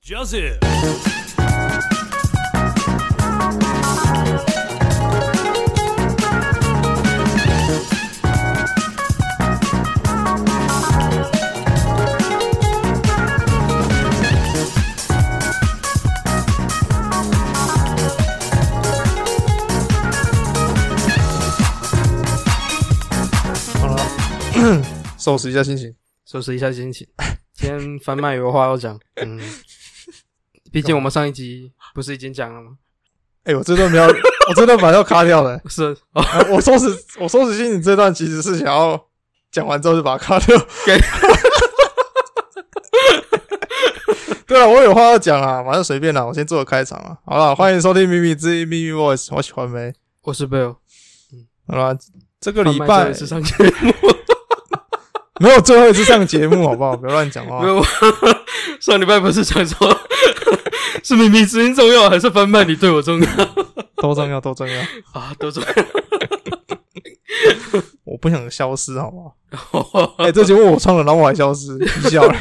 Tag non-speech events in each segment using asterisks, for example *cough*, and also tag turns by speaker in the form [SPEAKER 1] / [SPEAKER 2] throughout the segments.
[SPEAKER 1] Joseph。
[SPEAKER 2] 好了，
[SPEAKER 3] 收拾一下心情。
[SPEAKER 2] 收拾一下心情。今天贩卖有话
[SPEAKER 3] *laughs*
[SPEAKER 2] 要讲，嗯，毕竟我们上一集不是已经讲了吗？
[SPEAKER 3] 哎、我这段不要，我这段把要卡掉了。
[SPEAKER 2] 是哦，
[SPEAKER 3] 啊我收拾，我收拾心情这段其实是想要讲完之后就把它卡掉。
[SPEAKER 2] 给
[SPEAKER 3] 对了，我有话要讲啊，反正随便啦，我先做个开场啊。好了，欢迎收听《秘密之音》《秘密 Voice》，我喜欢没？
[SPEAKER 2] 我是贝尔。
[SPEAKER 3] 好啦，这个
[SPEAKER 2] 贩
[SPEAKER 3] 礼
[SPEAKER 2] 卖
[SPEAKER 3] 拜
[SPEAKER 2] 这次上节
[SPEAKER 3] *laughs*
[SPEAKER 2] 目，
[SPEAKER 3] 没有最后一次上节目，好不好？不要乱讲话
[SPEAKER 2] 没。有， *laughs* 上礼拜不是想说 *laughs* 是秘密之音重要还是贩卖你对我
[SPEAKER 3] *laughs*
[SPEAKER 2] 重要
[SPEAKER 3] 都重要，都重要。
[SPEAKER 2] 啊？都重
[SPEAKER 3] 我不想消失，好不好？
[SPEAKER 2] *laughs* 要。
[SPEAKER 3] 哎、这节目我创了，然后我还消失，你笑了。
[SPEAKER 2] *laughs*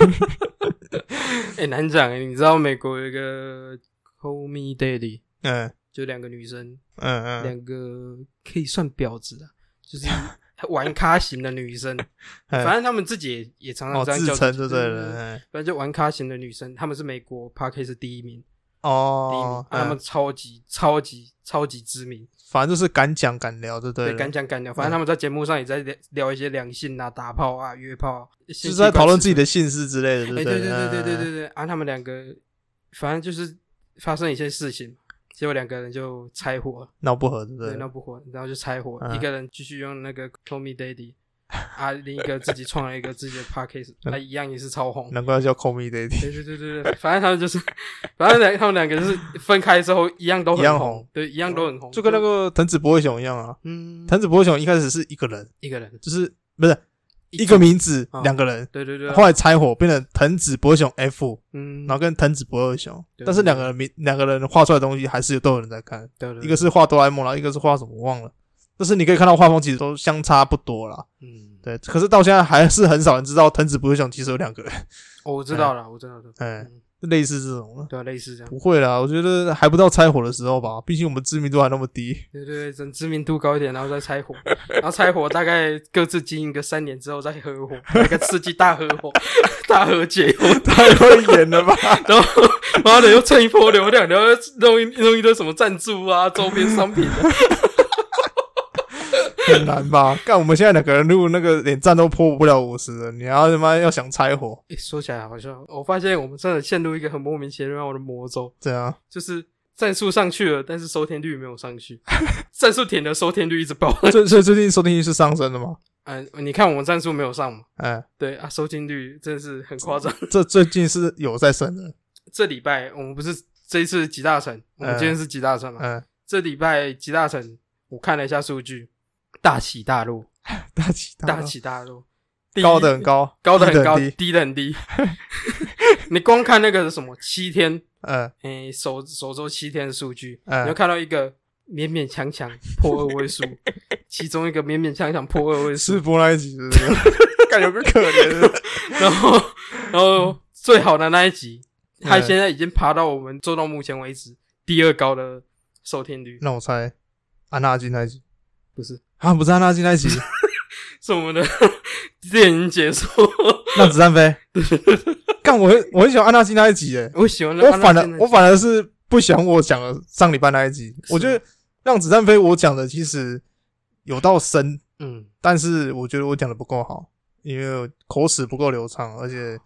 [SPEAKER 3] *laughs*
[SPEAKER 2] 哎、难讲哎、你知道美国有一个 Call Me Daddy，
[SPEAKER 3] 嗯
[SPEAKER 2] 就两个女生，
[SPEAKER 3] 嗯嗯，
[SPEAKER 2] 两个可以算婊子的，
[SPEAKER 3] *laughs*
[SPEAKER 2] 就是玩咖型的女生。
[SPEAKER 3] 哎
[SPEAKER 2] 反正他们自己也也常常
[SPEAKER 3] 哦，
[SPEAKER 2] 这样
[SPEAKER 3] 自
[SPEAKER 2] 叫
[SPEAKER 3] 称
[SPEAKER 2] 自己
[SPEAKER 3] 就对了。。哎
[SPEAKER 2] 反正就玩咖型的女生，她们是美国 p a r k 是第一名，第一名，
[SPEAKER 3] 哦
[SPEAKER 2] 啊，她们
[SPEAKER 3] 嗯
[SPEAKER 2] 超级超级超级知名，
[SPEAKER 3] 反正就是敢讲敢聊，就对
[SPEAKER 2] 对，
[SPEAKER 3] 了。
[SPEAKER 2] 敢讲敢聊。反正她们在节目上也在聊聊一些两性啊、打炮啊、约炮啊，
[SPEAKER 3] 就
[SPEAKER 2] 就是
[SPEAKER 3] 在讨论自己的姓氏之类的，
[SPEAKER 2] 哎，
[SPEAKER 3] 对不
[SPEAKER 2] 对
[SPEAKER 3] 对
[SPEAKER 2] 对对对对对
[SPEAKER 3] 嗯
[SPEAKER 2] 对，啊，他们两个反正就是发生一些事情，结果两个人就拆伙了，
[SPEAKER 3] 闹不和，对不
[SPEAKER 2] 对，
[SPEAKER 3] 对？
[SPEAKER 2] 闹不和，然后就拆伙，
[SPEAKER 3] 嗯
[SPEAKER 2] 一个人继续用那个 Call Me Daddy，啊，另一个自己创了一个自己
[SPEAKER 3] *laughs*
[SPEAKER 2] 的 podcast，啊，一样也是超红。
[SPEAKER 3] 难怪叫 Call Me
[SPEAKER 2] *laughs*
[SPEAKER 3] Daddy，
[SPEAKER 2] 对对对对对，反正他们就是，反正两他们两个就是分开之后一样都
[SPEAKER 3] 一
[SPEAKER 2] 很
[SPEAKER 3] 样
[SPEAKER 2] 红
[SPEAKER 3] 红，
[SPEAKER 2] 对，一样都很红，
[SPEAKER 3] 就跟那个藤子不二雄一样啊。
[SPEAKER 2] 嗯，
[SPEAKER 3] 藤子不二雄一开始是一个人，
[SPEAKER 2] 一个人
[SPEAKER 3] 就是不是一个
[SPEAKER 2] 组，
[SPEAKER 3] 名字
[SPEAKER 2] 哦
[SPEAKER 3] 两个人，
[SPEAKER 2] 对对对，
[SPEAKER 3] 后来拆伙变成藤子不二雄 F，
[SPEAKER 2] 嗯，
[SPEAKER 3] 然后跟藤子不二雄，
[SPEAKER 2] 对
[SPEAKER 3] 但是两个人名两个人画出来的东西还是有都有人在看，
[SPEAKER 2] 对对，对
[SPEAKER 3] 一个是画哆啦 A 梦，然后一个是画什么我忘了。但是你可以看到画风其实都相差不多啦，
[SPEAKER 2] 嗯，
[SPEAKER 3] 对。可是到现在还是很少人知道藤子不二雄其实有两
[SPEAKER 2] *laughs*
[SPEAKER 3] 个人，
[SPEAKER 2] 哦我知道了，我知道了，
[SPEAKER 3] 哎
[SPEAKER 2] 嗯，
[SPEAKER 3] 类似这种的。
[SPEAKER 2] 对啊，类似这样。
[SPEAKER 3] 不会啦，我觉得还不到拆伙的时候吧，毕竟我们知名度还那么低。
[SPEAKER 2] *laughs* 对对对，等知名度高一点，然后再拆伙，然后拆伙大概各自经营个三年之后再合伙，来个刺激大合伙、 *laughs* 大和解，
[SPEAKER 3] 太会演了吧？
[SPEAKER 2] 然后妈的又蹭一波流量，然后又弄一弄一堆什么赞助啊、周边商品的，
[SPEAKER 3] *laughs* 很难吧？干，我们现在两个人录那个连赞都破不了五十了，你要他妈要想拆伙，
[SPEAKER 2] 诶说起来好像哦我发现我们真的陷入一个很莫名其妙的魔咒，
[SPEAKER 3] 这样
[SPEAKER 2] 就是赞数上去了，但是收听率没有上 *laughs* 去，赞数点的收听率一直爆。
[SPEAKER 3] 最最最近收听率是上升的吗？
[SPEAKER 2] 嗯、你看我们赞数没有上嘛？嗯
[SPEAKER 3] 哎，
[SPEAKER 2] 对啊，收听率真的是很夸张。
[SPEAKER 3] 这最近是有在升的，
[SPEAKER 2] 这礼拜我们不是这一次集大成，我们今天是集大成嘛？
[SPEAKER 3] 嗯，
[SPEAKER 2] 这礼拜集大成，我看了一下数据，大起大落，
[SPEAKER 3] 大起
[SPEAKER 2] 大
[SPEAKER 3] 落，
[SPEAKER 2] 起大落，
[SPEAKER 3] 高的很高，
[SPEAKER 2] 高的很高，
[SPEAKER 3] 低的低
[SPEAKER 2] 低的很低。 *laughs* 你光看那个什么七天，
[SPEAKER 3] 嗯，
[SPEAKER 2] 诶、首首周七天的数据，
[SPEAKER 3] 嗯
[SPEAKER 2] 你就看到一个勉勉强强破二
[SPEAKER 3] *laughs*
[SPEAKER 2] 位数，其中一个勉勉强强破二位数
[SPEAKER 3] 世，博那一集是不是？ *laughs* 感有个可怜的，
[SPEAKER 2] *laughs* 然后然后最好的那一集，
[SPEAKER 3] 嗯
[SPEAKER 2] 它现在已经爬到我们做到目前为止第二高的收听率，
[SPEAKER 3] 让我猜，安娜金那一集
[SPEAKER 2] 不是
[SPEAKER 3] 啊，不是安娜金那一集， *laughs*
[SPEAKER 2] 是我们的 *laughs* 电影解说。 *laughs*
[SPEAKER 3] 让子弹飞。干，我很我很喜欢安娜金那一集诶，
[SPEAKER 2] 我喜欢那
[SPEAKER 3] 我
[SPEAKER 2] 安娜
[SPEAKER 3] 反
[SPEAKER 2] 现
[SPEAKER 3] 而
[SPEAKER 2] 在
[SPEAKER 3] 我反而是不想我讲了上礼拜那一集，
[SPEAKER 2] 是
[SPEAKER 3] 我觉得《让子弹飞》我讲的其实有到深，
[SPEAKER 2] 嗯，
[SPEAKER 3] 但是我觉得我讲的不够好，因为我口齿不够流畅，而且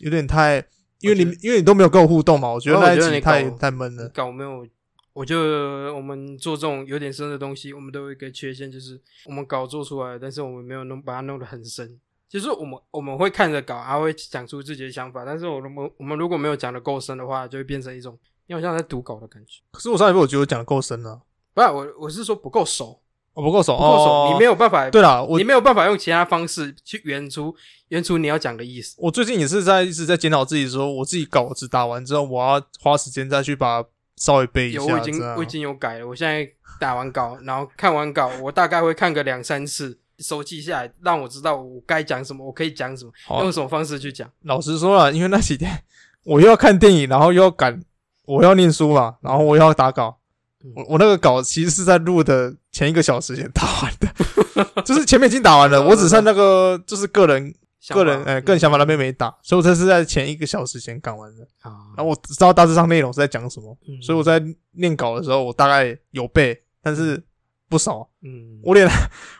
[SPEAKER 3] 有点太，因为
[SPEAKER 2] 我
[SPEAKER 3] 你
[SPEAKER 2] 觉
[SPEAKER 3] 因为你都没有跟我互动嘛，我觉得
[SPEAKER 2] 哦我
[SPEAKER 3] 那一
[SPEAKER 2] 觉得你
[SPEAKER 3] 集太
[SPEAKER 2] 搞
[SPEAKER 3] 太闷了。
[SPEAKER 2] 搞没有，我觉得我们做这种有点深的东西，我们都有一个缺陷，就是我们稿做出来，但是我们没有弄把它弄得很深。就是我们我们会看着稿，还会讲出自己的想法，但是我们我们如果没有讲的够深的话，就会变成一种你好像在读稿的感觉。
[SPEAKER 3] 可是我上礼拜我觉得我讲的够深了，
[SPEAKER 2] 不是我我是说不够熟，
[SPEAKER 3] 我不够熟，
[SPEAKER 2] 不够熟，
[SPEAKER 3] 哦
[SPEAKER 2] 你没有办法，
[SPEAKER 3] 对啦，我
[SPEAKER 2] 你没有办法用其他方式去圆出圆出你要讲的意思。
[SPEAKER 3] 我最近也是在一直在检讨自己说我自己稿子打完之后，我要花时间再去把它稍微背一
[SPEAKER 2] 有，
[SPEAKER 3] 下，啊
[SPEAKER 2] 我已经
[SPEAKER 3] 这样
[SPEAKER 2] 我已经有改了。我现在打完稿，然后看完稿，我大概会看个两三次，收集下来，让我知道我该讲什么，我可以讲什么，
[SPEAKER 3] 好
[SPEAKER 2] 用什么方式去讲。
[SPEAKER 3] 老实说了，因为那几天。我又要看电影，然后又要赶，我要念书嘛，然后我又要打稿
[SPEAKER 2] 嗯。
[SPEAKER 3] 我我那个稿其实是在录的前一个小时前打完的， *laughs* 就是前面已经打完了，我只剩那个就是个人
[SPEAKER 2] 想
[SPEAKER 3] 个
[SPEAKER 2] 法嗯
[SPEAKER 3] 人呃个人想法那边没打，所以我这是在前一个小时前赶完的。
[SPEAKER 2] 啊，
[SPEAKER 3] 然后我只知道大致上内容是在讲什么，
[SPEAKER 2] 嗯
[SPEAKER 3] 哦所以我在念稿的时候，我大概有背，但是不少。
[SPEAKER 2] 嗯，
[SPEAKER 3] 我连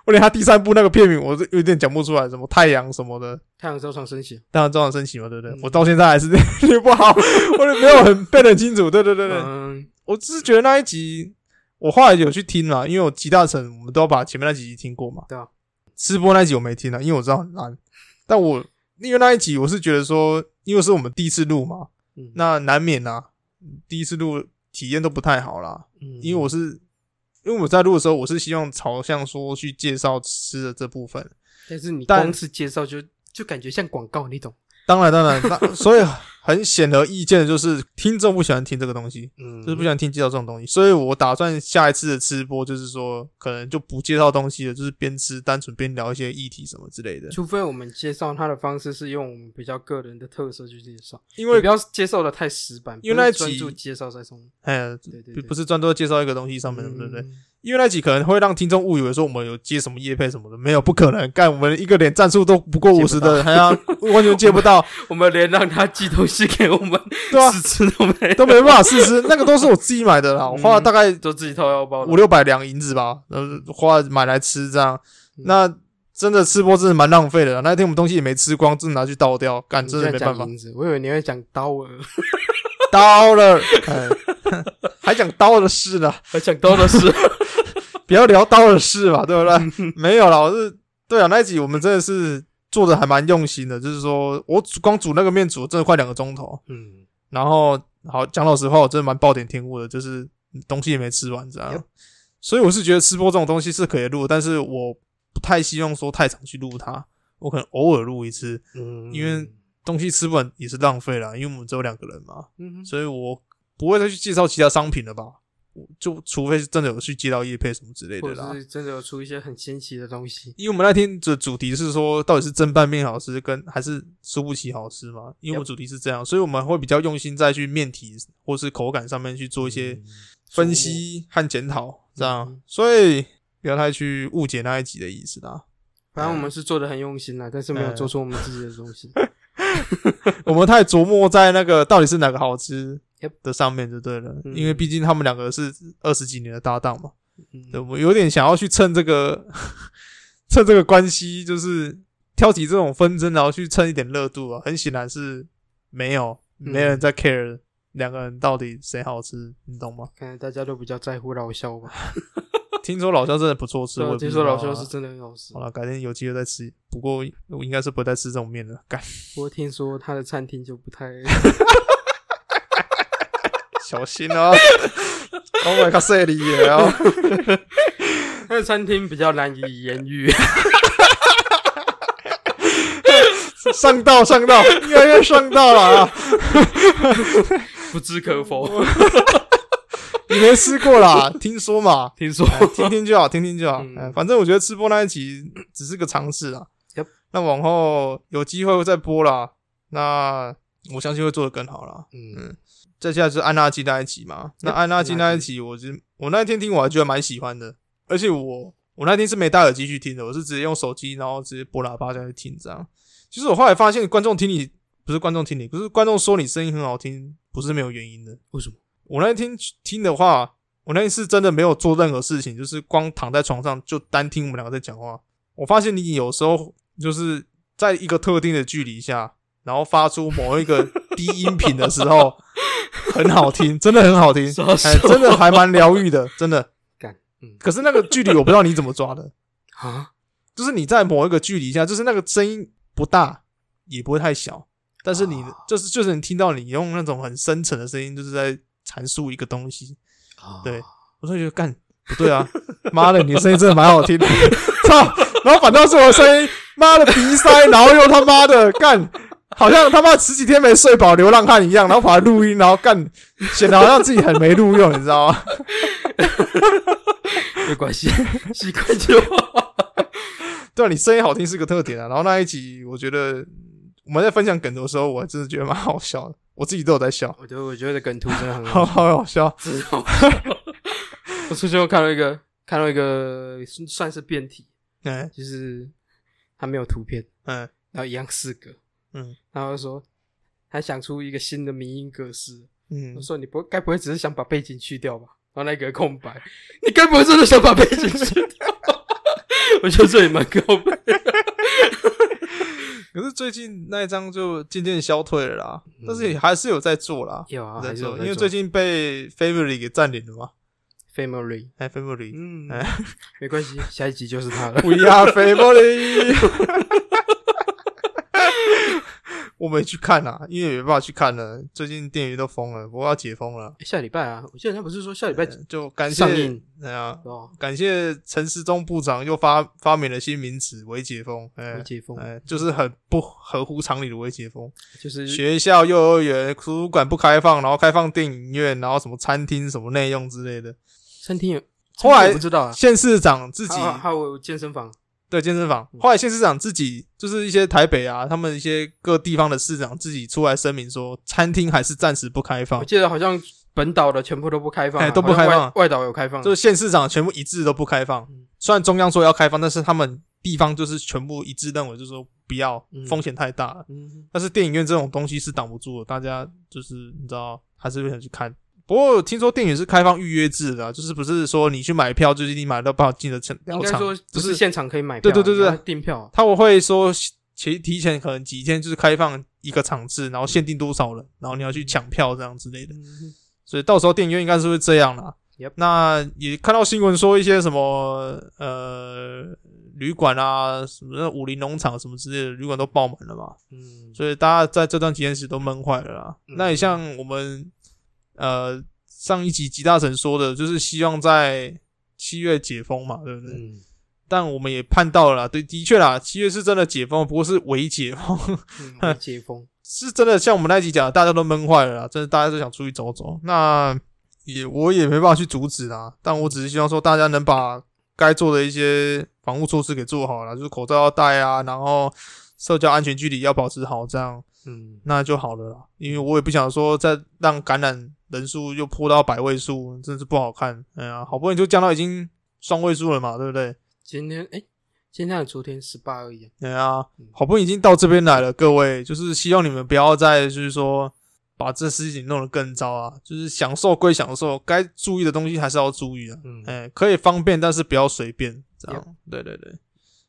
[SPEAKER 3] 我连他第三部那个片名，我都有点讲不出来，什么太阳什么的，
[SPEAKER 2] 太阳照常升起，
[SPEAKER 3] 当然照常升起嘛，对不对？
[SPEAKER 2] 嗯
[SPEAKER 3] 我到现在还是 *laughs* 念不好，我也没有很背得很清楚。对对对对，
[SPEAKER 2] 嗯
[SPEAKER 3] 我只是觉得那一集，我后来有去听了，因为我集大成，我们都要把前面那几集听过嘛。
[SPEAKER 2] 对啊，
[SPEAKER 3] 吃播那一集我没听了，因为我知道很烂。但我因为那一集，我是觉得说，因为是我们第一次录嘛，
[SPEAKER 2] 嗯，
[SPEAKER 3] 那难免啊，第一次录体验都不太好啦。
[SPEAKER 2] 嗯
[SPEAKER 3] 因为我是，因为我在录的时候，我是希望朝向说去介绍吃的这部分。
[SPEAKER 2] 但是你
[SPEAKER 3] 但
[SPEAKER 2] 光是介绍就就感觉像广告，你懂？
[SPEAKER 3] 当然，当然，那 *laughs* 所以很显而易见的就是，听众不喜欢听这个东西，
[SPEAKER 2] 嗯，
[SPEAKER 3] 就是不喜欢听介绍这种东西。所以我打算下一次的吃播，就是说可能就不介绍东西了，就是边吃单纯边聊一些议题什么之类的。
[SPEAKER 2] 除非我们介绍它的方式是用我们比较个人的特色去介绍，
[SPEAKER 3] 因
[SPEAKER 2] 你
[SPEAKER 3] 为
[SPEAKER 2] 不，要介绍的太死板，
[SPEAKER 3] 因为
[SPEAKER 2] 不是
[SPEAKER 3] 那
[SPEAKER 2] 专
[SPEAKER 3] 集
[SPEAKER 2] 注介绍在上面，
[SPEAKER 3] 哎呀，
[SPEAKER 2] 对对
[SPEAKER 3] 不
[SPEAKER 2] 对，
[SPEAKER 3] 不
[SPEAKER 2] 是
[SPEAKER 3] 是专注介绍一个东西上面的，对不对？
[SPEAKER 2] 嗯？
[SPEAKER 3] 因为那集可能会让听众误以为说我们有接什么业配什么的，没有，不可能。干，我们一个连战术都不过
[SPEAKER 2] 接
[SPEAKER 3] 五
[SPEAKER 2] 不
[SPEAKER 3] 十
[SPEAKER 2] 到
[SPEAKER 3] 的，还要完全接不到，
[SPEAKER 2] 我们连让他寄东西给我们 *laughs*
[SPEAKER 3] 对啊，
[SPEAKER 2] 试吃都没
[SPEAKER 3] *laughs*
[SPEAKER 2] 有，
[SPEAKER 3] 都没办法试吃。那个都是我自己买的啦，我
[SPEAKER 2] 嗯
[SPEAKER 3] 花了大概
[SPEAKER 2] 都自己掏腰包了
[SPEAKER 3] 五六百两银子吧，呃，花买来吃这样。
[SPEAKER 2] 嗯
[SPEAKER 3] 那真的吃播真的蛮浪费的啦。那天我们东西也没吃光，真的拿去倒掉，干
[SPEAKER 2] 你
[SPEAKER 3] 真的
[SPEAKER 2] 居
[SPEAKER 3] 没
[SPEAKER 2] 然
[SPEAKER 3] 办
[SPEAKER 2] 讲
[SPEAKER 3] 法，
[SPEAKER 2] 银子我以为你会讲刀儿， *laughs*
[SPEAKER 3] 刀了，哎 *laughs* 还讲刀的事呢，
[SPEAKER 2] 还讲
[SPEAKER 3] *laughs*
[SPEAKER 2] 刀的是，
[SPEAKER 3] 不要聊刀的事嘛，对不
[SPEAKER 2] *laughs*
[SPEAKER 3] 对？没有啦，我是对啊，那一集我们真的是做的还蛮用心的，就是说我煮光煮那个面煮真的快两个钟头，
[SPEAKER 2] 嗯，
[SPEAKER 3] 然后好讲老实话，我真的蛮暴殄天物的，就是东西也没吃完这样。
[SPEAKER 2] Yep
[SPEAKER 3] 所以我是觉得吃播这种东西是可以录，但是我不太希望说太常去录它，我可能偶尔录一次，
[SPEAKER 2] 嗯
[SPEAKER 3] 因为东西吃不完也是浪费啦，因为我们只有两个人嘛，
[SPEAKER 2] 嗯
[SPEAKER 3] 所以我不会再去介绍其他商品了吧。我就除非是真的有去接到叶配什么之类的
[SPEAKER 2] 或
[SPEAKER 3] 啦哎
[SPEAKER 2] 者，是真的有出一些很新奇的东西，
[SPEAKER 3] 因为我们那天的主题是说，到底是蒸拌面好吃跟还是苏布奇好吃嘛？因为我们主题是这样，所以我们会比较用心在去面体或是口感上面去做一些
[SPEAKER 2] 嗯
[SPEAKER 3] 分析和检讨，这样
[SPEAKER 2] 嗯，
[SPEAKER 3] 所以不要太去误解那一集的意思啦。
[SPEAKER 2] 反正我们是做的很用心啦，但是没有
[SPEAKER 3] 嗯
[SPEAKER 2] 做出我们自己的东
[SPEAKER 3] *laughs*
[SPEAKER 2] 西。
[SPEAKER 3] 我们太琢磨在那个到底是哪个好吃
[SPEAKER 2] Yep
[SPEAKER 3] 的上面就对了，
[SPEAKER 2] 嗯
[SPEAKER 3] 因为毕竟他们两个是二十几年的搭档嘛，
[SPEAKER 2] 嗯
[SPEAKER 3] 对我有点想要去趁这个 *laughs* 趁这个关系，就是挑起这种纷争，然后去蹭一点热度啊。很显然是没有，
[SPEAKER 2] 嗯
[SPEAKER 3] 没人在 care 两个人到底谁好吃，你懂吗？ *laughs*
[SPEAKER 2] 看来大家都比较在乎老肖吧。
[SPEAKER 3] 听说老肖真的不错吃，
[SPEAKER 2] 对
[SPEAKER 3] 我
[SPEAKER 2] 啊
[SPEAKER 3] 也不
[SPEAKER 2] 听
[SPEAKER 3] 知
[SPEAKER 2] 说
[SPEAKER 3] 道啊
[SPEAKER 2] 老肖是真的很好吃
[SPEAKER 3] 好，了，改天有机会再吃。不过我应该是不会再吃这种面了，干
[SPEAKER 2] 不过听说他的餐厅
[SPEAKER 3] *laughs*
[SPEAKER 2] 就不太……
[SPEAKER 3] 小心
[SPEAKER 2] *laughs*
[SPEAKER 3] 啊！Oh my god，塞里耶啊！
[SPEAKER 2] 他的餐厅比较难以言喻。 *laughs*
[SPEAKER 3] 上道上道，越来越上道了啊！
[SPEAKER 2] 不置可否。
[SPEAKER 3] 你没吃过啦，听说嘛，
[SPEAKER 2] *laughs* 听说，
[SPEAKER 3] 哎 *laughs* 听听就好，听听就好。
[SPEAKER 2] 嗯
[SPEAKER 3] 哎反正我觉得吃播那一集只是个尝试啊
[SPEAKER 2] Yep。
[SPEAKER 3] 那往后有机会再播啦，那我相信会做得更好啦。
[SPEAKER 2] *laughs* 嗯
[SPEAKER 3] 再下来就是安娜基那一集嘛，那
[SPEAKER 2] Yep，
[SPEAKER 3] 安娜基那
[SPEAKER 2] 安
[SPEAKER 3] 一
[SPEAKER 2] 娜
[SPEAKER 3] 集，我是我那天听我还觉得蛮喜欢的，而且我我那天是没戴耳机去听的，我是直接用手机，然后直接拨喇叭这样去听这样。其实我后来发现，观众听你不是观众听你，不是观众说你声音很好听，不是没有原因的。
[SPEAKER 2] 为什么？
[SPEAKER 3] 我那天去听的话，我那天是真的没有做任何事情，就是光躺在床上就单听我们两个在讲话。我发现你有时候就是在一个特定的距离下，然后发出某一个低音频的时候，很好听，真的很好听，
[SPEAKER 2] 说
[SPEAKER 3] 哎，
[SPEAKER 2] 说
[SPEAKER 3] 真的还蛮疗愈的，真的。
[SPEAKER 2] *laughs* 干，嗯
[SPEAKER 3] 可是那个距离我不知道你怎么抓的，
[SPEAKER 2] 啊，
[SPEAKER 3] 就是你在某一个距离下，就是那个声音不大，也不会太小，但是你、
[SPEAKER 2] 啊
[SPEAKER 3] 就是就是你听到你用那种很深沉的声音，就是在阐述一个东西，对，我就觉得干不对啊，妈的，你的声音真的蛮好听的， *laughs* 操！然后反倒是我的声音，妈的鼻塞，然后又他妈的干，好像他妈十几天没睡饱流浪汉一样，然后跑来录音，然后干，显得好像自己很没录用，你知道吗？ *laughs*
[SPEAKER 2] 没关 *laughs* 系，习惯就好。
[SPEAKER 3] 对啊，你声音好听是个特点啊。然后那一集，我觉得嗯我们在分享梗的时候，我还真的觉得蛮好笑的。我自己都有在笑，
[SPEAKER 2] 我觉得我觉得梗图真的很
[SPEAKER 3] 好
[SPEAKER 2] 好， *laughs*
[SPEAKER 3] 好好笑。
[SPEAKER 2] 真的好笑。我出去后看到一个看到一个算算是变体，
[SPEAKER 3] 嗯
[SPEAKER 2] 就是他没有图片，
[SPEAKER 3] 嗯
[SPEAKER 2] 然后一样四格，
[SPEAKER 3] 嗯
[SPEAKER 2] 然后说他想出一个新的迷音格式，
[SPEAKER 3] 嗯
[SPEAKER 2] 我，说你不该不会只是想把背景去掉吧？然后那个空白，你该不会真的想把背景去掉吧？ *laughs* 我觉得这也蛮高配的。
[SPEAKER 3] 可是最近那一张就渐渐消退了啦，但是也还是有在做啦，
[SPEAKER 2] *laughs* 有啊，
[SPEAKER 3] 在
[SPEAKER 2] 还是有
[SPEAKER 3] 做，
[SPEAKER 2] 在
[SPEAKER 3] 因为最
[SPEAKER 2] 做
[SPEAKER 3] 近被 Family 给占领了嘛，
[SPEAKER 2] Family，
[SPEAKER 3] 哎，Family
[SPEAKER 2] 嗯
[SPEAKER 3] 哎，
[SPEAKER 2] 没关系，下一集就是他了。
[SPEAKER 3] We are Family，我没去看啦，因为没办法去看了，最近电影院都封了，不过要解封了，
[SPEAKER 2] 下礼拜啊，我记得他不是说下礼拜
[SPEAKER 3] 嗯就感谢
[SPEAKER 2] 上映
[SPEAKER 3] 哎呀，
[SPEAKER 2] 哦，
[SPEAKER 3] 感谢陈时中部长又发发明了新名词“微解封”，哎、
[SPEAKER 2] 会解封，
[SPEAKER 3] 哎，就是很不合乎常理的微解封。
[SPEAKER 2] 就是
[SPEAKER 3] 学校、幼儿园、图书馆不开放，然后开放电影院，然后什么餐厅、什么内用之类的。
[SPEAKER 2] 餐厅有。
[SPEAKER 3] 后来
[SPEAKER 2] 我不知道啊，
[SPEAKER 3] 县市长自己
[SPEAKER 2] 还有还有健身房，
[SPEAKER 3] 对健身房，
[SPEAKER 2] 嗯
[SPEAKER 3] 后来县市长自己就是一些台北啊，他们一些各地方的市长自己出来声明说，餐厅还是暂时不开
[SPEAKER 2] 我
[SPEAKER 3] 放，
[SPEAKER 2] 记得好像本岛的全部都不开放啊，
[SPEAKER 3] 哎都不
[SPEAKER 2] 好像
[SPEAKER 3] 开放
[SPEAKER 2] 外外岛有开放，啊
[SPEAKER 3] 就是县市长全部一致都不开放
[SPEAKER 2] 嗯。
[SPEAKER 3] 虽然中央说要开放，但是他们地方就是全部一致认为，就是说不要
[SPEAKER 2] 嗯，
[SPEAKER 3] 风险太大了。
[SPEAKER 2] 嗯，
[SPEAKER 3] 但是电影院这种东西是挡不住的，大家就是你知道还是会想去看。不过听说电影是开放预约制的啊、就是不是说你去买票，就是你买到不好进的场，
[SPEAKER 2] 应该说
[SPEAKER 3] 就
[SPEAKER 2] 不
[SPEAKER 3] 是
[SPEAKER 2] 是现场可以买
[SPEAKER 3] 对
[SPEAKER 2] 票，
[SPEAKER 3] 对对对
[SPEAKER 2] 你要订票啊，
[SPEAKER 3] 他们会说提提前可能几天就是开放一个场次，然后限定多少人，然后你要去抢票这样之类的。
[SPEAKER 2] 嗯
[SPEAKER 3] 所以到时候电影院应该是会这样啦。
[SPEAKER 2] Yep
[SPEAKER 3] 那也看到新闻说一些什么呃旅馆啊，什么那武林农场什么之类的旅馆都爆满了嘛，
[SPEAKER 2] *laughs*
[SPEAKER 3] *laughs*
[SPEAKER 2] 嗯，
[SPEAKER 3] 所以大家在这段期间其实都闷坏了啦。
[SPEAKER 2] 嗯
[SPEAKER 3] 那也像我们呃上一集吉大神说的，就是希望在七月解封嘛，对不对？ *laughs*
[SPEAKER 2] 嗯
[SPEAKER 3] 但我们也盼到了啦，对，的确啦，七月是真的解封，不过是伪解封， *laughs*
[SPEAKER 2] 嗯会解封，
[SPEAKER 3] 是真的像我们那一集讲的，大家都闷坏了啦，真的大家都想出去走走。那也我也没办法去阻止啦，但我只是希望说大家能把该做的一些防护措施给做好了，就是口罩要戴啊，然后社交安全距离要保持好，这样
[SPEAKER 2] 嗯，
[SPEAKER 3] 那就好了啦。因为我也不想说再让感染人数又破到百位数，真是不好看。哎呀，好不容易就降到已经双位数了嘛，对不对？
[SPEAKER 2] 今天哎，今天还有昨天十八而已啊，
[SPEAKER 3] 对啊
[SPEAKER 2] 嗯，
[SPEAKER 3] 好不容易已经到这边来了，各位，就是希望你们不要再就是说把这事情弄得更糟啊。就是享受归享受，该注意的东西还是要注意的、啊。
[SPEAKER 2] 嗯，
[SPEAKER 3] 哎、可以方便，但是不要随便这样。对对对，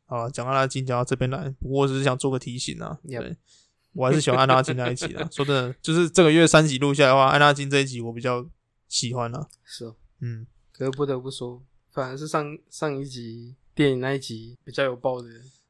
[SPEAKER 3] 好了，讲安拉金讲到这边来，不过我只是想做个提醒啊。
[SPEAKER 2] Yep
[SPEAKER 3] 对，我还是喜欢安拉金那一集
[SPEAKER 2] *laughs*
[SPEAKER 3] 的。说真的，就是这个月三集录下来的话，安拉金这一集我比较喜欢了、啊
[SPEAKER 2] 是哦，
[SPEAKER 3] 嗯，
[SPEAKER 2] 可是不得不说，反而是上上一集电影那一集比较有爆的，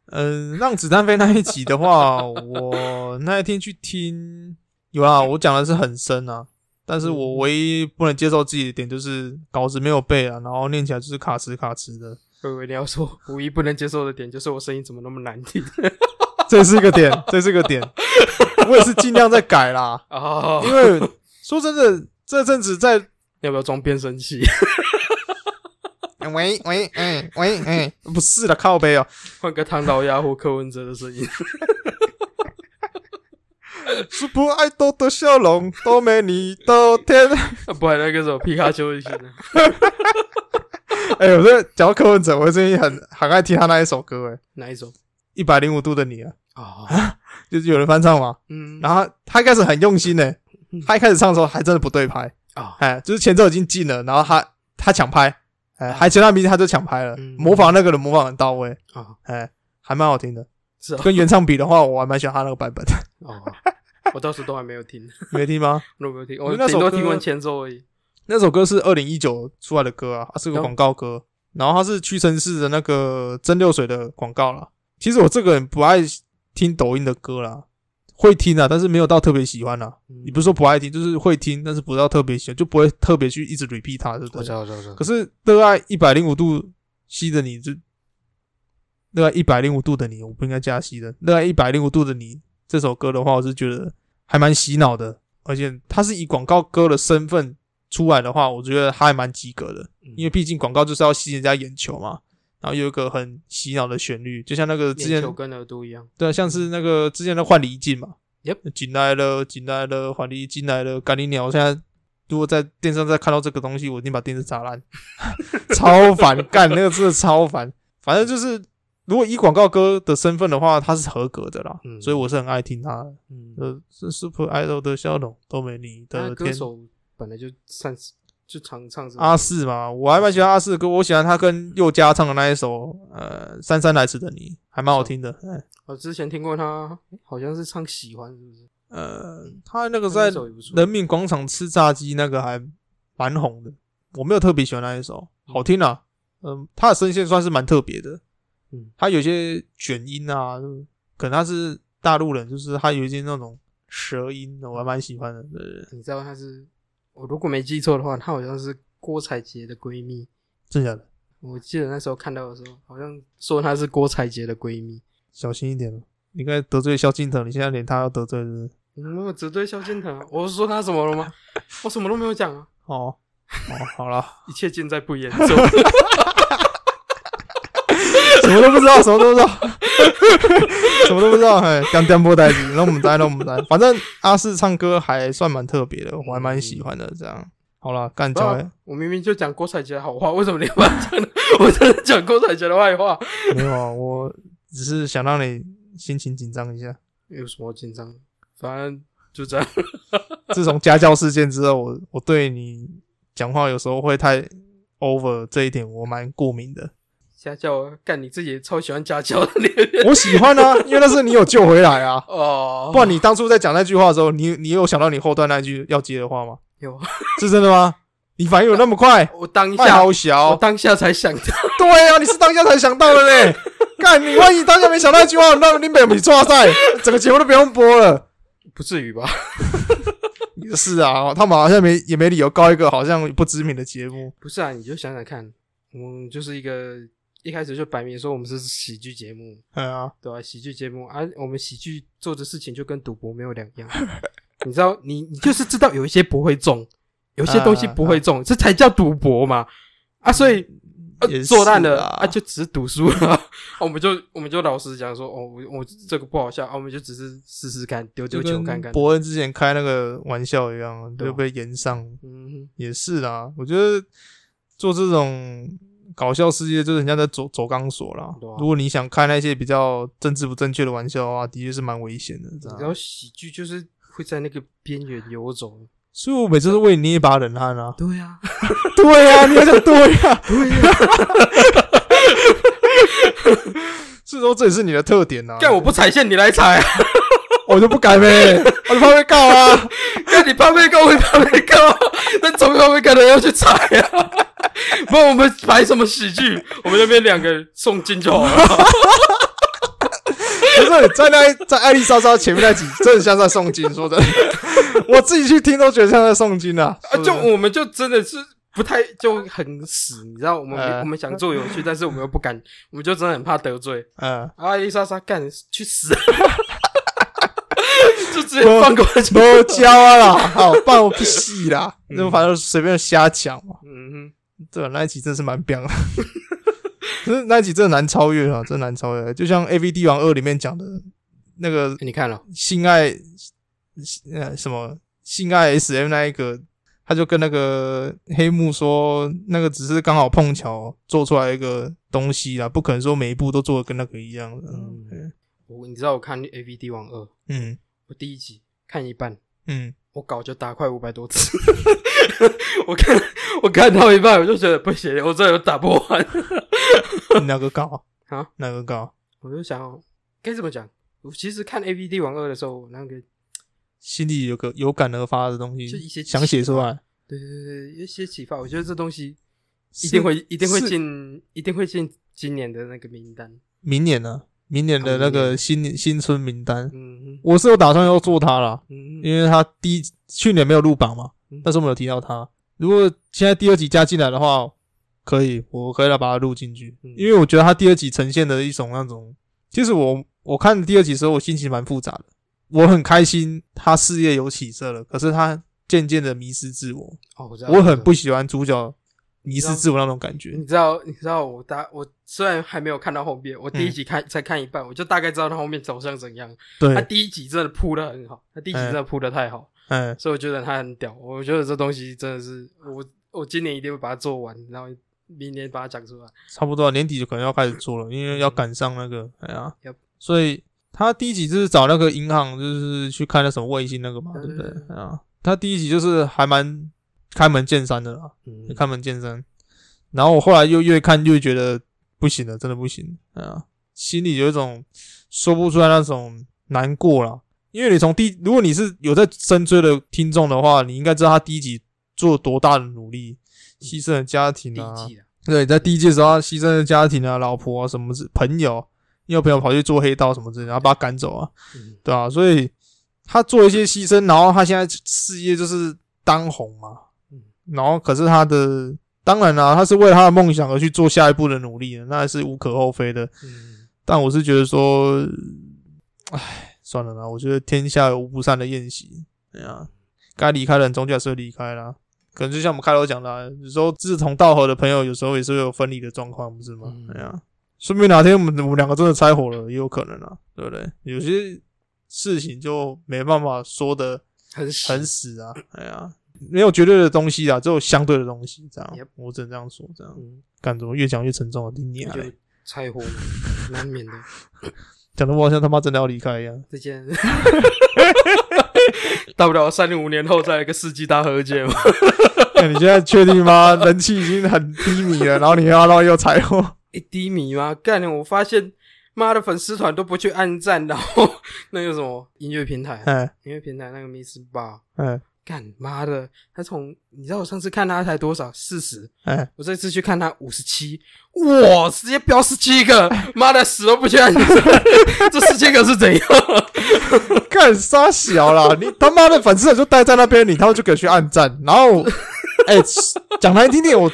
[SPEAKER 3] 嗯，让子弹飞那一集的话， *laughs* 我那一天去听，有啦，我讲的是很深啊，但是我
[SPEAKER 2] 嗯
[SPEAKER 3] 唯一不能接受自己的点就是稿子没有背啊，然后念起来就是卡词卡词的，
[SPEAKER 2] 各呃位你要说唯一不能接受的点就是我声音怎么那么难
[SPEAKER 3] *laughs*
[SPEAKER 2] 听
[SPEAKER 3] 这是一个点，这是一个点，我也是尽量在改啦，
[SPEAKER 2] 哦，
[SPEAKER 3] 因为说真的，这阵子在
[SPEAKER 2] 要不要装变声器？
[SPEAKER 3] 喂喂哎喂哎，不是的，靠背哦、
[SPEAKER 2] 换个唐老鸭或柯文哲的声音， *laughs*
[SPEAKER 3] 是不爱多的笑容都没你的甜。
[SPEAKER 2] 不然那个什么皮卡丘就行了。
[SPEAKER 3] *laughs* 哎、我这讲到柯文哲，我最近很很爱听他那一首歌、哎。
[SPEAKER 2] 哪一种？
[SPEAKER 3] 一百零五度的你啊，
[SPEAKER 2] 哦，
[SPEAKER 3] 就是有人翻唱嘛。
[SPEAKER 2] 嗯，
[SPEAKER 3] 然后他一开始很用心呢、
[SPEAKER 2] 嗯
[SPEAKER 3] 他一开始唱的时候还真的不对拍，
[SPEAKER 2] 啊，
[SPEAKER 3] 哎，就是前奏已经进了，然后他他抢拍，哎，还前他名字他就抢拍了，
[SPEAKER 2] 啊嗯
[SPEAKER 3] 模仿那个人模仿很到位，
[SPEAKER 2] 啊，
[SPEAKER 3] 哎，还蛮好听的。
[SPEAKER 2] 是啊，
[SPEAKER 3] 跟原唱比的话，我还蛮喜欢他那个版
[SPEAKER 2] *laughs*
[SPEAKER 3] 本的。
[SPEAKER 2] 哦，我到时都还没有听，
[SPEAKER 3] 你没听吗？
[SPEAKER 2] 都没有听，
[SPEAKER 3] 因
[SPEAKER 2] 我
[SPEAKER 3] 为那首
[SPEAKER 2] 顶
[SPEAKER 3] 歌
[SPEAKER 2] 多听完前奏而已。
[SPEAKER 3] 那首歌是二零一九出来的歌啊，它是个广告歌，然后它是屈臣氏的那个蒸馏水的广告啦。其实我这个人不爱听抖音的歌啦，会听啊，但是没有到特别喜欢啦。
[SPEAKER 2] 你
[SPEAKER 3] 你不是说不爱听，就是会听，但是不到特别喜欢，就不会特别去一直 repeat 它，对不
[SPEAKER 2] 我知
[SPEAKER 3] 对？
[SPEAKER 2] 道，我知道，我知道
[SPEAKER 3] 可。是热爱一百零五度西的你，就热爱一百零五度的你，我不应该加西的。热爱一百零五度的你这首歌的话，我是觉得还蛮洗脑的，而且它是以广告歌的身份出来的话，我觉得它还蛮及格的，
[SPEAKER 2] 嗯
[SPEAKER 3] 因为毕竟广告就是要吸引人家眼球嘛。然后有一个很洗脑的旋律，就像那个之
[SPEAKER 2] 眼
[SPEAKER 3] 前
[SPEAKER 2] 球跟耳朵一样，
[SPEAKER 3] 对啊，像是那个之前的换离境嘛，
[SPEAKER 2] Yep
[SPEAKER 3] 进来了，进来了，华丽进来了，赶紧鸟！我现在如果在电视上再看到这个东西，我一定把电视砸烂， *laughs* 超烦，干那个真的超烦。反正就是，如果以广告歌的身份的话，它是合格的啦，
[SPEAKER 2] 嗯
[SPEAKER 3] 所以我是很爱听它的。
[SPEAKER 2] 嗯，
[SPEAKER 3] 呃，是 Super Idol 的笑容都没你
[SPEAKER 2] 他
[SPEAKER 3] 的
[SPEAKER 2] 啊歌
[SPEAKER 3] 甜。
[SPEAKER 2] 手本来就唱就常唱什么
[SPEAKER 3] 阿四嘛，我还蛮喜欢阿四的歌，我喜欢他跟佑嘉唱的那一首，呃，姗姗来迟的你，还
[SPEAKER 2] 啊
[SPEAKER 3] 蛮好听的。哎
[SPEAKER 2] 我之前听过他，好像是唱《喜欢》，是不是？
[SPEAKER 3] 呃，他那个
[SPEAKER 2] 那
[SPEAKER 3] 在
[SPEAKER 2] 首也不错。
[SPEAKER 3] 人民广场吃炸鸡那个还蛮红的，我没有特别喜欢那一首，好听啊。嗯，他的声线算是蛮特别的，
[SPEAKER 2] 嗯，
[SPEAKER 3] 他有些卷音啊，可能他是大陆人，就是他有一些那种舌音，我还蛮喜欢的。对对对
[SPEAKER 2] 你知道她是，我如果没记错的话，她好像是郭采洁的闺蜜。
[SPEAKER 3] 真假的，
[SPEAKER 2] 我记得那时候看到的时候，好像说她是郭采洁的闺蜜。
[SPEAKER 3] 小心一点哦，你应该得罪萧敬腾，你现在连他都得罪是不是
[SPEAKER 2] 你没有只对萧敬腾啊，我是说她什么了吗？我什么都没有讲啊，
[SPEAKER 3] 哦。哦，好了，
[SPEAKER 2] 一切尽在不言中。 *laughs*
[SPEAKER 3] 什么都不知道，什么
[SPEAKER 2] *laughs*
[SPEAKER 3] 都不知道，什么都不知道，哎，当颠簸呆子，那我们呆，那我们呆，反正阿四唱歌还算蛮特别的，我还蛮喜欢的。这样，好了，干
[SPEAKER 2] 不
[SPEAKER 3] 交
[SPEAKER 2] 然
[SPEAKER 3] 哎，
[SPEAKER 2] 我明明就讲郭采洁的好话，为什么你要把它讲的？我真的讲郭采洁的坏话？
[SPEAKER 3] 没有啊，我只是想让你心情紧张一下。
[SPEAKER 2] 有什么好紧张的？反正就这样。
[SPEAKER 3] 自从家教事件之后，我我对你讲话有时候会太 over 这一点，我蛮过敏的。
[SPEAKER 2] 家教啊干你自己也超喜欢家教的，你
[SPEAKER 3] 我喜欢
[SPEAKER 2] *laughs*
[SPEAKER 3] 啊，因为那是你有救回来啊。
[SPEAKER 2] 哦，
[SPEAKER 3] 不然你当初在讲那句话的时候，你你有想到你后段那句要接的话吗？
[SPEAKER 2] 有
[SPEAKER 3] 是真的吗？你反应有那么快？
[SPEAKER 2] 我当
[SPEAKER 3] 太
[SPEAKER 2] 下
[SPEAKER 3] 好
[SPEAKER 2] 我
[SPEAKER 3] 小，
[SPEAKER 2] 当下才想到，
[SPEAKER 3] 对啊，你是当下才想到的嘞。干，你万一当下没想到那句话，那你没没抓赛，整个节目都不用播了。
[SPEAKER 2] 不至于吧？
[SPEAKER 3] 也是啊，他们好像没也没理由告一个好像不知名的节目。
[SPEAKER 2] 不是啊，你就想想看，我们就是一个一开始就摆明说我们是喜剧节目，
[SPEAKER 3] 哎呀，
[SPEAKER 2] 对吧、喜剧节目啊，我们喜剧做的事情就跟赌博没有两
[SPEAKER 3] *laughs*
[SPEAKER 2] 样。你知道，你你就是知道有一些不会中，有些东西
[SPEAKER 3] 啊
[SPEAKER 2] 不会中，这才叫赌博嘛。啊，所以、呃
[SPEAKER 3] 嗯也是
[SPEAKER 2] 做烂了
[SPEAKER 3] 啊
[SPEAKER 2] 啊，就只是赌输了、 *laughs* 啊我们就我们就老实讲说，哦，我我这个不好笑啊，我们就只是试试看，丢丢
[SPEAKER 3] 就
[SPEAKER 2] 球
[SPEAKER 3] 跟
[SPEAKER 2] 看看。
[SPEAKER 3] 伯恩之前开那个玩笑一样，
[SPEAKER 2] 对啊
[SPEAKER 3] 就被延上。
[SPEAKER 2] 嗯，
[SPEAKER 3] 也是啊，我觉得做这种搞笑事业，就是人家在走走钢索啦
[SPEAKER 2] 对啊。
[SPEAKER 3] 如果你想开那些比较政治不正确的玩笑的话，的确是蛮啊危险的。这
[SPEAKER 2] 然后
[SPEAKER 3] 样，
[SPEAKER 2] 喜剧就是会在那个边缘游走。
[SPEAKER 3] 所以我每次都为你捏一把冷汗啊。
[SPEAKER 2] 对呀、
[SPEAKER 3] 对呀、你要讲对呀、
[SPEAKER 2] 对呀、
[SPEAKER 3] *laughs* 是说这也是你的特点呐、啊。 *laughs*
[SPEAKER 2] 干我不踩线，你来踩、啊， *laughs*
[SPEAKER 3] 我就不敢 *laughs* 呗，我就怕被告啊。
[SPEAKER 2] 干你怕被告，我也怕被告 *laughs* 啊，那总有被告的要去踩啊。 *laughs* 不然我们摆什么喜剧？我们那边两个送进就好了。
[SPEAKER 3] 不是在那在艾丽莎莎前面那集，真的像在诵经，说真的， *laughs* 我自己去听都觉得像在诵经啊。
[SPEAKER 2] 啊，就我们就真的是不太就很死，你知道，我们、
[SPEAKER 3] 呃
[SPEAKER 2] 我们想做有趣， *laughs* 但是我们又不敢，我们就真的很怕得罪。
[SPEAKER 3] 嗯，
[SPEAKER 2] 啊，伊莎莎干去死， *laughs* 就直接放过去。
[SPEAKER 3] 都教啊啦，好棒，我屁戏啦，那反正随便瞎讲嘛。
[SPEAKER 2] 嗯
[SPEAKER 3] 对啊，那一集真是蛮 *laughs* 彪的，可是那一集真的难超越啊，真的难超越。就像《A V 帝王二》里面讲的那个
[SPEAKER 2] 欸哼，你看了、
[SPEAKER 3] 性爱，呃，什么性爱 S M 那一个，他就跟那个黑木说，那个只是刚好碰巧做出来一个东西啦，不可能说每一步都做的跟那个一样的。
[SPEAKER 2] 嗯我你知道我看《A V 帝王二》，
[SPEAKER 3] 嗯
[SPEAKER 2] 我第一集看一半，
[SPEAKER 3] 嗯，
[SPEAKER 2] 我稿就打快五百多字， *laughs* 我看我看到一半我就觉得不行，我这有打不完， *laughs*
[SPEAKER 3] 哪嗯个高
[SPEAKER 2] 啊？
[SPEAKER 3] 哪个高？
[SPEAKER 2] 我就想该怎么讲。我其实看《A V 帝王二》的时候，我那个
[SPEAKER 3] 心里有个有感而发的东
[SPEAKER 2] 就一些
[SPEAKER 3] 西，想写出来，
[SPEAKER 2] 对对对，一些启发，我觉得这东西一定会一定会
[SPEAKER 3] 是
[SPEAKER 2] 进一定会进今年的那个名单。
[SPEAKER 3] 明年呢、明年的那
[SPEAKER 2] 啊明
[SPEAKER 3] 个
[SPEAKER 2] 年
[SPEAKER 3] 新年新春名单，
[SPEAKER 2] 嗯哼
[SPEAKER 3] 我是有打算要做它啦，
[SPEAKER 2] 嗯哼，
[SPEAKER 3] 因为它第一去年没有入榜嘛
[SPEAKER 2] 嗯，
[SPEAKER 3] 但是我们有提到它。如果现在第二集加进来的话，可以，我可以来把它录进去，
[SPEAKER 2] 嗯
[SPEAKER 3] 因为我觉得它第二集呈现的一种那种，其实我我看第二集的时候，我心情蛮复杂的，我很开心他事业有起色了，可是他渐渐的迷失自我，
[SPEAKER 2] 哦，我知道，
[SPEAKER 3] 我很不喜欢主角迷失自我那种感觉
[SPEAKER 2] 你。知道，你知道我大我虽然还没有看到后面，我第
[SPEAKER 3] 嗯
[SPEAKER 2] 一集看、才看一半，我就大概知道他后面走向怎样。
[SPEAKER 3] 对哎
[SPEAKER 2] 他，第一集真的铺的很好，他第一集真的铺的太好，
[SPEAKER 3] 嗯，
[SPEAKER 2] 所以我觉得他很屌。我觉得这东西真的是我我今年一定会把它做完，然后明年把它讲出来。
[SPEAKER 3] 差不多啊年底就可能要开始做了，因为要
[SPEAKER 2] 嗯
[SPEAKER 3] 赶上那个，哎呀
[SPEAKER 2] Yep，
[SPEAKER 3] 所以他第一集就是找那个银行，就是去看那什么卫星那个嘛，
[SPEAKER 2] 对
[SPEAKER 3] 对不
[SPEAKER 2] 对对
[SPEAKER 3] 对？啊，他第一集就是还蛮开门见山的啦，
[SPEAKER 2] 嗯
[SPEAKER 3] 开门见山。然后我后来又越看越觉得不行了，真的不行，啊，心里有一种说不出来那种难过啦。因为你从第，如果你是有在深追的听众的话，你应该知道他第一集做多大的努力，牺牲了家庭
[SPEAKER 2] 第一
[SPEAKER 3] 啊，
[SPEAKER 2] 季啊，
[SPEAKER 3] 对，在第一季的时候，他牺牲了家庭啊、老婆啊、什么之朋友，因为朋友跑去做黑道什么之类的，然后把他赶走啊，
[SPEAKER 2] 嗯
[SPEAKER 3] 对啊，所以他做一些牺牲，然后他现在事业就是当红嘛
[SPEAKER 2] 嗯，
[SPEAKER 3] 然后可是他的当然啦、他是为了他的梦想而去做下一步的努力的，那是无可厚非的。
[SPEAKER 2] 嗯，
[SPEAKER 3] 但我是觉得说，唉，算了啦，我觉得天下有无不散的宴席，对啊，该离开的人终究还是会离开啦。可能就像我们开头讲的啊、有时候志同道合的朋友，有时候也是会有分离的状况，不是吗
[SPEAKER 2] 嗯？
[SPEAKER 3] 对啊，说不定哪天我们我们两个真的拆伙了，也有可能啊，对不对？有些事情就没办法说的
[SPEAKER 2] 很喜
[SPEAKER 3] 很死啊，哎呀，没有绝对的东西啊，只有相对的东西，这样
[SPEAKER 2] Yep，
[SPEAKER 3] 我只能这样说，这样。
[SPEAKER 2] 嗯，
[SPEAKER 3] 感怎么越讲越沉重啊？你娘嘞
[SPEAKER 2] 就拆伙嘛难免的。
[SPEAKER 3] 讲的我好像他妈真的要离开一样。
[SPEAKER 2] 再见。大不了三五年后再来个世纪大和解嘛。
[SPEAKER 3] *laughs* 那哎你现在确定吗？ *laughs* 人气已经很低迷了，然后你又要到又踩我，
[SPEAKER 2] 一低迷吗？干，我发现妈的粉丝团都不去按赞，然后那个什么音乐平台，
[SPEAKER 3] *laughs* 哎
[SPEAKER 2] 音乐平台那个 Miss Bar，
[SPEAKER 3] 哎
[SPEAKER 2] 干妈的，他从你知道我上次看他才多少四十，
[SPEAKER 3] 哎，
[SPEAKER 2] 我这次去看他五十七，哇，直接飙十七个，妈的死都不去按赞， *laughs* 这十七个是怎样？
[SPEAKER 3] 干啥小啦？ *laughs* 你他妈的粉丝就待在那边，你他妈就给去按赞，然 *laughs* 后哎讲难听点，我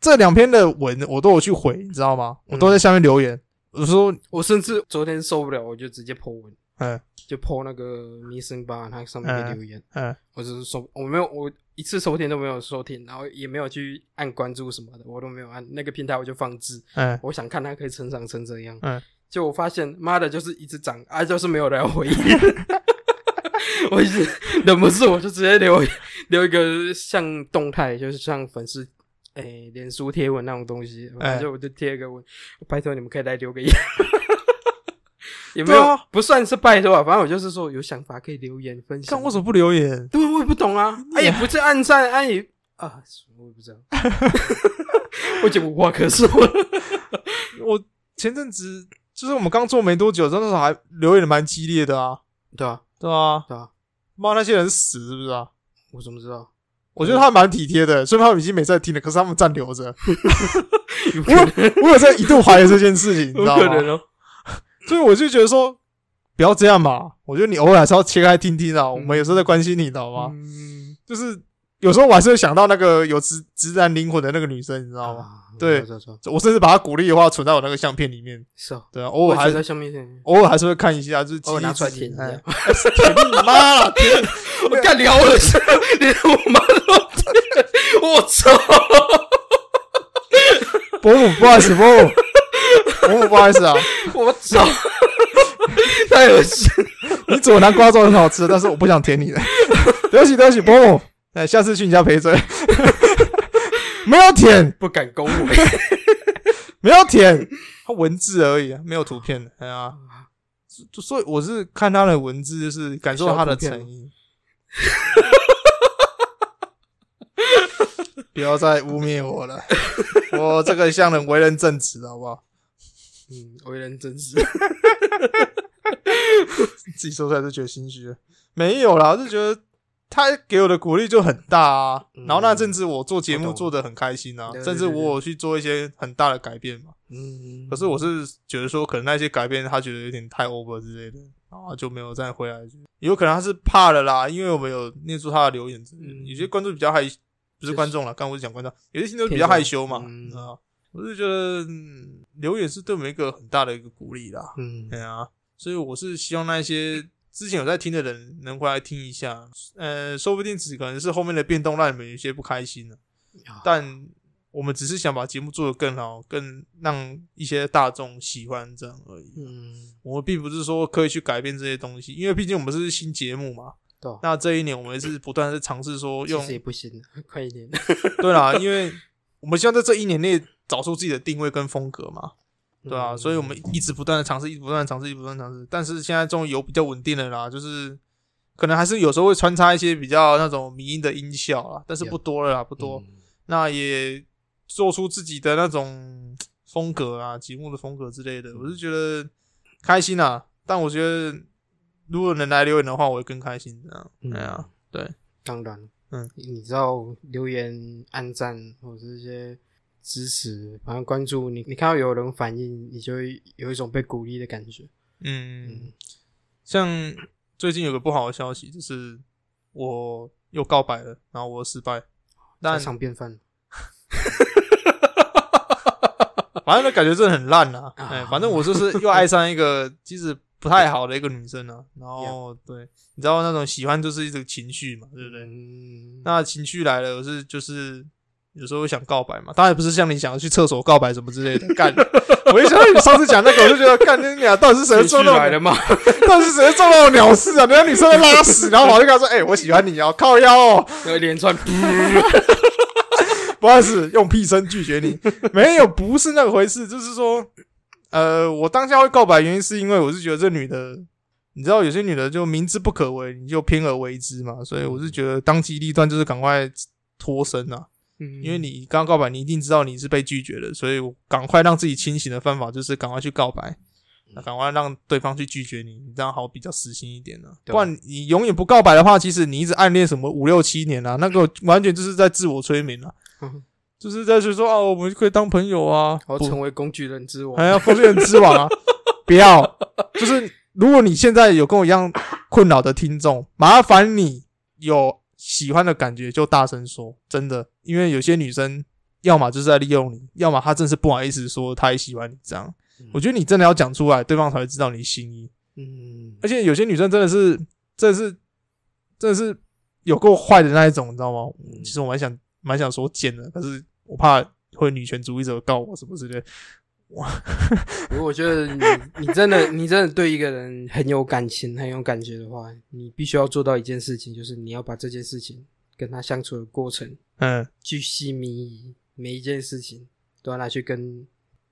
[SPEAKER 3] 这两篇的文我都有去回，你知道吗？我都在下面留言，我说
[SPEAKER 2] 我甚至昨天受不了，我就直接 po 文，
[SPEAKER 3] 哎
[SPEAKER 2] 就 po 那个 Miss Bar 他上面的留言。
[SPEAKER 3] 哎
[SPEAKER 2] 我只是收，我没有，我一次收听都没有收听，然后也没有去按关注什么的，我都没有按那个平台，我就放置，
[SPEAKER 3] 哎
[SPEAKER 2] 我想看它可以成长成怎样。
[SPEAKER 3] 嗯，
[SPEAKER 2] 就我发现，妈的，就是一直涨，啊，就是没有人要回应。 *laughs* 我一直忍不住，我就直接留留一个像动态，就是像粉丝诶脸书贴文那种东西，反
[SPEAKER 3] 哎
[SPEAKER 2] 正我就贴一个文，拜托你们可以来留个言。 *laughs* 也没有、
[SPEAKER 3] 对啊
[SPEAKER 2] 不算是拜托啊，反正我就是说有想法可以留言分享
[SPEAKER 3] 看。为什么不留言？
[SPEAKER 2] 对，我也不懂
[SPEAKER 3] *laughs*
[SPEAKER 2] 啊，啊也不是暗战，啊也啊，我也不知道， *laughs* 我已经无话可说了。
[SPEAKER 3] 我前阵子就是我们刚做没多久，真的是还留言得蛮激烈的啊，
[SPEAKER 2] 对啊，
[SPEAKER 3] 对啊，
[SPEAKER 2] 对啊，
[SPEAKER 3] 妈那些人死是不是啊？
[SPEAKER 2] 我怎么知道？
[SPEAKER 3] 我觉得他蛮体贴的，虽然他们已经没在听了，可是他们暂留着。
[SPEAKER 2] *laughs*
[SPEAKER 3] *laughs*
[SPEAKER 2] 有可能，
[SPEAKER 3] 我我有在一度怀疑这件事情，你知
[SPEAKER 2] 有
[SPEAKER 3] 道
[SPEAKER 2] 可
[SPEAKER 3] 吗
[SPEAKER 2] 能？哦。
[SPEAKER 3] 所以我就觉得说，不要这样嘛。我觉得你偶尔还是要切开听听啊。我们有时候在关心你，你知道吗？
[SPEAKER 2] 嗯，
[SPEAKER 3] 就是有时候我还是会想到那个有直直男灵魂的那个女生，你知道吗？
[SPEAKER 2] 啊
[SPEAKER 3] 对
[SPEAKER 2] 知道知道
[SPEAKER 3] 我甚至把她鼓励的话存在我那个相片里面。
[SPEAKER 2] 是哦，
[SPEAKER 3] 对啊，偶
[SPEAKER 2] 我
[SPEAKER 3] 尔还
[SPEAKER 2] 觉得上面先，
[SPEAKER 3] 偶尔还是会看一下，就是
[SPEAKER 2] 偶尔拿出来
[SPEAKER 3] 激励自己
[SPEAKER 2] 舔一下
[SPEAKER 3] 哎舔你妈啦！舔
[SPEAKER 2] 我干聊了，连我妈都，我操！
[SPEAKER 3] 伯母，不好意思，伯母，伯母，不好意思啊。
[SPEAKER 2] 我操！太恶心！
[SPEAKER 3] *laughs* 你左南瓜粥很好吃，但是我不想舔你的。 *laughs* 对不起，对不起，伯母，哎，下次去你家赔罪。 *laughs* 没有舔，
[SPEAKER 2] 不敢 *laughs* 恭维。
[SPEAKER 3] 没有舔，它文字而已，没有图片的。哎呀，就所以我是看他的文字，就是感受他的诚意。不要再污蔑我了，我这个向人为人正直，好不好？
[SPEAKER 2] 嗯，为人真实。
[SPEAKER 3] *laughs* 自己说出来就觉得心虚了。没有啦，我就觉得他给我的鼓励就很大啊。
[SPEAKER 2] 嗯
[SPEAKER 3] 然后那阵子我做节
[SPEAKER 2] 我
[SPEAKER 3] 目
[SPEAKER 2] 懂
[SPEAKER 3] 做的很开心啊
[SPEAKER 2] 对，对
[SPEAKER 3] 甚至我有去做一些很大的改变嘛。
[SPEAKER 2] 嗯，
[SPEAKER 3] 可是我是觉得说，可能那些改变他觉得有点太 over 之类的，然后就没有再回来。有可能他是怕了啦，因为我们有念出他的留言之类的，
[SPEAKER 2] 嗯
[SPEAKER 3] 有些观众比较害，不是观众啦，刚刚我是讲观众，有些听众比较害羞嘛，
[SPEAKER 2] 嗯
[SPEAKER 3] 你知道吗我是觉得、嗯留言是对我们一个很大的一个鼓励啦。
[SPEAKER 2] 嗯
[SPEAKER 3] 对啊，所以我是希望那些之前有在听的人能回来听一下，呃，说不定只可能是后面的变动让你们有些不开心了，
[SPEAKER 2] 啊
[SPEAKER 3] 但我们只是想把节目做得更好，更让一些大众喜欢这样而已。
[SPEAKER 2] 嗯，
[SPEAKER 3] 我们并不是说刻意去改变这些东西，因为毕竟我们是新节目嘛。
[SPEAKER 2] 对啊
[SPEAKER 3] 那这一年我们也是不断地在尝试说
[SPEAKER 2] 其
[SPEAKER 3] 用
[SPEAKER 2] 实也不行了，快一点。
[SPEAKER 3] 对啦，因为我们希望在这一年内找出自己的定位跟风格嘛，对啊，
[SPEAKER 2] 嗯
[SPEAKER 3] 所以我们一直不断的尝试，一直不断的尝试，一直不断的尝试，但是现在终于有比较稳定的啦，就是可能还是有时候会穿插一些比较那种迷音的音效啦，但是不多了啦，不多。
[SPEAKER 2] 嗯
[SPEAKER 3] 那也做出自己的那种风格啊，节目的风格之类的，
[SPEAKER 2] 嗯
[SPEAKER 3] 我是觉得开心啊。但我觉得如果能来留言的话，我会更开心这样。
[SPEAKER 2] 嗯
[SPEAKER 3] 哎呀，对，
[SPEAKER 2] 当然，
[SPEAKER 3] 嗯，
[SPEAKER 2] 你知道留言、按赞或者是一些支持，反正关注你，你看到有人反应，你就会有一种被鼓励的感觉。
[SPEAKER 3] 嗯
[SPEAKER 2] 嗯，
[SPEAKER 3] 像最近有个不好的消息，就是我又告白了，然后我失败，但
[SPEAKER 2] 家常便饭，
[SPEAKER 3] 反正那感觉真的很烂啊。
[SPEAKER 2] 啊
[SPEAKER 3] 哎、反正我就是 *laughs* 又爱上一个其实不太好的一个女生啊。然后对，你知道那种喜欢就是一种情绪嘛，对不对？
[SPEAKER 2] 嗯，
[SPEAKER 3] 那情绪来了，我是就是有时候会想告白嘛，当然不是像你想要去厕所告白什么之
[SPEAKER 2] *laughs*
[SPEAKER 3] 类的。干，我一想到你上次讲那个，我就觉得干你俩到底是谁会
[SPEAKER 2] 情
[SPEAKER 3] 做
[SPEAKER 2] *laughs* 绪
[SPEAKER 3] 那种
[SPEAKER 2] 来了嘛？
[SPEAKER 3] 到底是谁做那种鸟事啊？人家女生在拉屎，然后我就跟她说：“哎、我喜欢你哦，靠腰哦，
[SPEAKER 2] 有一
[SPEAKER 3] *laughs*
[SPEAKER 2] 连串，
[SPEAKER 3] 不好意思，用屁声拒绝你。”没有，不是那个回事，就是说，呃，我当下会告白，原因是因为我是觉得这女的，你知道有些女的就明知不可为，你就偏而为之嘛，所以我是觉得当机立断就是赶快脱身啊，
[SPEAKER 2] 因
[SPEAKER 3] 因为你刚告白，你一定知道你是被拒绝的，所以我赶快让自己清醒的方法就是赶快去告白。
[SPEAKER 2] 嗯
[SPEAKER 3] 那赶快让对方去拒绝你，你这样好比较死心一点呢、
[SPEAKER 2] 对啊
[SPEAKER 3] 不然你永远不告白的话，其实你一直暗恋什么五六七年啊，那个完全就是在自我催眠啊，
[SPEAKER 2] 嗯
[SPEAKER 3] 就是在说说哦，我们可以当朋友啊，
[SPEAKER 2] 我要
[SPEAKER 3] 不
[SPEAKER 2] 成为工具人之王
[SPEAKER 3] 哎还。要风人之王啊！不要，就是如果你现在有跟我一样困扰的听众，麻烦你有喜欢的感觉就大声说，真的，因为有些女生要么就是在利用你，要么她真是不好意思说她也喜欢你这样
[SPEAKER 2] 嗯。
[SPEAKER 3] 我觉得你真的要讲出来，对方才会知道你的心意。
[SPEAKER 2] 嗯
[SPEAKER 3] 而且有些女生真的是，真的是，真的是有够坏的那一种，你知道吗？
[SPEAKER 2] 嗯
[SPEAKER 3] 其实我蛮想蛮想说贱的，可是我怕会女权主义者告我什么之类的。
[SPEAKER 2] 如果我觉得你你真的 *laughs* 你真的对一个人很有感情、很有感觉的话，你必须要做到一件事情，就是你要把这件事情跟他相处的过程
[SPEAKER 3] 嗯，
[SPEAKER 2] 巨细靡遗，每一件事情都要拿去跟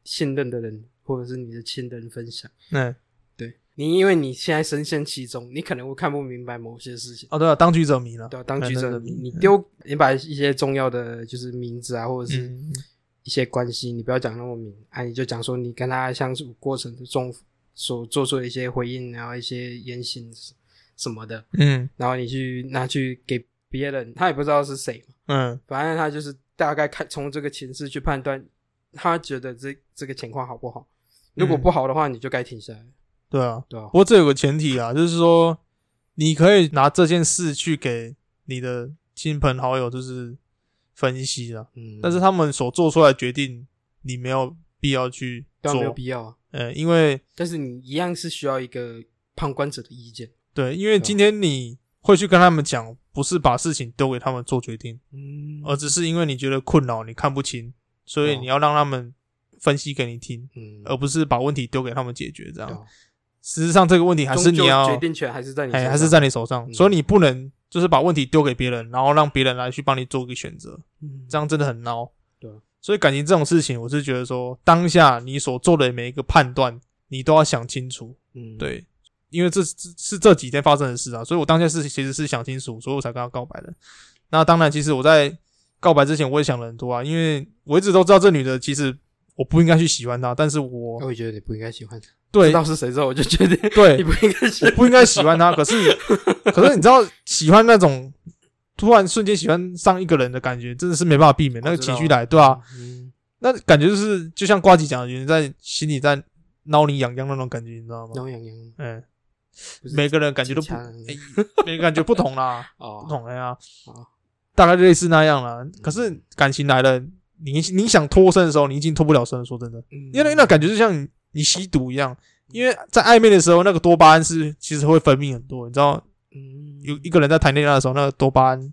[SPEAKER 2] 信任的人或者是你的亲人分享。
[SPEAKER 3] 嗯，
[SPEAKER 2] 对你，因为你现在深陷其中，你可能会看不明白某些事情。
[SPEAKER 3] 哦，对了，当局者迷了。
[SPEAKER 2] 对啊、当局
[SPEAKER 3] 嗯
[SPEAKER 2] 者
[SPEAKER 3] 那
[SPEAKER 2] 迷，
[SPEAKER 3] 那
[SPEAKER 2] 你丢你把一些重要的就是名字啊，或者是
[SPEAKER 3] 嗯，
[SPEAKER 2] 一些关系，你不要讲那么明啊，你就讲说你跟他相处过程中所做出的一些回应，然后一些言行什么的，
[SPEAKER 3] 嗯
[SPEAKER 2] 然后你去拿去给别人，他也不知道是谁嘛，
[SPEAKER 3] 嗯
[SPEAKER 2] 反正他就是大概看从这个情势去判断，他觉得这这个情况好不好。如果
[SPEAKER 3] 嗯
[SPEAKER 2] 不好的话，你就该停下来，
[SPEAKER 3] 对啊。
[SPEAKER 2] 对吧、
[SPEAKER 3] 不过这有个前提啊，就是说你可以拿这件事去给你的亲朋好友就是分析啊，
[SPEAKER 2] 嗯，
[SPEAKER 3] 但是他们所做出来的决定，你没有必要去
[SPEAKER 2] 当然没有
[SPEAKER 3] 做。
[SPEAKER 2] 必要啊。
[SPEAKER 3] 呃，因为
[SPEAKER 2] 但是你一样是需要一个旁观者的意见。
[SPEAKER 3] 对，因为
[SPEAKER 2] 对啊
[SPEAKER 3] 今天你会去跟他们讲，不是把事情丢给他们做决定，
[SPEAKER 2] 嗯
[SPEAKER 3] 而只是因为你觉得困扰，你看不清，所以
[SPEAKER 2] 哦
[SPEAKER 3] 你要让他们分析给你听，
[SPEAKER 2] 嗯，
[SPEAKER 3] 而不是把问题丢给他们解决。这
[SPEAKER 2] 对啊
[SPEAKER 3] 样，实际上这个问题还是
[SPEAKER 2] 终究
[SPEAKER 3] 你要
[SPEAKER 2] 决定权还是在你身
[SPEAKER 3] 哎，
[SPEAKER 2] 上，
[SPEAKER 3] 还是在你手上，
[SPEAKER 2] 嗯
[SPEAKER 3] 所以你不能就是把问题丢给别人，然后让别人来去帮你做一个选择，
[SPEAKER 2] 嗯
[SPEAKER 3] 这样真的很孬。
[SPEAKER 2] 对啊
[SPEAKER 3] 所以感情这种事情，我是觉得说，当下你所做的每一个判断，你都要想清楚。
[SPEAKER 2] 嗯，
[SPEAKER 3] 对，因为这是是这几天发生的事啊，所以我当下是其实是想清楚，所以我才跟他告白的。那当然，其实我在告白之前，我也想了很多啊，因为我一直都知道这女的其实我不应该去喜欢她，但是我
[SPEAKER 2] 我也觉得你不应该喜欢他。
[SPEAKER 3] 对
[SPEAKER 2] 哦知道是谁之后，我就觉得你
[SPEAKER 3] 对，嗯
[SPEAKER 2] 不应该喜
[SPEAKER 3] 我
[SPEAKER 2] 欢。
[SPEAKER 3] 不应该喜欢她。可
[SPEAKER 2] *laughs*
[SPEAKER 3] 是可是你知道，喜欢那种突然瞬间喜欢上一个人的感觉，真的是没办法避免，那个
[SPEAKER 2] 我知道
[SPEAKER 3] 情绪来，对啊，
[SPEAKER 2] 嗯，
[SPEAKER 3] 那感觉就是就像瓜吉讲的，有人在心里在挠你痒痒那种感觉，你知道吗？
[SPEAKER 2] 挠痒痒，
[SPEAKER 3] 嗯，
[SPEAKER 2] 不是
[SPEAKER 3] 每个人感觉都不
[SPEAKER 2] 警。察那个
[SPEAKER 3] 哎每个感觉不同啦，不
[SPEAKER 2] 哦，嗯
[SPEAKER 3] 同了呀
[SPEAKER 2] 好，
[SPEAKER 3] 大概类似那样啦。可是感情来了，你你想脱身的时候，你已经脱不了身了。说真的，因
[SPEAKER 2] 因
[SPEAKER 3] 为那感觉就像你你吸毒一样，
[SPEAKER 2] 嗯
[SPEAKER 3] 因为在暧昧的时候，那个多巴胺是其实会分泌很多。你知道，
[SPEAKER 2] 嗯
[SPEAKER 3] 有一个人在谈恋爱的时候，那个多巴胺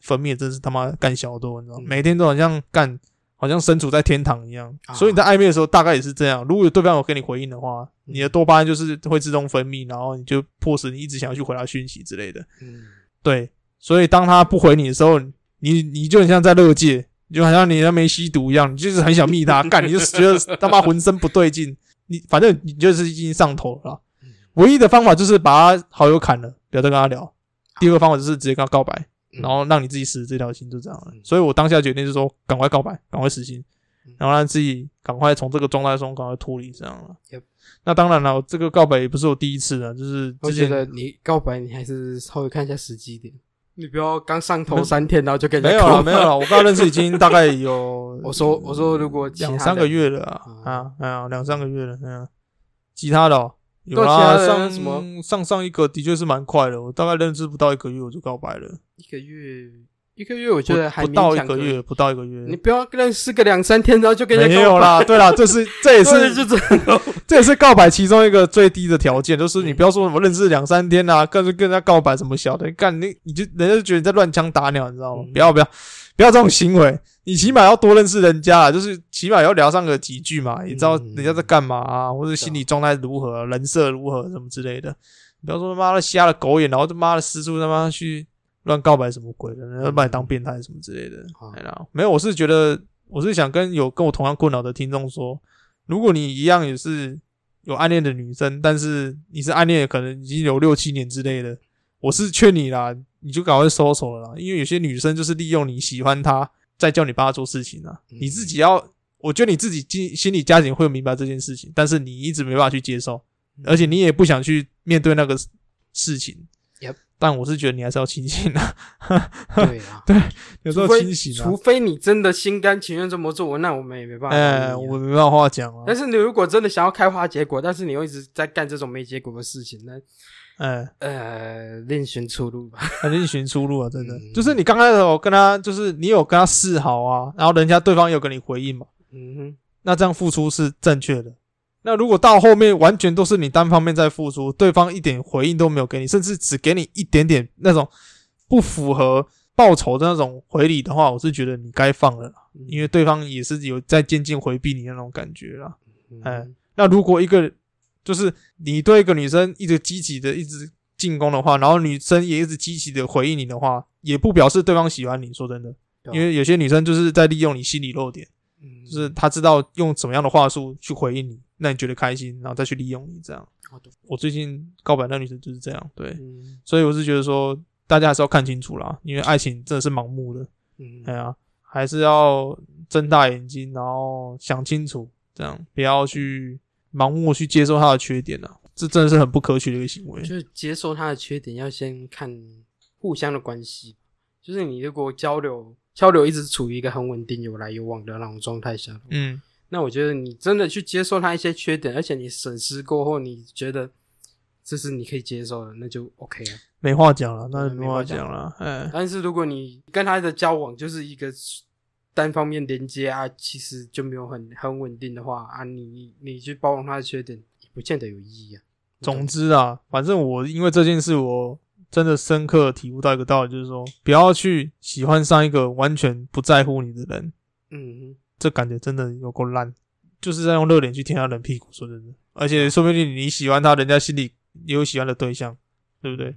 [SPEAKER 3] 分泌得真是他妈干小多，你知道，
[SPEAKER 2] 嗯
[SPEAKER 3] 每天都好像干好像身处在天堂一样。
[SPEAKER 2] 啊
[SPEAKER 3] 所以你在暧昧的时候大概也是这样，如果对方有跟你回应的话，
[SPEAKER 2] 嗯
[SPEAKER 3] 你的多巴胺就是会自动分泌，然后你就迫使你一直想要去回他讯息之类的。
[SPEAKER 2] 嗯，
[SPEAKER 3] 对，所以当他不回你的时候，你你就很像在乐界，你就好像你他没吸毒一样，你就是很想密他，干你就觉得他妈浑身不对劲，你反正你就是已经上头了啦
[SPEAKER 2] 嗯。
[SPEAKER 3] 唯一的方法就是把他好友砍了，不要再跟他聊。第二个方法就是直接跟他告白，
[SPEAKER 2] 嗯
[SPEAKER 3] 然后让你自己死这条心，就这样了
[SPEAKER 2] 嗯。
[SPEAKER 3] 所以我当下决定是说，赶快告白，赶快死心
[SPEAKER 2] 嗯，
[SPEAKER 3] 然后让自己赶快从这个状态中赶快脱离，这样了
[SPEAKER 2] Yep。
[SPEAKER 3] 那当然了，我这个告白也不是我第一次了，就是
[SPEAKER 2] 我
[SPEAKER 3] 之
[SPEAKER 2] 觉
[SPEAKER 3] 前
[SPEAKER 2] 得你告白你还是稍微看一下时机点，你不要刚上
[SPEAKER 3] 没
[SPEAKER 2] 头
[SPEAKER 3] 有
[SPEAKER 2] 三天然后就跟人
[SPEAKER 3] 没
[SPEAKER 2] 家
[SPEAKER 3] 有了，
[SPEAKER 2] 告
[SPEAKER 3] 没
[SPEAKER 2] 白
[SPEAKER 3] 有。啊了。我跟他认识已经大概有
[SPEAKER 2] *laughs* 我说我说如果其他
[SPEAKER 3] 两三个
[SPEAKER 2] 人，
[SPEAKER 3] 月了啊
[SPEAKER 2] 啊
[SPEAKER 3] 啊，哎呀，两三个月了，嗯，其他的哦有
[SPEAKER 2] 对其
[SPEAKER 3] 啦，
[SPEAKER 2] 他的
[SPEAKER 3] 上
[SPEAKER 2] 什么
[SPEAKER 3] 上上一个的确是蛮快的，我大概认识不到一个月我就告白了，
[SPEAKER 2] 一个月一个月我觉得还
[SPEAKER 3] 不不到
[SPEAKER 2] 勉
[SPEAKER 3] 一
[SPEAKER 2] 强
[SPEAKER 3] 个
[SPEAKER 2] 可以
[SPEAKER 3] 月，不到一个月，
[SPEAKER 2] 你不要认识个两三天然后就跟人
[SPEAKER 3] 没
[SPEAKER 2] 家
[SPEAKER 3] 有啦，对啦，这是
[SPEAKER 2] *laughs*
[SPEAKER 3] 这也
[SPEAKER 2] 告白，也
[SPEAKER 3] 是
[SPEAKER 2] 是这 *laughs*
[SPEAKER 3] 这也是告白其中一个最低的条件，就是你不要说什么认识两三天啊，跟跟人家告白什么小的，干你你就人家就觉得你在乱枪打鸟，你知道吗？
[SPEAKER 2] 嗯
[SPEAKER 3] 不要不要不要这种行为，你起码要多认识人家啊，就是起码要聊上个几句嘛，也知道
[SPEAKER 2] 嗯
[SPEAKER 3] 人家在干嘛啊，或者心理状态如何、啊人设如何什么之类的。你不要说他妈的瞎了狗眼，然后他妈的四处他妈去乱告白什么鬼的，人家把你当变态什么之类的。
[SPEAKER 2] 好
[SPEAKER 3] 哎呀，没有，我是觉得我是想跟有跟我同样困扰的听众说，如果你一样也是有暗恋的女生，但是你是暗恋可能已经有六七年之类的，我是劝你啦，你就赶快收手了啦，因为有些女生就是利用你喜欢她，再叫你帮她做事情啊，
[SPEAKER 2] 嗯
[SPEAKER 3] 你自己要，我觉得你自己心心理家庭会明白这件事情，但是你一直没办法去接受，
[SPEAKER 2] 嗯
[SPEAKER 3] 而且你也不想去面对那个事情。
[SPEAKER 2] Yep
[SPEAKER 3] 但我是觉得你还是要清醒啊，
[SPEAKER 2] 对
[SPEAKER 3] *laughs*
[SPEAKER 2] 啊，
[SPEAKER 3] 有时
[SPEAKER 2] 除
[SPEAKER 3] 候
[SPEAKER 2] 非
[SPEAKER 3] 清醒啊
[SPEAKER 2] 除。非你真的心甘情愿这么做，那我们也没办法。啊
[SPEAKER 3] 哎，我。没办法话讲啊了
[SPEAKER 2] 但。是你如果真的想要开花结果，但是你又一直在干这种没结果的事情，那
[SPEAKER 3] 哎，
[SPEAKER 2] 呃，另寻出路吧。
[SPEAKER 3] 很另寻出路啊，真的。
[SPEAKER 2] 嗯
[SPEAKER 3] 就是你刚开始有跟他，就是你有跟他示好啊，然后人家对方有跟你回应嘛，
[SPEAKER 2] 嗯哼，
[SPEAKER 3] 那这样付出是正确的。那如果到后面完全都是你单方面在付出，对方一点回应都没有给你，甚至只给你一点点那种不符合报酬的那种回礼的话，我是觉得你该放了啦，因为对方也是有在渐渐回避你那种感觉啦。
[SPEAKER 2] 嗯
[SPEAKER 3] 哎那如果一个就是你对一个女生一直积极的一直进攻的话，然后女生也一直积极的回应你的话，也不表示对方喜欢你。说真的，
[SPEAKER 2] 对啊
[SPEAKER 3] 因为有些女生就是在利用你心理弱点，
[SPEAKER 2] 嗯
[SPEAKER 3] 就是她知道用什么样的话术去回应你，让你觉得开心，然后再去利用你这样
[SPEAKER 2] 好的。
[SPEAKER 3] 我最近告白那女生就是这样，对，
[SPEAKER 2] 嗯
[SPEAKER 3] 所以我是觉得说大家还是要看清楚啦，因为爱情真的是盲目的，
[SPEAKER 2] 嗯
[SPEAKER 3] 哎呀，还是要睁大眼睛，然后想清楚，这样不要去盲目去接受他的缺点啊，这真的是很不可取的一个行为。
[SPEAKER 2] 就是接受他的缺点，要先看互相的关系。就是你如果交流交流一直处于一个很稳定、有来有往的那种状态下的话，
[SPEAKER 3] 嗯，
[SPEAKER 2] 那我觉得你真的去接受他一些缺点，而且你审视过后，你觉得这是你可以接受的，那就 OK 了。
[SPEAKER 3] 没话讲了，那
[SPEAKER 2] 嗯
[SPEAKER 3] 没
[SPEAKER 2] 没
[SPEAKER 3] 话
[SPEAKER 2] 话
[SPEAKER 3] 讲了，哎，
[SPEAKER 2] 但是如果你跟他的交往就是一个单方面连接啊，其实就没有很很稳定的话啊，你你你去包容他的缺点，也不见得有意义啊。
[SPEAKER 3] 总之啊，反正我因为这件事，我真的深刻地体悟到一个道理，就是说不要去喜欢上一个完全不在乎你的人，
[SPEAKER 2] 嗯，
[SPEAKER 3] 这感觉真的有够烂，就是在用热脸去舔他人屁股，说真的，而且说不定你喜欢他，人家心里也有喜欢的对象，对不对？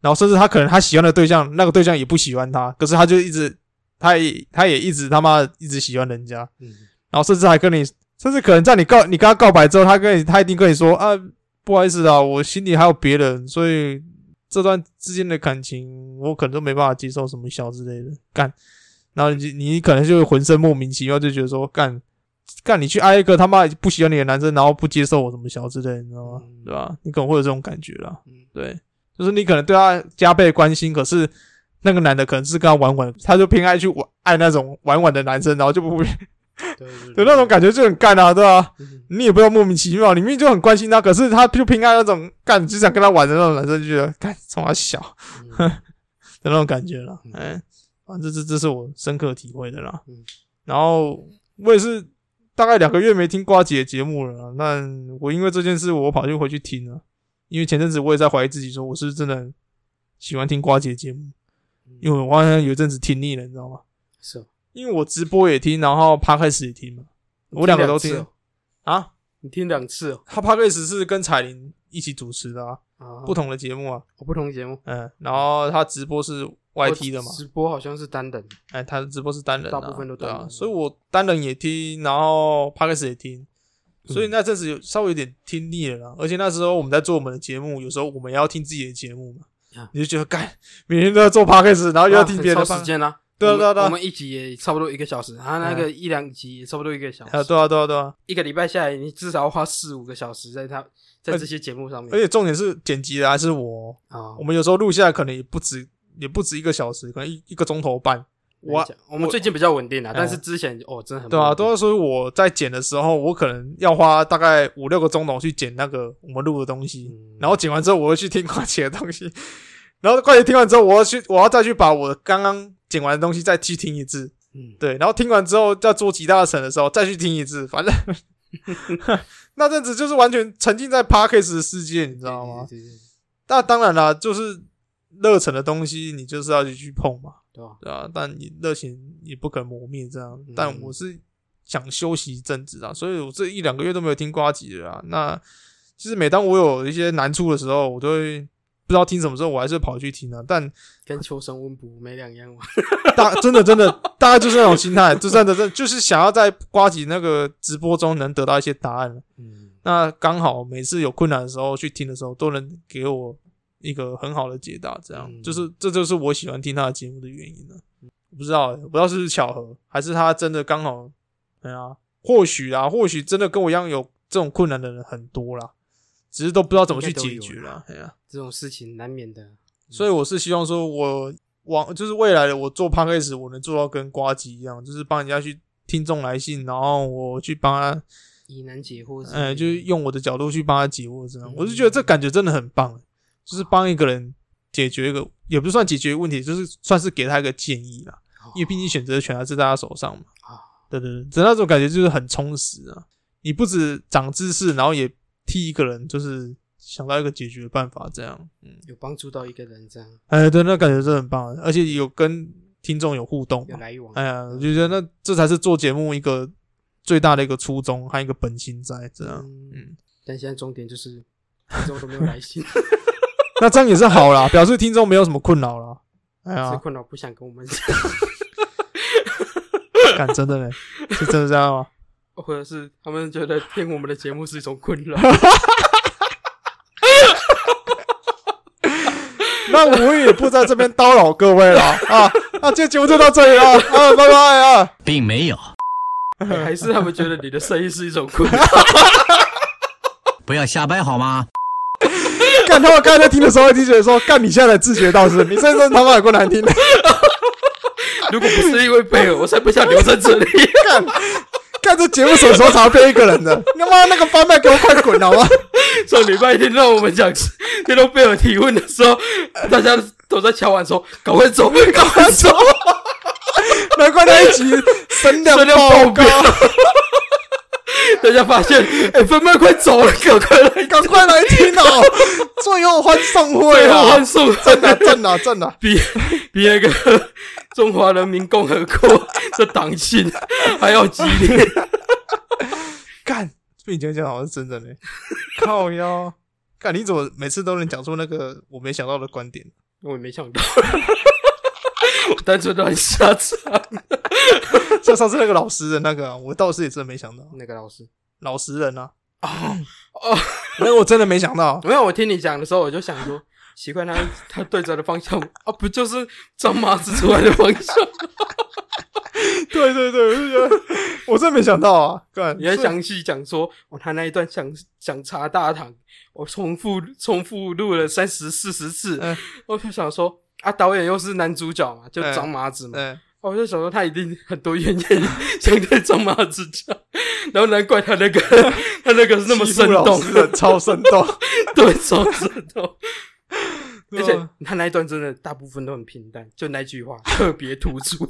[SPEAKER 3] 然后甚至他可能他喜欢的对象，那个对象也不喜欢他，可是他就一直，他也他也一直他妈一直喜欢人家，
[SPEAKER 2] 嗯
[SPEAKER 3] 然后甚至还跟你，甚至可能在你告你跟他告白之后，他跟你他一定跟你说啊，不好意思啊，我心里还有别人，所以这段之间的感情我可能都没办法接受什么小之类的干，然后你就你可能就会浑身莫名其妙就觉得说干干你去爱一个他妈不喜欢你的男生，然后不接受我什么小之类的，你知道吗？
[SPEAKER 2] 嗯
[SPEAKER 3] 哦对啊吧？你可能会有这种感觉啦。
[SPEAKER 2] 嗯
[SPEAKER 3] 对，就是你可能对他加倍关心，可是那个男的可能是跟他玩玩，他就偏爱去玩爱那种玩玩的男生，然后就不会
[SPEAKER 2] 嗯，对对
[SPEAKER 3] 有那种感觉就很干啊，对吧、啊？
[SPEAKER 2] 觉。嗯
[SPEAKER 3] 你也不要莫名其妙，你明明就很关心他，可是他就偏爱那种干就想跟他玩的那种男生，就觉得干从他小 *laughs*
[SPEAKER 2] 嗯
[SPEAKER 3] 的那种感觉了。
[SPEAKER 2] 嗯
[SPEAKER 3] 哎、反正这这是我深刻体会的啦。
[SPEAKER 2] 嗯
[SPEAKER 3] 然后我也是大概两个月没听瓜姐的节目了啦，那我因为这件事，我跑去回去听了，因为前阵子我也在怀疑自己，说我是不是真的
[SPEAKER 2] 嗯
[SPEAKER 3] 喜欢听瓜姐的节目，因为我好像有一阵子听腻了，你知道吗？
[SPEAKER 2] 是哦，
[SPEAKER 3] 因为我直播也听，然后 podcast 也听嘛，我两个都
[SPEAKER 2] 听两
[SPEAKER 3] 听
[SPEAKER 2] 次哦
[SPEAKER 3] 啊。
[SPEAKER 2] 你听两次哦，
[SPEAKER 3] 他 podcast 是跟彩玲一起主持的啊，
[SPEAKER 2] 啊，
[SPEAKER 3] 不同的节目啊，
[SPEAKER 2] 我不同节目
[SPEAKER 3] 嗯，然后他直播是 YT 的嘛
[SPEAKER 2] 我，直播好像是单人，
[SPEAKER 3] 哎，他的直播是单人、啊，
[SPEAKER 2] 大部分都单
[SPEAKER 3] 对
[SPEAKER 2] 人
[SPEAKER 3] 啊，所以我单人也听，然后 podcast 也听，所
[SPEAKER 2] 嗯
[SPEAKER 3] 以那阵子有稍微有点听腻了啦。而且那时候我们在做我们的节目，有时候我们也要听自己的节目嘛
[SPEAKER 2] 啊，
[SPEAKER 3] 你就觉得干每天都要做 podcast，然后又要听别人的
[SPEAKER 2] 啊很超时
[SPEAKER 3] podcast，
[SPEAKER 2] 间啊。
[SPEAKER 3] 对啊
[SPEAKER 2] 我们
[SPEAKER 3] 对啊对啊嗯
[SPEAKER 2] 我们一集也差不多一个小时，他那个一两集也差不多一个小
[SPEAKER 3] 啊，
[SPEAKER 2] 时，
[SPEAKER 3] 对啊对啊对啊，
[SPEAKER 2] 一个礼拜下来，你至少要花四五个小时在他
[SPEAKER 3] 哎
[SPEAKER 2] 在这些节目上
[SPEAKER 3] 而
[SPEAKER 2] 面
[SPEAKER 3] 且重点是剪辑的还是我，哦
[SPEAKER 2] 啊
[SPEAKER 3] 我。们有时候录下来可能也不止也不止一个小时，可能一一个钟头半，我
[SPEAKER 2] 我我们最近比较稳定了，
[SPEAKER 3] 哎
[SPEAKER 2] 但是之前哦真的很
[SPEAKER 3] 对啊，
[SPEAKER 2] 不
[SPEAKER 3] 都
[SPEAKER 2] 稳
[SPEAKER 3] 是所以我在剪的时候，我可能要花大概五六个钟头去剪那个我们录的东西，
[SPEAKER 2] 嗯
[SPEAKER 3] 然后剪完之后，我会去听快捷的东西， *laughs* 然后快捷听完之后，我要去，我要再去把我刚刚剪完的东西再去听一次，
[SPEAKER 2] 定嗯
[SPEAKER 3] 对，然后听完之后，在做其他的省的时候再去听一次，反正 *laughs* 那阵子就是完全沉浸在 Parkes 的世界，你知道吗？
[SPEAKER 2] 对对对对
[SPEAKER 3] 那当然啦，就是热忱的东西，你就是要去去碰嘛，
[SPEAKER 2] 对吧？
[SPEAKER 3] 对啊，但你热情也不可能磨灭这样。但我是想休息一阵子啊，所以我这一两个月都没有听瓜吉了啊。那其实每当我有一些难处的时候，我都会不知道听什么时候，我还是跑去听啊。但
[SPEAKER 2] 跟求神问卜没两样嘛。
[SPEAKER 3] *laughs* 大真的真的大概就是那种心态，就真的真的就是想要在瓜吉那个直播中能得到一些答案。
[SPEAKER 2] 嗯，
[SPEAKER 3] 那刚好每次有困难的时候去听的时候，都能给我一个很好的解答，这样、
[SPEAKER 2] 嗯
[SPEAKER 3] 就是这就是我喜欢听他的节目的原因了。我不知道、欸，我不知道是不是巧合，还是他真的刚好，哎呀、或许啦，或许真的跟我一样有这种困难的人很多啦，只是都不知道怎么去解决
[SPEAKER 2] 应该都有嗯
[SPEAKER 3] 啦。哎呀、
[SPEAKER 2] 这种事情难免的。
[SPEAKER 3] 所以我是希望说我往就是未来的我做 p a c a s e 我能做到跟瓜吉一样，就是帮人家去听众来信，然后我去帮他
[SPEAKER 2] 疑难解惑之类的，
[SPEAKER 3] 呃，就是用我的角度去帮他解惑，这样
[SPEAKER 2] 嗯，
[SPEAKER 3] 我就觉得这感觉真的很棒，就是帮一个人解决一个，也不算解决问题，就是算是给他一个建议啦。
[SPEAKER 2] 哦
[SPEAKER 3] 因为毕竟选择权还是在他手上嘛
[SPEAKER 2] 啊。
[SPEAKER 3] 对对对，那种感觉就是很充实啊！你不止长知识，然后也替一个人就是想到一个解决办法，这样，嗯，
[SPEAKER 2] 有帮助到一个人，这样
[SPEAKER 3] 哎，对，那感觉真的很棒，而且有跟听众有互动
[SPEAKER 2] 有
[SPEAKER 3] 嘛。
[SPEAKER 2] 来往。
[SPEAKER 3] 哎呀，我就觉得那这才是做节目一个最大的一个初衷和一个本心在这样，嗯。
[SPEAKER 2] 但现在重点就是听众都没有
[SPEAKER 3] *laughs*
[SPEAKER 2] 来信，
[SPEAKER 3] 那这样也是好啦， *laughs* 表示听众没有什么困扰啦。哎
[SPEAKER 2] 这
[SPEAKER 3] 呀，
[SPEAKER 2] 困扰不想跟我们讲，
[SPEAKER 3] 干真的嘞， *laughs* 是真的这样吗？啊
[SPEAKER 2] 或者是他们觉得听我们的节目是一种困
[SPEAKER 3] *laughs*
[SPEAKER 2] 扰。
[SPEAKER 3] 那我也不在这边叨扰各位了啊！那这节目就到这里了啊，拜拜啊！
[SPEAKER 1] 并没有。
[SPEAKER 2] 还是他们觉得你的声音是一种困扰？ *laughs*
[SPEAKER 1] 不要瞎掰好吗？
[SPEAKER 3] 干他们刚才在听的时候，就觉得说，干你现在才自觉到是不是，你这声他妈有够难听的，
[SPEAKER 2] 如果不是因为贝尔，我才不想留在这里。 *laughs*
[SPEAKER 3] 干这节目什么时候才会变一个人的？你他妈那个贩卖给我快滚好吗？ *laughs*
[SPEAKER 2] 上礼拜天让我们讲，听到贝尔提问的时候，大家都在敲碗说：“赶快走，赶快走
[SPEAKER 3] 难怪那一集声量
[SPEAKER 2] 声量
[SPEAKER 3] 爆
[SPEAKER 2] 爆
[SPEAKER 3] 高，
[SPEAKER 2] 大家发现，哎、芬芬快走了，赶快来，
[SPEAKER 3] 赶快来听哦！最后欢送会
[SPEAKER 2] 最后
[SPEAKER 3] 啊
[SPEAKER 2] 换！送。
[SPEAKER 3] 真的真的真的。
[SPEAKER 2] 比比那个 *laughs* 中华人民共和国的党性还要激烈。
[SPEAKER 3] 干，被你讲一讲好像是真的嘞，靠腰，干你怎么每次都能讲出那个我没想到的观点？
[SPEAKER 2] *laughs* 我也没想到，我单纯乱瞎扯。
[SPEAKER 3] 像上次那个老实人那个啊、我倒是也真的没想到，
[SPEAKER 2] 那个老师
[SPEAKER 3] 老实人啊，
[SPEAKER 2] 哦，
[SPEAKER 3] *laughs* 那个我真的没想
[SPEAKER 2] *laughs*
[SPEAKER 3] 到，啊
[SPEAKER 2] 没有，我听你讲的时候，我就想说，奇怪，他他对着的方向啊，不就是张麻子出来的方向？
[SPEAKER 3] 对对对，我就觉得我真的没想到啊，干，
[SPEAKER 2] 你还
[SPEAKER 3] 所以
[SPEAKER 2] 详细讲说，哦，他那一段想想查大堂，我重复重复录了三十四十次，
[SPEAKER 3] 嗯
[SPEAKER 2] 我就想说。啊，导演又是男主角嘛，就
[SPEAKER 3] 嗯
[SPEAKER 2] 张麻子嘛，
[SPEAKER 3] 哎，
[SPEAKER 2] 哦我就想说他一定很多怨 *laughs* 言想对张麻子讲，然后难怪他那个他那个是那么生
[SPEAKER 3] 欺负老
[SPEAKER 2] 动，
[SPEAKER 3] 实人超生
[SPEAKER 2] *laughs*
[SPEAKER 3] 动，
[SPEAKER 2] 对，超生动。而
[SPEAKER 3] *laughs* 对啊
[SPEAKER 2] 且
[SPEAKER 3] 吧
[SPEAKER 2] 他那一段真的大部分都很平淡，就那句话特别
[SPEAKER 3] *laughs*
[SPEAKER 2] 突出，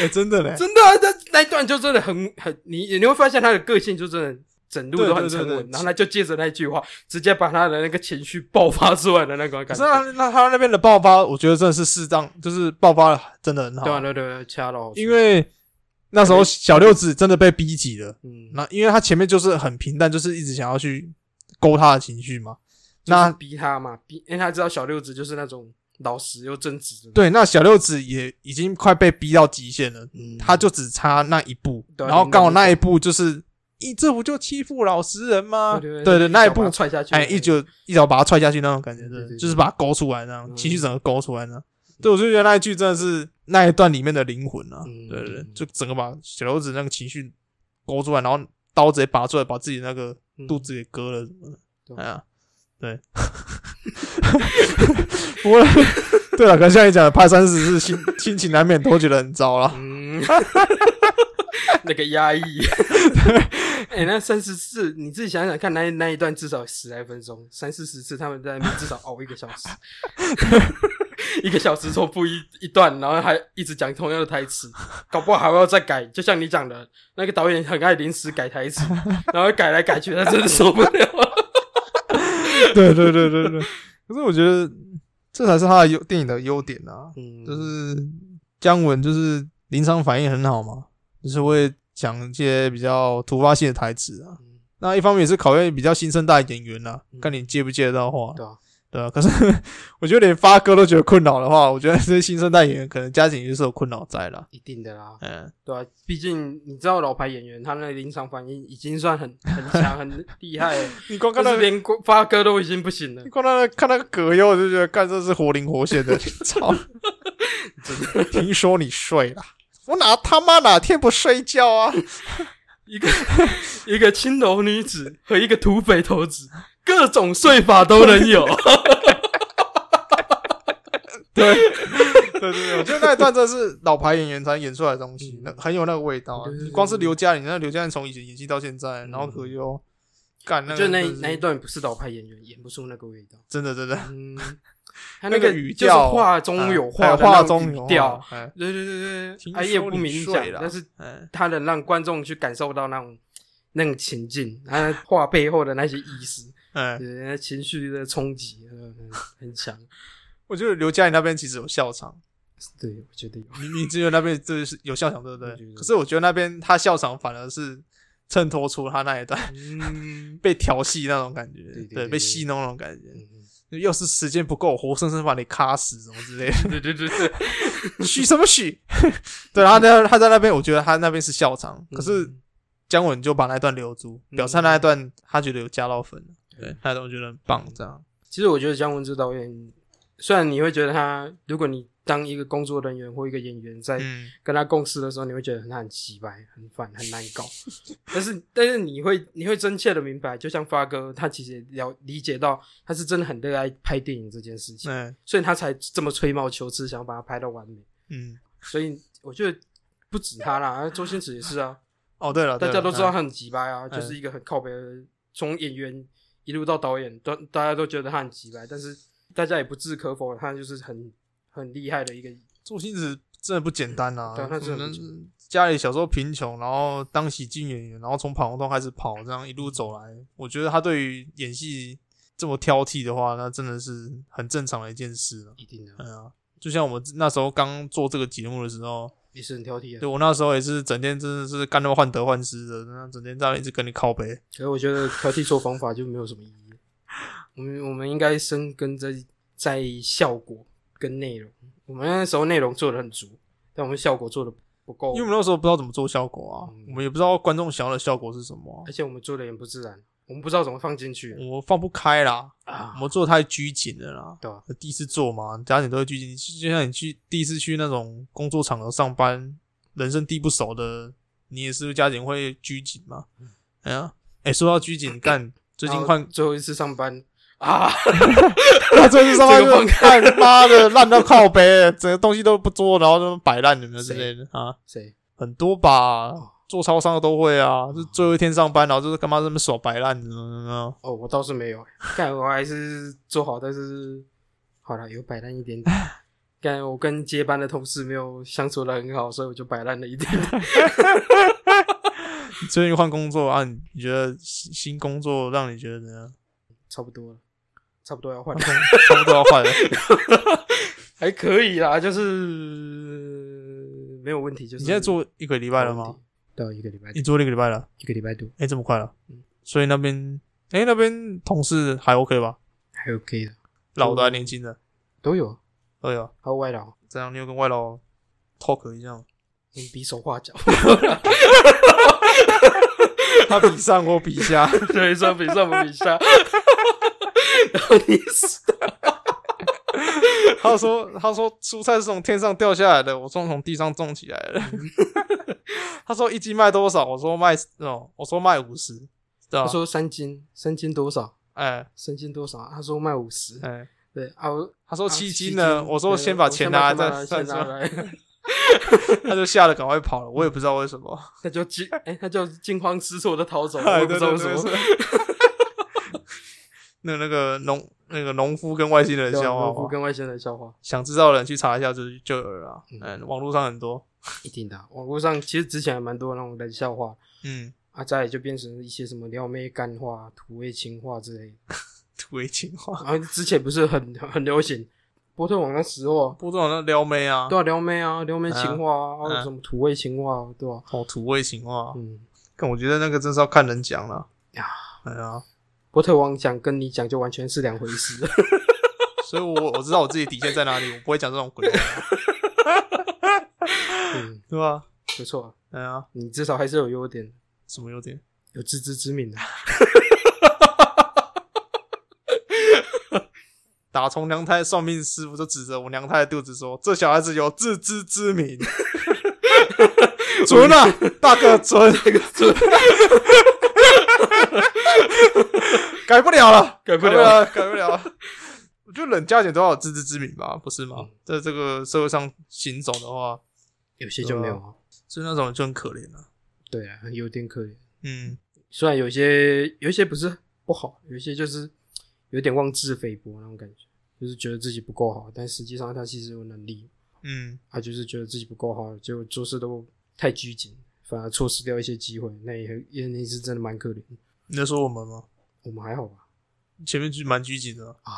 [SPEAKER 3] 哎、真的嘞，哎
[SPEAKER 2] 真的、啊，他那一段就真的很很你你会发现他的个性就真的整路都很沉稳，
[SPEAKER 3] 对对对对
[SPEAKER 2] 然后他就借着那句话，直接把他的那个情绪爆发出来的那种
[SPEAKER 3] 可
[SPEAKER 2] 感
[SPEAKER 3] 是啊
[SPEAKER 2] 觉。
[SPEAKER 3] 那那他那边的爆发，我觉得真的是适当，就是爆发得真的很好
[SPEAKER 2] 对，啊对对对，掐了，
[SPEAKER 3] 因为那时候小六子真的被逼急了。
[SPEAKER 2] 嗯，
[SPEAKER 3] 那因为他前面就是很平淡，就是一直想要去勾他的情绪嘛。
[SPEAKER 2] 就是
[SPEAKER 3] 那
[SPEAKER 2] 逼他嘛，逼，因为他知道小六子就是那种老实又正直的，，
[SPEAKER 3] 对，那小六子也已经快被逼到极限了，
[SPEAKER 2] 嗯，
[SPEAKER 3] 他就只差那一步，
[SPEAKER 2] 对啊
[SPEAKER 3] 然后刚好那一步就是，咦，这不就欺负老实人吗？
[SPEAKER 2] 对
[SPEAKER 3] 对
[SPEAKER 2] 对，
[SPEAKER 3] 那一
[SPEAKER 2] 脚把
[SPEAKER 3] 步
[SPEAKER 2] 他，啊踹下去，
[SPEAKER 3] 哎，一脚一脚把他踹下去那种感觉，
[SPEAKER 2] 对对对
[SPEAKER 3] 就是把他勾出来那样，
[SPEAKER 2] 嗯
[SPEAKER 3] 情绪整个勾出来那样。对，我就觉得那一句真的是那一段里面的灵魂啊，
[SPEAKER 2] 嗯
[SPEAKER 3] 对对对
[SPEAKER 2] 嗯，
[SPEAKER 3] 就整个把小六子那个情绪勾出来，然后刀直接拔出来，把自己那个肚子给割了什么
[SPEAKER 2] 嗯对
[SPEAKER 3] 的。哎呀，对，不过对了，可能像你讲的，拍三十是心心情难免都觉得很糟啦。
[SPEAKER 2] 嗯， *laughs* 那个压抑。哎、那三十次，你自己想想看，那那一段至少十来分钟，三四十次，他们在那边至少熬一个小时，
[SPEAKER 3] *laughs*
[SPEAKER 2] 一个小时重复一一段，然后还一直讲同样的台词，搞不好还要再改。就像你讲的，那个导演很爱临时
[SPEAKER 3] *laughs*
[SPEAKER 2] 改台词，然后改来改去，他真的受不了。
[SPEAKER 3] 对对对对对，可是我觉得这才是他的优电影的优点啊，
[SPEAKER 2] 嗯，
[SPEAKER 3] 就是姜文就是临场反应很好嘛，就是会讲一些比较突发性的台词啊。那一方面也是考验比较新生代的演员啦、啊
[SPEAKER 2] 嗯
[SPEAKER 3] 看你接不接得到话，
[SPEAKER 2] 对啊，
[SPEAKER 3] 对啊。可是 *laughs* 我觉得连发歌都觉得困扰的话，我觉得这些新生代演员可能家庭也是有困扰在啦。
[SPEAKER 2] 一定的啦。
[SPEAKER 3] 嗯，
[SPEAKER 2] 对啊，毕竟你知道老牌演员他那个临场反应已经算很很强、很厉害了，
[SPEAKER 3] *laughs* 你光看
[SPEAKER 2] 但
[SPEAKER 3] 那
[SPEAKER 2] 是
[SPEAKER 3] 个，
[SPEAKER 2] 连发歌都已经不行了
[SPEAKER 3] 你，光看那个看那个葛优，我就觉得干这是活灵活现的， *laughs* 操！
[SPEAKER 2] 真的
[SPEAKER 3] 听说你睡了，我哪他妈哪天不睡觉啊？
[SPEAKER 2] 一个一个青楼女子和一个土匪头子，各种睡法都能
[SPEAKER 3] *laughs*
[SPEAKER 2] 有。
[SPEAKER 3] 对，对对对，我觉得那一段真的是老牌演员才演出来的东西，那很有那个味道啊
[SPEAKER 2] 嗯对对对。嗯
[SPEAKER 3] 光是刘嘉玲，那刘嘉玲从以前演戏到现在，然后葛优，干那个
[SPEAKER 2] 就那
[SPEAKER 3] 真的是
[SPEAKER 2] 那一段不是老牌演员演不出那个味道，
[SPEAKER 3] 真的真的
[SPEAKER 2] *laughs* 嗯，他
[SPEAKER 3] 那
[SPEAKER 2] 个
[SPEAKER 3] 个语
[SPEAKER 2] 就是
[SPEAKER 3] 调
[SPEAKER 2] 话中有
[SPEAKER 3] 话，哎
[SPEAKER 2] 话的那
[SPEAKER 3] 话
[SPEAKER 2] 种
[SPEAKER 3] 中
[SPEAKER 2] 语
[SPEAKER 3] 有
[SPEAKER 2] 调，，
[SPEAKER 3] 哎
[SPEAKER 2] 对对对对，
[SPEAKER 3] 听
[SPEAKER 2] 他也
[SPEAKER 3] 说
[SPEAKER 2] 不
[SPEAKER 3] 你
[SPEAKER 2] 明
[SPEAKER 3] 睡
[SPEAKER 2] 讲，
[SPEAKER 3] 了
[SPEAKER 2] 但是
[SPEAKER 3] 哎，
[SPEAKER 2] 他能让观众去感受到那种那种情境，他话背后的那些意思。 *laughs*
[SPEAKER 3] 哎，
[SPEAKER 2] 对，那情绪的冲击呃很很强。 *laughs*
[SPEAKER 3] 我觉得刘嘉玲那边其实有笑场，
[SPEAKER 2] 对，我觉得有。
[SPEAKER 3] 你你只有那边就是有笑场，对不
[SPEAKER 2] 我觉
[SPEAKER 3] 对？
[SPEAKER 2] 得
[SPEAKER 3] 可是我觉得那边他笑场反而是衬托出他那一段
[SPEAKER 2] 嗯，
[SPEAKER 3] 被调戏那种感觉
[SPEAKER 2] 对对，对
[SPEAKER 3] 对，
[SPEAKER 2] 对
[SPEAKER 3] 被戏弄那种感觉。要是时间不够，我活生生把你卡死，什么之类的。
[SPEAKER 2] 对对对
[SPEAKER 3] *laughs*
[SPEAKER 2] 对，
[SPEAKER 3] 许什么许？对，然后在他在那边，我觉得他那边是笑场，可是
[SPEAKER 2] 嗯
[SPEAKER 3] 姜文就把那段留住，表示他那一段他觉得有加到分，嗯对，那一段我觉得很棒，这样。
[SPEAKER 2] 其实我觉得姜文这导演，虽然你会觉得他，如果你当一个工作人员或一个演员在
[SPEAKER 3] 嗯，
[SPEAKER 2] 跟他共事的时候，你会觉得他很奇怪、很烦、很难搞。 *laughs* 但是，但是你会你会真切的明白，就像发哥，他其实了理解到他是真的很热爱拍电影这件事情，
[SPEAKER 3] 对，
[SPEAKER 2] 所以他才这么吹毛求疵，想要把它拍到完美。
[SPEAKER 3] 嗯，
[SPEAKER 2] 所以我觉得不止他啦， *laughs* 啊周星驰也是啊。
[SPEAKER 3] 哦，对了，
[SPEAKER 2] 大家都知
[SPEAKER 3] 对
[SPEAKER 2] 道
[SPEAKER 3] 了，嗯
[SPEAKER 2] 他很急掰啊，就是一个很靠北的，从演员一路到导演，都大家都觉得他很急掰，但是大家也不置可否，他就是很很厉害的一个，
[SPEAKER 3] 嗯周星驰真的不简单啊，
[SPEAKER 2] 对他真的不
[SPEAKER 3] 嗯
[SPEAKER 2] 简
[SPEAKER 3] 家里小时候贫穷，然后当喜剧演员，然后从跑龙套开始跑，这样一路走来，我觉得他对于演戏这么挑剔的话，那真的是很正常的一件事了。
[SPEAKER 2] 一定的，
[SPEAKER 3] 嗯啊，就像我们那时候刚做这个节目的时候，
[SPEAKER 2] 也是很挑剔的。啊
[SPEAKER 3] 对我那时候也是整天真的是干到患得患失的，那整天在那里一直跟你靠背。
[SPEAKER 2] 所以我觉得挑剔错方法就没有什么意义。我们我们应该深耕在在效果跟内容，我们那时候内容做的很足，但我们效果做的不够
[SPEAKER 3] 因为，我们那时候不知道怎么做效果啊，
[SPEAKER 2] 嗯
[SPEAKER 3] 我们也不知道观众想要的效果是什么啊、
[SPEAKER 2] 而且我们做的也不自然，我们不知道怎么放进去
[SPEAKER 3] 我放不开啦，
[SPEAKER 2] 啊
[SPEAKER 3] 我，们做得太拘谨了啦。呃
[SPEAKER 2] 对吧？
[SPEAKER 3] 第一次做嘛，家你都会拘谨，就像你去第一次去那种工作场合上班，人生地不熟的，你也是家庭会拘谨嘛。哎呀，哎、说到拘谨，干最近
[SPEAKER 2] 然后
[SPEAKER 3] 换
[SPEAKER 2] 最后一次上班
[SPEAKER 3] *laughs*
[SPEAKER 2] 啊，
[SPEAKER 3] 他最近上班 *laughs*
[SPEAKER 2] 这个
[SPEAKER 3] 就
[SPEAKER 2] 放
[SPEAKER 3] 看妈的烂到靠背了，整个东西都不做，然后就摆烂有没有之类的啊？
[SPEAKER 2] 谁？
[SPEAKER 3] 很多吧，做超商的都会啊，就是最后一天上班，然后就是干嘛这么耍摆烂，嗯怎么怎么
[SPEAKER 2] 哦，我倒是没有欸，但我还是做好，但是好了，有摆烂一
[SPEAKER 3] *laughs*
[SPEAKER 2] 点点。但我跟
[SPEAKER 3] *laughs*
[SPEAKER 2] 接班的同事没有相处的很好，所以我就摆烂了一点点。
[SPEAKER 3] 最近换工作啊，你你觉得新新工作让你觉得怎
[SPEAKER 2] *laughs*
[SPEAKER 3] 样？
[SPEAKER 2] 差不多了，差不多要换了，
[SPEAKER 3] 差不多要换了，
[SPEAKER 2] *laughs* 还可以啦，就是没有问题。就是
[SPEAKER 3] 你现在做一个礼
[SPEAKER 2] 没
[SPEAKER 3] 拜了
[SPEAKER 2] 有问
[SPEAKER 3] 吗
[SPEAKER 2] 题？？到一个礼拜
[SPEAKER 3] 你
[SPEAKER 2] 多，
[SPEAKER 3] 做了一个礼拜了，
[SPEAKER 2] 一个礼拜多
[SPEAKER 3] 哎、这么快了
[SPEAKER 2] 嗯，
[SPEAKER 3] 所以那边，哎、那边同事还 OK 吧？
[SPEAKER 2] 还 OK 的，
[SPEAKER 3] 老的还年轻的
[SPEAKER 2] 都有，
[SPEAKER 3] 都有。
[SPEAKER 2] 还有外劳，
[SPEAKER 3] 这样你有跟外劳 talk 一下吗？
[SPEAKER 2] 哦你比手
[SPEAKER 3] *laughs*
[SPEAKER 2] 画脚，
[SPEAKER 3] 他比上我比下，
[SPEAKER 2] 对，上比上不
[SPEAKER 3] *laughs*
[SPEAKER 2] 比下，然后你死
[SPEAKER 3] 他说他说蔬菜是从天上掉下来的，我说从地上种起来
[SPEAKER 2] *laughs*
[SPEAKER 3] 的。他说一斤卖多少？我说卖哦，我说卖五十，知道
[SPEAKER 2] 我
[SPEAKER 3] 吧？
[SPEAKER 2] 说三斤，三斤多少？
[SPEAKER 3] 哎
[SPEAKER 2] 三斤多少？啊他说卖五十，
[SPEAKER 3] 哎，
[SPEAKER 2] 对啊，我
[SPEAKER 3] 他说
[SPEAKER 2] 啊
[SPEAKER 3] 七斤呢，我说
[SPEAKER 2] 对
[SPEAKER 3] 先把
[SPEAKER 2] 我
[SPEAKER 3] 钱
[SPEAKER 2] 先把
[SPEAKER 3] 拿
[SPEAKER 2] 钱拿
[SPEAKER 3] 来再
[SPEAKER 2] 先
[SPEAKER 3] 再
[SPEAKER 2] 拿
[SPEAKER 3] 说，
[SPEAKER 2] 来，
[SPEAKER 3] 他就吓得赶快跑了，我也不知道为什么，
[SPEAKER 2] 他就惊，哎，他就惊慌失措的逃走， *laughs* 我
[SPEAKER 3] 哎
[SPEAKER 2] 也不
[SPEAKER 3] 对
[SPEAKER 2] 知
[SPEAKER 3] 对
[SPEAKER 2] 道为什
[SPEAKER 3] 对
[SPEAKER 2] 么。
[SPEAKER 3] 是 *laughs* 那那个农那个农夫跟外星人的笑话
[SPEAKER 2] 不
[SPEAKER 3] 吧，
[SPEAKER 2] 啊跟外星人笑话，
[SPEAKER 3] 想知道的人去查一下就就有了啊，
[SPEAKER 2] 嗯
[SPEAKER 3] 嗯，网络上很多，
[SPEAKER 2] 一定的啊。网络上其实之前还蛮多那种冷笑话
[SPEAKER 3] 嗯，
[SPEAKER 2] 啊，再来就变成一些什么撩妹干话、土味情话之类的。
[SPEAKER 3] 土味情话，
[SPEAKER 2] *laughs* 然后之前不是很很流行波特网那时候啊，
[SPEAKER 3] 不知道那撩妹啊，
[SPEAKER 2] 对啊，撩妹啊，撩妹情话啊，
[SPEAKER 3] 嗯
[SPEAKER 2] 还有什么土味情话啊，对吧？
[SPEAKER 3] 哦，土味情话，
[SPEAKER 2] 嗯，
[SPEAKER 3] 但我觉得那个真是要看人讲了，
[SPEAKER 2] 呀，
[SPEAKER 3] 哎呀，
[SPEAKER 2] 波特网讲跟你讲就完全是两回 *laughs* 事。
[SPEAKER 3] 所以我我知道我自己底线在哪里，我不会讲这种鬼话，
[SPEAKER 2] 嗯，
[SPEAKER 3] 对吧？
[SPEAKER 2] 不错啊，
[SPEAKER 3] 哎呀，
[SPEAKER 2] 你至少还是有优点，
[SPEAKER 3] 什么优点？
[SPEAKER 2] 有自知之明的。啊
[SPEAKER 3] 打从娘胎算命师傅就指着我娘胎的肚子说：“这小孩子有自知之明。” *laughs* 准啊，大哥准，
[SPEAKER 2] 准
[SPEAKER 3] 改不了了，改
[SPEAKER 2] 改
[SPEAKER 3] 不
[SPEAKER 2] 不了
[SPEAKER 3] 了，改不了了。我觉得冷家姐都要有自知之明吧，不是吗
[SPEAKER 2] 嗯？
[SPEAKER 3] 在这个社会上行走的话，
[SPEAKER 2] 有些就没有啊，
[SPEAKER 3] 所以那种人就很可怜了、
[SPEAKER 2] 对啊，有点可怜。
[SPEAKER 3] 嗯，
[SPEAKER 2] 虽然有些有一些不是不好，有一些就是有点妄自菲薄那种感觉，就是觉得自己不够好，但实际上他其实有能力，
[SPEAKER 3] 嗯，
[SPEAKER 2] 他就是觉得自己不够好，结果做事都太拘谨，反而错失掉一些机会，那也很也也是真的蛮可怜的。
[SPEAKER 3] 你在说我们吗？
[SPEAKER 2] 我们还好吧？
[SPEAKER 3] 前面就蛮拘谨的，
[SPEAKER 2] 啊，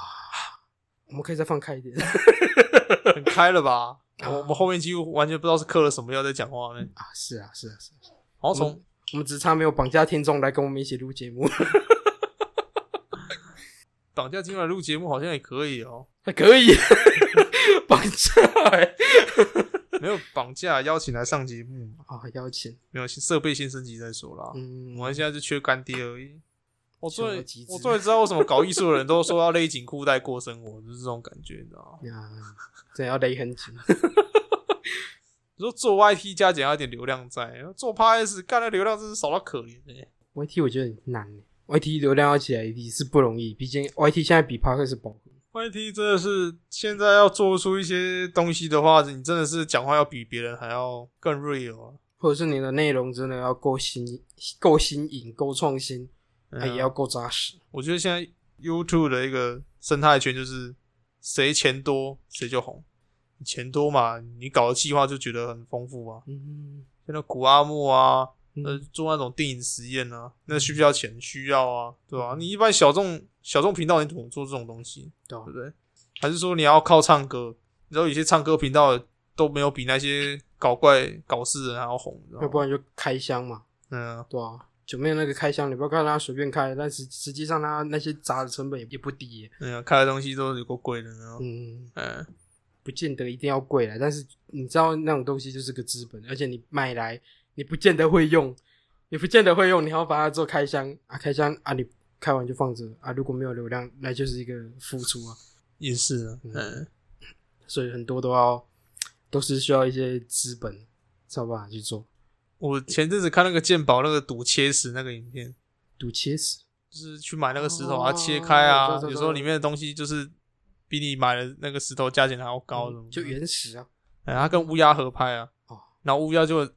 [SPEAKER 2] 我们可以再放开一点 *laughs*
[SPEAKER 3] 很开了吧？ *laughs* 我我们后面几乎完全不知道是嗑了什么药在讲话呢。
[SPEAKER 2] 啊！是啊，是啊，是啊，
[SPEAKER 3] 好像从
[SPEAKER 2] 我们只差没有绑架听众来跟我们一起录节目，
[SPEAKER 3] 绑架进来录节目好像也可以 *laughs* 哦、
[SPEAKER 2] 还 *laughs* 可以 *laughs* 绑架欸
[SPEAKER 3] 没有绑架邀请来上节目嘛，
[SPEAKER 2] 啊！邀请，
[SPEAKER 3] 没有设备先升级再说啦。
[SPEAKER 2] 嗯，
[SPEAKER 3] 我们现在就缺干爹而已。我终于
[SPEAKER 2] 求极致
[SPEAKER 3] 我终于知道为什么搞艺术的人都说要勒紧裤带过生活，就是这种感觉，你知道吗？
[SPEAKER 2] 啊，真的要勒很紧。
[SPEAKER 3] 你说做 YT 加减要一点流量在，做 PS 干的流量真是少到可怜哎、
[SPEAKER 2] YT 我觉得很难欸、YT 流量要起来也是不容易，毕竟 YT 现在比 Podcast 饱和。
[SPEAKER 3] YT 真的是现在要做出一些东西的话，你真的是讲话要比别人还要更 real 啊！
[SPEAKER 2] 或者是你的内容真的要够新、够新颖、够创新，
[SPEAKER 3] 嗯
[SPEAKER 2] 啊也要够扎实。
[SPEAKER 3] 我觉得现在 YouTube 的一个生态圈就是谁钱多谁就红，你钱多嘛，你搞的计划就觉得很丰富啊。
[SPEAKER 2] 嗯，
[SPEAKER 3] 像那古阿莫啊，呃
[SPEAKER 2] 嗯，
[SPEAKER 3] 做那种电影实验啊，那需不需要钱？需要啊，对吧、你一般小众小众频道你怎么做这种东西，
[SPEAKER 2] 对啊
[SPEAKER 3] 对不对？还是说你要靠唱歌？你知道有些唱歌频道都没有比那些搞怪搞事人还要红，你知
[SPEAKER 2] 要
[SPEAKER 3] 道
[SPEAKER 2] 不
[SPEAKER 3] 吗？
[SPEAKER 2] 然就开箱嘛，
[SPEAKER 3] 嗯啊，
[SPEAKER 2] 对啊，九妹那个开箱，你不要看他随便开，但实实际上他那些砸的成本也也不低耶、
[SPEAKER 3] 嗯啊，开的东西都有够贵的呢。
[SPEAKER 2] 嗯，
[SPEAKER 3] 嗯，
[SPEAKER 2] 不见得一定要贵了，但是你知道那种东西就是个资本，而且你买来你不见得会用，你不见得会用，你还要把它做开箱啊，开箱啊，你开完就放着啊，如果没有流量，那就是一个付出啊，
[SPEAKER 3] 也是啊，嗯
[SPEAKER 2] 嗯，所以很多都要都是需要一些资本，才有办法去做。
[SPEAKER 3] 我前阵子看那个鉴宝那个赌切石那个影片，
[SPEAKER 2] 赌切死，
[SPEAKER 3] 就是去买那个石头
[SPEAKER 2] 哦
[SPEAKER 3] 啊，切开啊，
[SPEAKER 2] 对对对
[SPEAKER 3] 有时候里面的东西就是比你买的那个石头价钱还要高，
[SPEAKER 2] 嗯就
[SPEAKER 3] 原。
[SPEAKER 2] 原始啊，
[SPEAKER 3] 哎，他跟乌鸦合拍啊，
[SPEAKER 2] 哦
[SPEAKER 3] 然后乌鸦就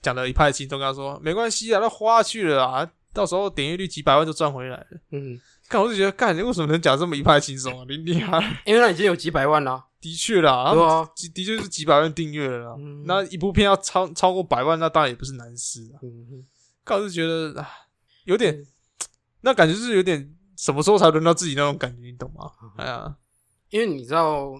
[SPEAKER 3] 讲的一派轻松，跟他说没关系啊，那花去了啊，到时候点阅率几百万就赚回来了。
[SPEAKER 2] 嗯，
[SPEAKER 3] 看我就觉得，干你为什么能讲这么一派轻松啊？你厉害，
[SPEAKER 2] 因为那已经有几百万了啊，
[SPEAKER 3] 的确啦，然
[SPEAKER 2] 对
[SPEAKER 3] 后
[SPEAKER 2] 啊，
[SPEAKER 3] 的的确是几百万订阅了啦。
[SPEAKER 2] 嗯
[SPEAKER 3] 那一部片要超超过百万，那当然也不是难事啊。
[SPEAKER 2] 嗯，
[SPEAKER 3] 告是觉得啊，有点那感觉就是有点什么时候才轮到自己那种感觉，你懂吗？哎呀，
[SPEAKER 2] 因为你知道，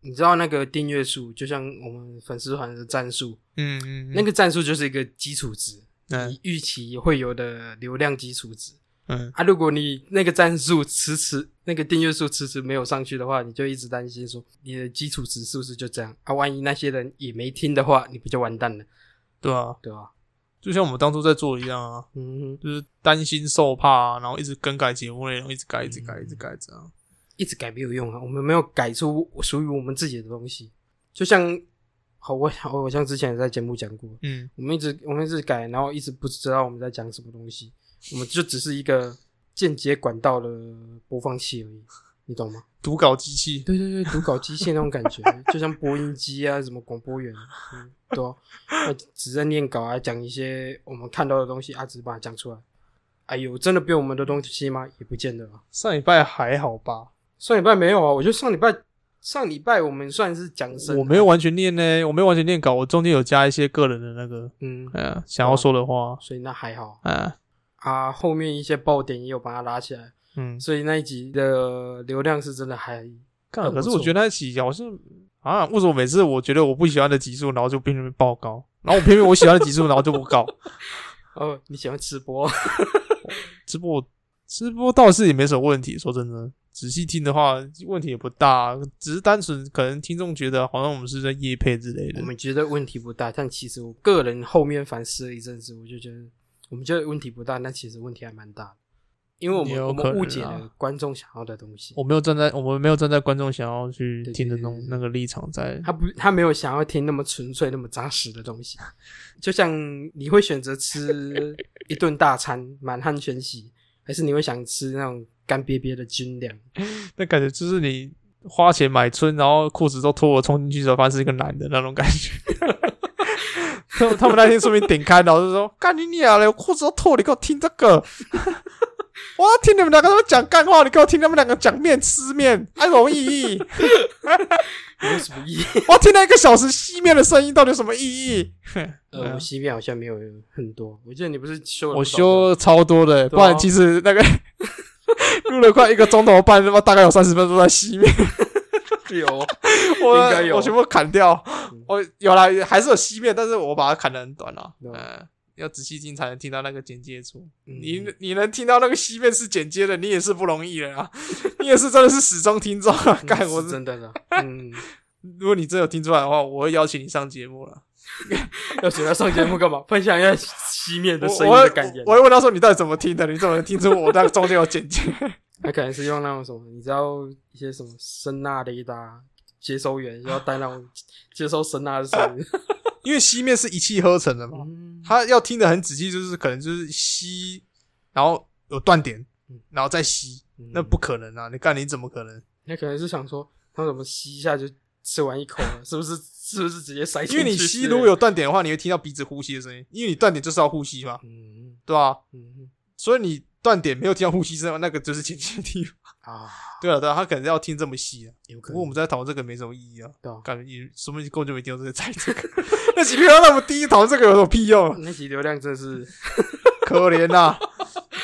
[SPEAKER 2] 你知道那个订阅数，就像我们粉丝团的战术，
[SPEAKER 3] 嗯嗯，
[SPEAKER 2] 那个战术就是一个基础值，
[SPEAKER 3] 嗯
[SPEAKER 2] 你预期会有的流量基础值
[SPEAKER 3] 嗯
[SPEAKER 2] 啊。如果你那个战术迟迟那个订阅数迟迟没有上去的话，你就一直担心说你的基础值是不是就这样啊？万一那些人也没听的话，你不就完蛋了，
[SPEAKER 3] 对啊，
[SPEAKER 2] 对吧？
[SPEAKER 3] 就像我们当初在做一样啊，
[SPEAKER 2] 嗯，
[SPEAKER 3] 就是担心受怕、啊，然后一直更改节目内容，一直改，一直改，一直改这样。
[SPEAKER 2] 一直改没有用啊，我们没有改出属于我们自己的东西。就像好，我我我像之前也在节目讲过，
[SPEAKER 3] 嗯
[SPEAKER 2] 我们一直我们一直改，然后一直不知道我们在讲什么东西，我们就只是一个间接管道的播放器而已， *laughs* 你懂吗？
[SPEAKER 3] 读稿机器，
[SPEAKER 2] 对对对，读稿机械那种感 *laughs* 觉，就像播音机啊，什么广 *laughs* 播员，嗯、对、啊，那只在念稿啊，讲一些我们看到的东西啊，只是把它讲出来。哎呦，真的变我们的东西吗？也不见得啊。
[SPEAKER 3] 上礼拜还好吧？
[SPEAKER 2] 上礼拜没有啊，我觉得上礼拜上礼拜我们算是讲生，
[SPEAKER 3] 我没有，完全念呢、我没有完全念稿，我中间有加一些个人的那个，
[SPEAKER 2] 嗯，
[SPEAKER 3] 哎、呀，想要说的话，
[SPEAKER 2] 所以那还好
[SPEAKER 3] 哎、
[SPEAKER 2] 啊。后面一些爆点也有把它拉起来，
[SPEAKER 3] 嗯，
[SPEAKER 2] 所以那一集的流量是真的还
[SPEAKER 3] 干，
[SPEAKER 2] 很不
[SPEAKER 3] 可是
[SPEAKER 2] 错
[SPEAKER 3] 我觉得那起好像啊，为什么每次我觉得我不喜欢的集数，然后就偏偏爆高，然后我偏偏我喜欢的集数，然后就不高。 *laughs*
[SPEAKER 2] 哦，你喜欢吃播？ *laughs*
[SPEAKER 3] 直播直播倒是也没什么问题，说真的，仔细听的话问题也不大，只是单纯可能听众觉得好像我们是在夜配之类的
[SPEAKER 2] 我。们觉得问题不大，但其实我个人后面反思了一阵子，我就觉得我们觉得问题不大，但其实问题还蛮大的，因为我
[SPEAKER 3] 也
[SPEAKER 2] 们
[SPEAKER 3] 有
[SPEAKER 2] 我
[SPEAKER 3] 可
[SPEAKER 2] 们
[SPEAKER 3] 能
[SPEAKER 2] 误解
[SPEAKER 3] 啊
[SPEAKER 2] 了观众想要的东西
[SPEAKER 3] 我，没有站在我们没有站在观众想要去
[SPEAKER 2] 对
[SPEAKER 3] 听的
[SPEAKER 2] 对
[SPEAKER 3] 那
[SPEAKER 2] 对
[SPEAKER 3] 种
[SPEAKER 2] 对
[SPEAKER 3] 那个立场在。
[SPEAKER 2] 他不他没有想要听那么纯粹、那么扎实的东西， *laughs* 就像你会选择吃一顿大餐满汉全席，还是你会想吃那种干瘪瘪的军粮？
[SPEAKER 3] 那感觉就是你花钱买春，然后裤子都脱了冲进去的时候，发现是一个男的那种感觉。他们他们那天说明点开，然后就说：“干你娘嘞，我裤子都脱了，你给我听这个！ *laughs* 我要听你们两个他们讲干话，你给我听他们两个讲面吃面，还有什么意义？
[SPEAKER 2] 有什么意义？
[SPEAKER 3] 我要听了一个小时吸面的声音，到底有什么意义？”
[SPEAKER 2] 呃，我西面好像没有很多，我记得你不是修了
[SPEAKER 3] 啊我
[SPEAKER 2] 不少吗
[SPEAKER 3] 修超多的、欸
[SPEAKER 2] 对啊
[SPEAKER 3] 不然其实那个 *laughs* 录了快一个钟头半，他妈大概有三十分钟在吸面。 *laughs*
[SPEAKER 2] 有。
[SPEAKER 3] 我
[SPEAKER 2] 应该有
[SPEAKER 3] 我全部砍掉
[SPEAKER 2] 嗯。
[SPEAKER 3] 我有啦，还是有西面，但是我把它砍得很短了。
[SPEAKER 2] 对
[SPEAKER 3] 嗯，要仔细听才能听到那个剪接处。
[SPEAKER 2] 嗯
[SPEAKER 3] 你你能听到那个西面是剪接的，你也是不容易了啊！ *laughs* 你也是真的是始终听众啊！
[SPEAKER 2] 嗯
[SPEAKER 3] 干
[SPEAKER 2] 是
[SPEAKER 3] 我是，
[SPEAKER 2] 真的 *laughs* 了，嗯，
[SPEAKER 3] 如果你真有听出来的话，我会邀请你上节目了。
[SPEAKER 2] 要请他上节目干嘛？分享一下西面的
[SPEAKER 3] 我
[SPEAKER 2] 声音
[SPEAKER 3] 我
[SPEAKER 2] 的
[SPEAKER 3] 会
[SPEAKER 2] 感言
[SPEAKER 3] 我。会问他说你到底怎么听的？你怎么能听出我那个中间有剪接？
[SPEAKER 2] 他可能是用那种什么，你知道一些什么声呐雷达接收员，要带那种接收声呐的声音。
[SPEAKER 3] 因为西面是一气呵成的嘛，
[SPEAKER 2] *laughs* 嗯
[SPEAKER 3] 他要听得很仔细，就是可能就是吸，然后有断点
[SPEAKER 2] 嗯，
[SPEAKER 3] 然后再吸，
[SPEAKER 2] 嗯
[SPEAKER 3] 那不可能啊！你干你怎么可能？
[SPEAKER 2] 那可能是想说，他怎么吸一下就吃完一口了，是不是？是不是直接塞进
[SPEAKER 3] 因
[SPEAKER 2] 去？
[SPEAKER 3] 为你吸如果有，断点的话，你会听到鼻子呼吸的声音，因为你断点就是要呼吸嘛，
[SPEAKER 2] 嗯
[SPEAKER 3] 对吧、
[SPEAKER 2] 嗯
[SPEAKER 3] 所以你断点没有听到呼吸声，那个就是前期的地方。 *laughs*
[SPEAKER 2] 啊，
[SPEAKER 3] 对啊，对啊，他可能要听这么细啊。
[SPEAKER 2] 有
[SPEAKER 3] 不
[SPEAKER 2] 可能
[SPEAKER 3] 过我们在讨论这个没什么意义啊，
[SPEAKER 2] 对啊
[SPEAKER 3] 感觉你说不定根本就没听到这个在这个。 *laughs* 那几篇那么低，讨论这个有什么屁用啊？
[SPEAKER 2] 那集流量真
[SPEAKER 3] *laughs*
[SPEAKER 2] 的是，
[SPEAKER 3] 可怜呐、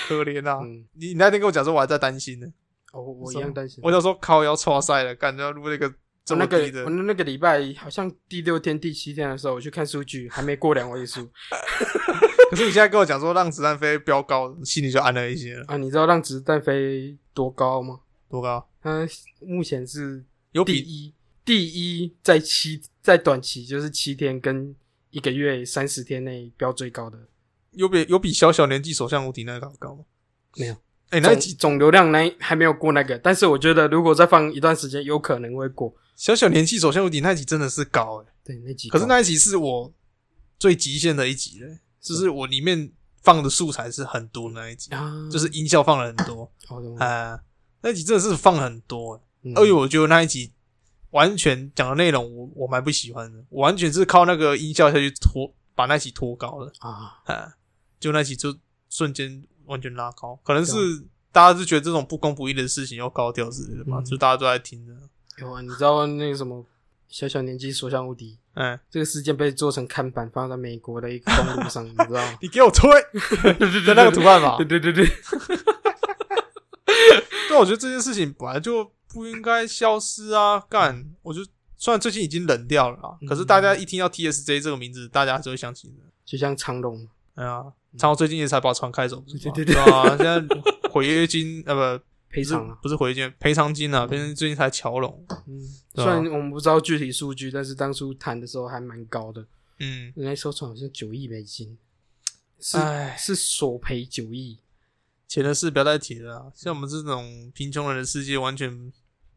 [SPEAKER 3] 可怜呐、
[SPEAKER 2] 嗯，
[SPEAKER 3] 你你那天跟我讲说，我还在担心呢。
[SPEAKER 2] 哦，我一
[SPEAKER 3] 什
[SPEAKER 2] 样
[SPEAKER 3] 么
[SPEAKER 2] 担心。
[SPEAKER 3] 我想说靠要错赛了，感觉要录那个这
[SPEAKER 2] 我
[SPEAKER 3] 么
[SPEAKER 2] 哦那个哦
[SPEAKER 3] 低的
[SPEAKER 2] 我，那个礼拜好像第六天、第七天的时候，我去看数据，还没过两位数
[SPEAKER 3] 可是你现在跟我讲说让子弹飞飙高，心里就安了一些了。
[SPEAKER 2] 啊！你知道让子弹飞多高吗？
[SPEAKER 3] 多高？
[SPEAKER 2] 它目前是
[SPEAKER 3] 有
[SPEAKER 2] 第
[SPEAKER 3] 比
[SPEAKER 2] 一，第一在七在短期就是七天跟一个月三十天内标最高的，
[SPEAKER 3] 有比有比小小年纪首相无敌那个高吗？
[SPEAKER 2] 没有。
[SPEAKER 3] 哎、那
[SPEAKER 2] 总
[SPEAKER 3] 一集
[SPEAKER 2] 总流量那一还没有过那个，但是我觉得如果再放一段时间，有可能会过。
[SPEAKER 3] 小小年纪首相无敌那一集真的是高哎、
[SPEAKER 2] 对，那几
[SPEAKER 3] 可是那一集是我最极限的一集了、就是我里面放的素材是很多那一集，
[SPEAKER 2] 啊，
[SPEAKER 3] 就是音效放了很多
[SPEAKER 2] 好的，
[SPEAKER 3] 啊、那一集真的是放很多、欸。
[SPEAKER 2] 嗯
[SPEAKER 3] 而且我觉得那一集完全讲的内容我我蛮不喜欢的，我完全是靠那个音效下去拖把那一集拖高的
[SPEAKER 2] 啊，
[SPEAKER 3] 啊，就那一集就瞬间完全拉高，可能是大家是觉得这种不公不义的事情要高调之类的吧，
[SPEAKER 2] 嗯
[SPEAKER 3] 就大家都在听的。
[SPEAKER 2] 有啊，你知道那个什么小小年纪所向无敌。
[SPEAKER 3] 哎，
[SPEAKER 2] 这个事件被做成看板放在美国的一个公
[SPEAKER 3] *laughs*
[SPEAKER 2] 路上，你知道吗？
[SPEAKER 3] *laughs* 你给我 *laughs* 吹的那个图案 *laughs* 吧
[SPEAKER 2] 对。对对对，
[SPEAKER 3] 但我觉得这件事情本来就不应该消失啊！干，我就虽然最近已经冷掉了啊，可是大家一听到 TSJ 这个名字，大家还是会想起的。
[SPEAKER 2] 就像长龙，
[SPEAKER 3] 哎呀，然后最近也才把船开走，不是吗
[SPEAKER 2] 对对对
[SPEAKER 3] 啊，现在毁约金呃不
[SPEAKER 2] 赔
[SPEAKER 3] 不是
[SPEAKER 2] 偿啊。
[SPEAKER 3] 不是毁约金赔偿金啊，变成最近才桥拢。
[SPEAKER 2] 嗯，
[SPEAKER 3] 对
[SPEAKER 2] 虽
[SPEAKER 3] 啊
[SPEAKER 2] 然我们不知道具体数据，但是当初谈的时候还蛮高的，
[SPEAKER 3] 嗯，
[SPEAKER 2] 那艘船好像九亿美金，是
[SPEAKER 3] 唉
[SPEAKER 2] 是索赔九亿。
[SPEAKER 3] 钱的事不要再提了啊，像我们这种贫穷人的世界，完全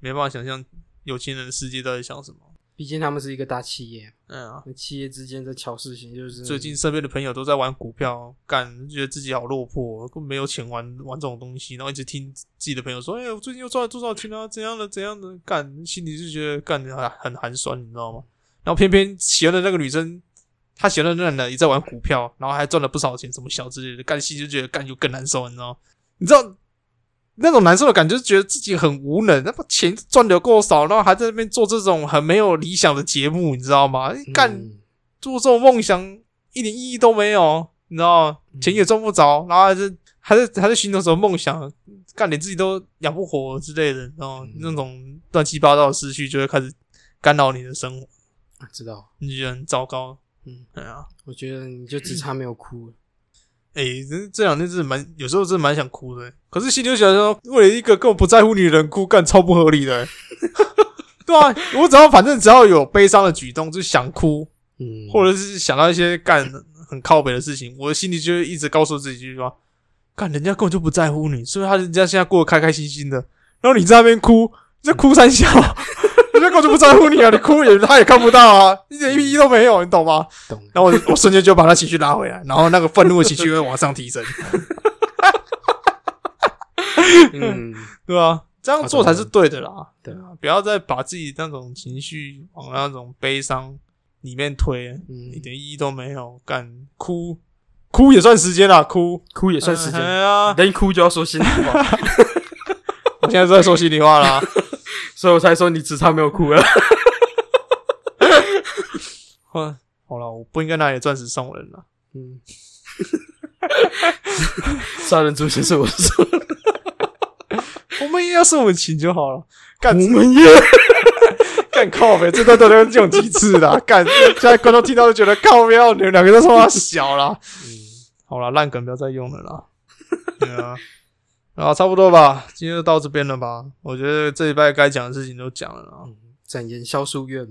[SPEAKER 3] 没办法想象有钱人的世界到底想什么。
[SPEAKER 2] 毕竟他们是一个大企业，
[SPEAKER 3] 哎呀，
[SPEAKER 2] 那企业之间在瞧事情，就是
[SPEAKER 3] 最近身边的朋友都在玩股票，干觉得自己好落魄，根本没有钱玩玩这种东西，然后一直听自己的朋友说：“哎、我最近又赚了多少钱啊？怎样的怎样的？”干，心里就觉得干很很寒酸，你知道吗？然后偏偏喜欢的那个女生，她喜欢的那个男的也在玩股票，然后还赚了不少钱，什么小之类的，干心里就觉得干就更难受，你知道吗？你知道那种难受的感觉，就觉得自己很无能，那么钱赚的够少，然后还在那边做这种很没有理想的节目，你知道吗？哎干。
[SPEAKER 2] 嗯
[SPEAKER 3] 做这种梦想一点意义都没有，你知道吗？
[SPEAKER 2] 嗯
[SPEAKER 3] 钱也赚不着，然后还是还是还是寻找什么梦想，干连自己都养不活之类的，然后
[SPEAKER 2] 嗯
[SPEAKER 3] 那种乱七八糟的思绪就会开始干扰你的生活，
[SPEAKER 2] 啊知道，
[SPEAKER 3] 你就觉得很糟糕。
[SPEAKER 2] 嗯，
[SPEAKER 3] 对啊，
[SPEAKER 2] 我觉得你就只差没有哭了。
[SPEAKER 3] 诶、这这两天真的蛮，有时候真的蛮想哭的、可是心里就想说，为了一个根本不在乎你的人哭，干超不合理的、 *laughs* 对啊，我只要反正只要有悲伤的举动，就想哭，
[SPEAKER 2] 嗯，
[SPEAKER 3] 或者是想到一些干很靠北的事情，我心里就会一直告诉自己一句话：干，人家根本就不在乎你，所以他人家现在过得开开心心的，然后你在那边哭，你在哭三笑， *laughs* 人家根本就不在乎你啊，你哭也他也看不到啊，一点意义都没有，你懂吗？
[SPEAKER 2] 懂
[SPEAKER 3] 然后我我瞬间就 *laughs* 把他情绪拉回来，然后那个愤怒的情绪会往上提升，
[SPEAKER 2] 嗯，
[SPEAKER 3] 对吧、这样做才是对的啦，
[SPEAKER 2] 对
[SPEAKER 3] 啊，不要再把自己那种情绪往那种悲伤里面推，
[SPEAKER 2] 嗯
[SPEAKER 3] 一点意义都没有，干哭哭也算时间啦，哭
[SPEAKER 2] *laughs* 哭也
[SPEAKER 3] 也
[SPEAKER 2] 算时间。
[SPEAKER 3] 啊！
[SPEAKER 2] 人一哎哭就要说心里 *laughs* 话，
[SPEAKER 3] 我现在在说心里话啦，
[SPEAKER 2] 所以我才说你只差没有哭哎了。
[SPEAKER 3] 哼 *laughs* 好了，我不应该拿你的钻石送人了。
[SPEAKER 2] 嗯， *laughs* 杀人诛心是我说，
[SPEAKER 3] 我们也要送我们情就好了，干
[SPEAKER 2] 我们也
[SPEAKER 3] 干靠呗，这段都能用几次啦？干，现在观众听到都觉得靠喵，你们两个都说他小啦。好啦，烂梗不要再用了啦。嗯对 *laughs* 啊，啊，差不多吧，今天就到这边了吧。我觉得这一拜该讲的事情都讲了啦。
[SPEAKER 2] 展颜萧书院，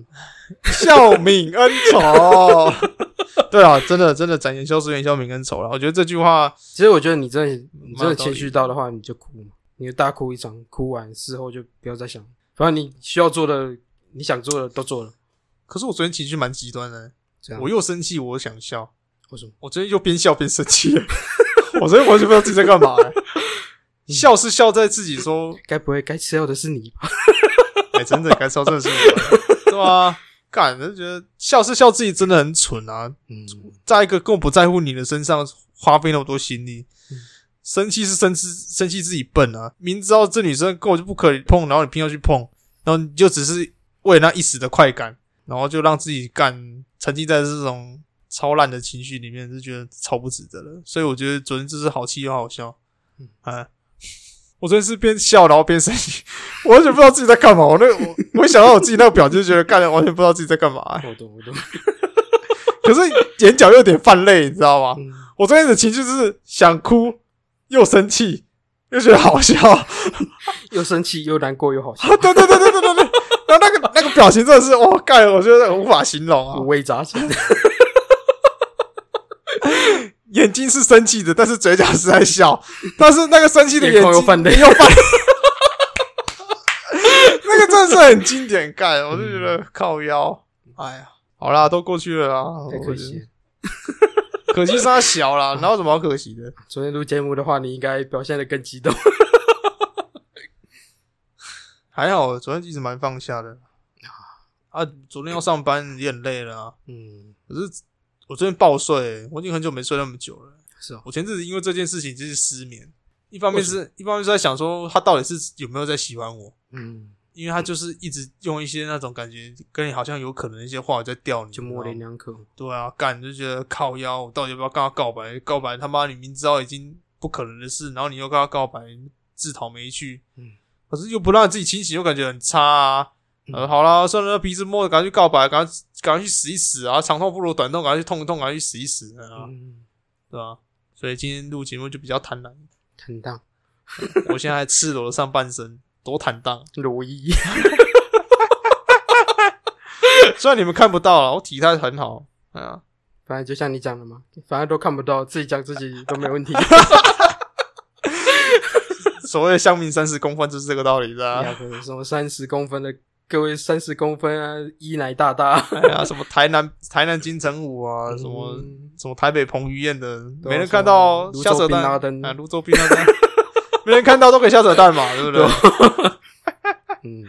[SPEAKER 3] 笑泯恩仇。 *laughs* 对啊，真的真的展颜消失，元笑泯恩仇了。我觉得这句话，
[SPEAKER 2] 其实我觉得你真的你
[SPEAKER 3] 蛮
[SPEAKER 2] 真
[SPEAKER 3] 有
[SPEAKER 2] 的
[SPEAKER 3] 道
[SPEAKER 2] 情
[SPEAKER 3] 理
[SPEAKER 2] 绪到的话，你就哭嘛，你就大哭一场，哭完事后就不要再想，反正你需要做的、你想做的都做了，
[SPEAKER 3] 可是我昨天情绪蛮极端的，
[SPEAKER 2] 这样。
[SPEAKER 3] 我又生气，我又想笑，
[SPEAKER 2] 为什么？
[SPEAKER 3] 我昨天又边笑边生气， *laughs* 我昨天完全不知道自己在干嘛、欸笑是笑在自己说，
[SPEAKER 2] 该不会该吃药的是你吧？
[SPEAKER 3] 哎、真的该笑，真的是我，对啊，干，就觉得笑是笑自己真的很蠢啊，
[SPEAKER 2] 嗯，
[SPEAKER 3] 在一个更不在乎你的身上花费那么多心力。生气是生气，生气自己笨啊！明知道这女生根本就不可以碰，然后你偏要去碰，然后你就只是为了那一时的快感，然后就让自己干沉浸在这种超烂的情绪里面，就觉得超不值得了。所以我觉得昨天就是好气又好笑，
[SPEAKER 2] 嗯
[SPEAKER 3] 啊！我昨天是边笑然后边生气，我完全不知道自己在干嘛。我那我我一想到我自己那个表情，就觉得干完全不知道自己在干嘛、
[SPEAKER 2] 我懂，我懂。
[SPEAKER 3] 可是眼角又有点泛泪，你知道吗？
[SPEAKER 2] *laughs* 嗯
[SPEAKER 3] 我昨天的情绪就是想哭，又生气，又觉得好笑。 *laughs*
[SPEAKER 2] 又生气又难过又好笑，
[SPEAKER 3] 对对对对对对对。然后那个那个表情真的是，哇，干，我觉得无法形容
[SPEAKER 2] 五
[SPEAKER 3] 啊。
[SPEAKER 2] 味杂 *laughs* 陈。
[SPEAKER 3] 眼睛是生气的，但是嘴角是在笑，但是那个生气的眼睛
[SPEAKER 2] 眼眶又泛泪
[SPEAKER 3] 又泛 *laughs* 那个真的是很经典，干，我就觉得靠腰，哎呀，好啦，都过去了啦，
[SPEAKER 2] 太可
[SPEAKER 3] 我
[SPEAKER 2] 惜了。
[SPEAKER 3] 觉得，可惜是他小啦，哪有什么好可惜的？
[SPEAKER 2] 昨天录节目的话，你应该表现的更激动。
[SPEAKER 3] 还好，昨天其实蛮放下的。啊，昨天要上班也很累了、啊，
[SPEAKER 2] 嗯，
[SPEAKER 3] 可是我昨天爆睡、我已经很久没睡那么久了。
[SPEAKER 2] *laughs* 是哦，
[SPEAKER 3] 我前阵子因为这件事情就是失眠，一方面是一方面是在想说他到底是有没有在喜欢我，
[SPEAKER 2] 嗯，
[SPEAKER 3] 因为他就是一直用一些那种感觉跟你好像有可能的一些话在吊你，
[SPEAKER 2] 就模棱
[SPEAKER 3] 你知道吗
[SPEAKER 2] 两可。
[SPEAKER 3] 对啊，干就觉得靠腰，我到底要不要跟他告白？告白他妈你明知道已经不可能的事，然后你又跟他告白，自讨没趣。
[SPEAKER 2] 嗯，
[SPEAKER 3] 可是又不让自己清醒，又感觉很差啊。
[SPEAKER 2] 嗯
[SPEAKER 3] 呃，好啦，算了，鼻子摸着，赶快去告白，赶快赶快去死一死啊！长痛不如短痛，赶快去痛一痛，赶快去死一死啊，
[SPEAKER 2] 嗯，
[SPEAKER 3] 对吧、所以今天录节目就比较坦然，
[SPEAKER 2] 坦荡
[SPEAKER 3] 我现在还赤裸了上半身，多坦荡。 *laughs*
[SPEAKER 2] 罗伊，
[SPEAKER 3] 虽然你们看不到了，我体态很好，哎呀，
[SPEAKER 2] 反正就像你讲的嘛，反正都看不到，自己讲自己都没问题。
[SPEAKER 3] 所谓的乡民三十公分就是这个道理的、 *laughs* 啊。
[SPEAKER 2] *laughs* 对啊什么三十公分的，各位三十公分啊，一奶大大，
[SPEAKER 3] *laughs* 哎呀，什么台南台南金城武 *laughs* 啊，什么
[SPEAKER 2] 嗯
[SPEAKER 3] 什么台北彭于晏的，
[SPEAKER 2] 对啊
[SPEAKER 3] 没人看到
[SPEAKER 2] 什么
[SPEAKER 3] 瞎扯
[SPEAKER 2] 泸州宾拉
[SPEAKER 3] 淡
[SPEAKER 2] 登
[SPEAKER 3] 啊，泸州宾拉登， *laughs* 没人看到都可以瞎扯淡嘛，对不
[SPEAKER 2] 啊
[SPEAKER 3] 对？
[SPEAKER 2] 嗯，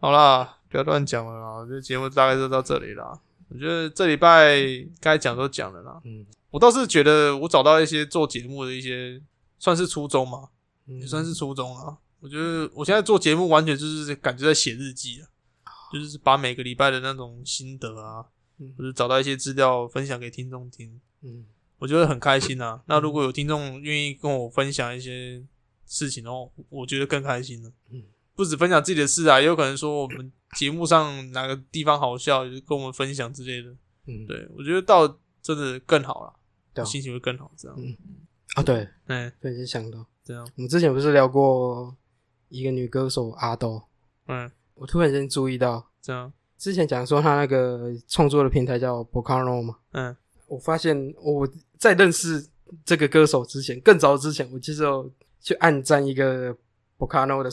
[SPEAKER 3] 好啦，不要乱讲了啦，这节目大概就到这里啦。我觉得这礼拜该讲都讲了啦。
[SPEAKER 2] 嗯，
[SPEAKER 3] 我倒是觉得我找到一些做节目的一些算是初衷嘛，也
[SPEAKER 2] 也
[SPEAKER 3] 算是初衷啦。我觉得我现在做节目完全就是感觉在写日记啊，就是把每个礼拜的那种心得啊，
[SPEAKER 2] 嗯
[SPEAKER 3] 或者找到一些资料分享给听众听，
[SPEAKER 2] 嗯
[SPEAKER 3] 我觉得很开心啊。那如果有听众愿意跟我分享一些事情的话，我觉得更开心了
[SPEAKER 2] 嗯。
[SPEAKER 3] 不止分享自己的事啊，也有可能说我们节目上哪个地方好笑，就跟我们分享之类的。
[SPEAKER 2] 嗯，
[SPEAKER 3] 对我觉得到真的更好了，
[SPEAKER 2] 对啊
[SPEAKER 3] 心情会更好。这样，
[SPEAKER 2] 嗯啊，对，
[SPEAKER 3] 哎，
[SPEAKER 2] 突然间想到，
[SPEAKER 3] 这样，
[SPEAKER 2] 我们之前不是聊过一个女歌手阿豆，
[SPEAKER 3] 嗯，
[SPEAKER 2] 我突然间注意到，
[SPEAKER 3] 这样，
[SPEAKER 2] 之前讲说她那个创作的平台叫 Bocano 嘛，
[SPEAKER 3] 嗯，
[SPEAKER 2] 我发现我在认识这个歌手之前，更早之前，我其实有去暗赞一个 Bocano 的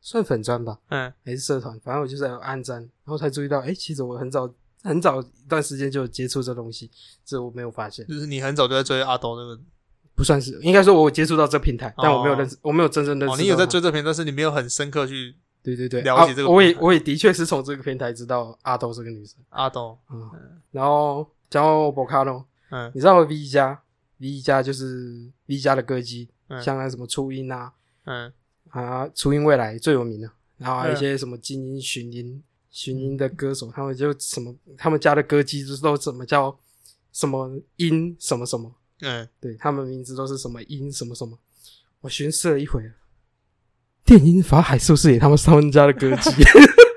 [SPEAKER 2] 算粉砖吧，
[SPEAKER 3] 嗯，
[SPEAKER 2] 还是社团，反正我就是有暗赞，然后才注意到，哎、其实我很早很早一段时间就有接触这东西，这我没有发现，
[SPEAKER 3] 就是你很早就在追阿斗那个，
[SPEAKER 2] 不算是，应该说我有接触到这平台，但我没有认识，我没有真正认识、
[SPEAKER 3] 哦，你有在？追这篇，但是你没有很深刻去
[SPEAKER 2] 对对对，
[SPEAKER 3] 了解这个
[SPEAKER 2] 啊我也
[SPEAKER 3] 平台
[SPEAKER 2] 我也的确是从这个平台知道阿豆这个女生，
[SPEAKER 3] 阿斗，
[SPEAKER 2] 嗯，然后讲到 Bocano，
[SPEAKER 3] 嗯
[SPEAKER 2] 你知道 V 加 V 加就是 V 加的歌姬，
[SPEAKER 3] 嗯
[SPEAKER 2] 像那什么初音啊
[SPEAKER 3] 嗯
[SPEAKER 2] 啊初音未来最有名的，然后还有一些什么精英寻音寻音的歌手，他们就什么他们家的歌姬就是都怎么叫什么音什么什么，
[SPEAKER 3] 嗯，
[SPEAKER 2] 对他们名字都是什么音什么什么，我寻思了一回。电音法海是不是也他们他们家的歌姬？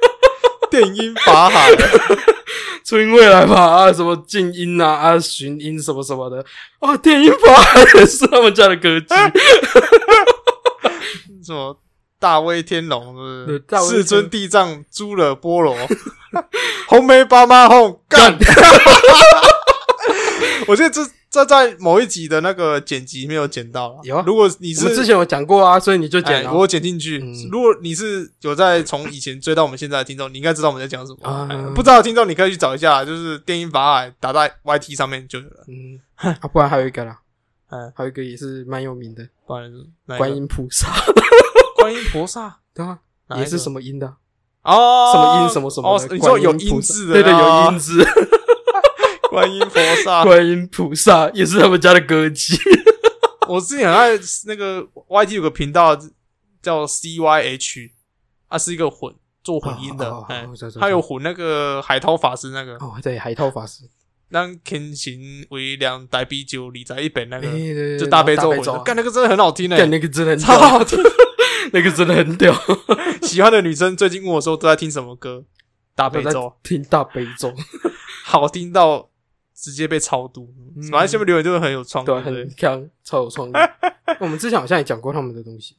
[SPEAKER 2] *laughs*
[SPEAKER 3] 电音法海，
[SPEAKER 2] 初音未来吧，啊，什么静音啊，啊，寻音什么什么的，啊，电音法海也是他们家的歌姬。
[SPEAKER 3] 什么大威天龙是不
[SPEAKER 2] 对
[SPEAKER 3] 是？
[SPEAKER 2] 大威天
[SPEAKER 3] 世尊地藏诸惹波罗， *laughs* 红梅巴妈哄干。 *laughs* 我觉得这这在某一集的那个剪辑没有剪到了。
[SPEAKER 2] 有啊
[SPEAKER 3] 如果你
[SPEAKER 2] 我们
[SPEAKER 3] 是
[SPEAKER 2] 之前有讲过啊，所以你就
[SPEAKER 3] 哎
[SPEAKER 2] 剪了、
[SPEAKER 3] 我有剪进去
[SPEAKER 2] 嗯。
[SPEAKER 3] 如果你是有在从以前追到我们现在的听众，你应该知道我们在讲什么。
[SPEAKER 2] 啊
[SPEAKER 3] 哎不知道的听众，你可以去找一下，就是电音法海打在 YT 上面就有了。
[SPEAKER 2] 嗯，啊，不然还有一个啦，
[SPEAKER 3] 哎，
[SPEAKER 2] 还有一个也是蛮有名的，
[SPEAKER 3] 不然是哪一个
[SPEAKER 2] 观音菩萨，
[SPEAKER 3] 观音菩萨
[SPEAKER 2] 对啊，
[SPEAKER 3] 哪一
[SPEAKER 2] 也
[SPEAKER 3] 个
[SPEAKER 2] 是什么音的，
[SPEAKER 3] 哦，
[SPEAKER 2] 什么音什么什么
[SPEAKER 3] 哦
[SPEAKER 2] 的，，
[SPEAKER 3] 你说有
[SPEAKER 2] 观音菩
[SPEAKER 3] 音
[SPEAKER 2] 萨
[SPEAKER 3] 字的，哦
[SPEAKER 2] 对对，有音字，
[SPEAKER 3] *laughs* 观音菩萨。
[SPEAKER 2] 观音菩萨也是他们家的歌姬。
[SPEAKER 3] 我之前很爱那个 YT 有个频道叫 CYH，它啊是一个混做混音的
[SPEAKER 2] 哦哦哦，
[SPEAKER 3] 哎
[SPEAKER 2] 我知道知道
[SPEAKER 3] 他有混那个海涛法师那个，
[SPEAKER 2] 哦，对，海涛法师，
[SPEAKER 3] 让天行为两台啤酒，理在一本那
[SPEAKER 2] 哎
[SPEAKER 3] 个，
[SPEAKER 2] 对对对
[SPEAKER 3] 就大悲咒混
[SPEAKER 2] 大
[SPEAKER 3] 的
[SPEAKER 2] 啊，
[SPEAKER 3] 干那个真的很好听欸
[SPEAKER 2] 干
[SPEAKER 3] 诶，
[SPEAKER 2] 那个真的很
[SPEAKER 3] 超
[SPEAKER 2] 屌，
[SPEAKER 3] 好听。
[SPEAKER 2] 那个真的很屌，
[SPEAKER 3] *laughs* 喜欢的女生最近问我说都在听什么歌，大悲
[SPEAKER 2] *laughs* 我在
[SPEAKER 3] 咒
[SPEAKER 2] 听大悲咒，
[SPEAKER 3] 好听到直接被超度，
[SPEAKER 2] 嗯
[SPEAKER 3] 反正下面留言就会很有创意。
[SPEAKER 2] 对，
[SPEAKER 3] 对不
[SPEAKER 2] 很
[SPEAKER 3] 对，
[SPEAKER 2] 强，超有创意。我们之前好像也讲过他们的东西，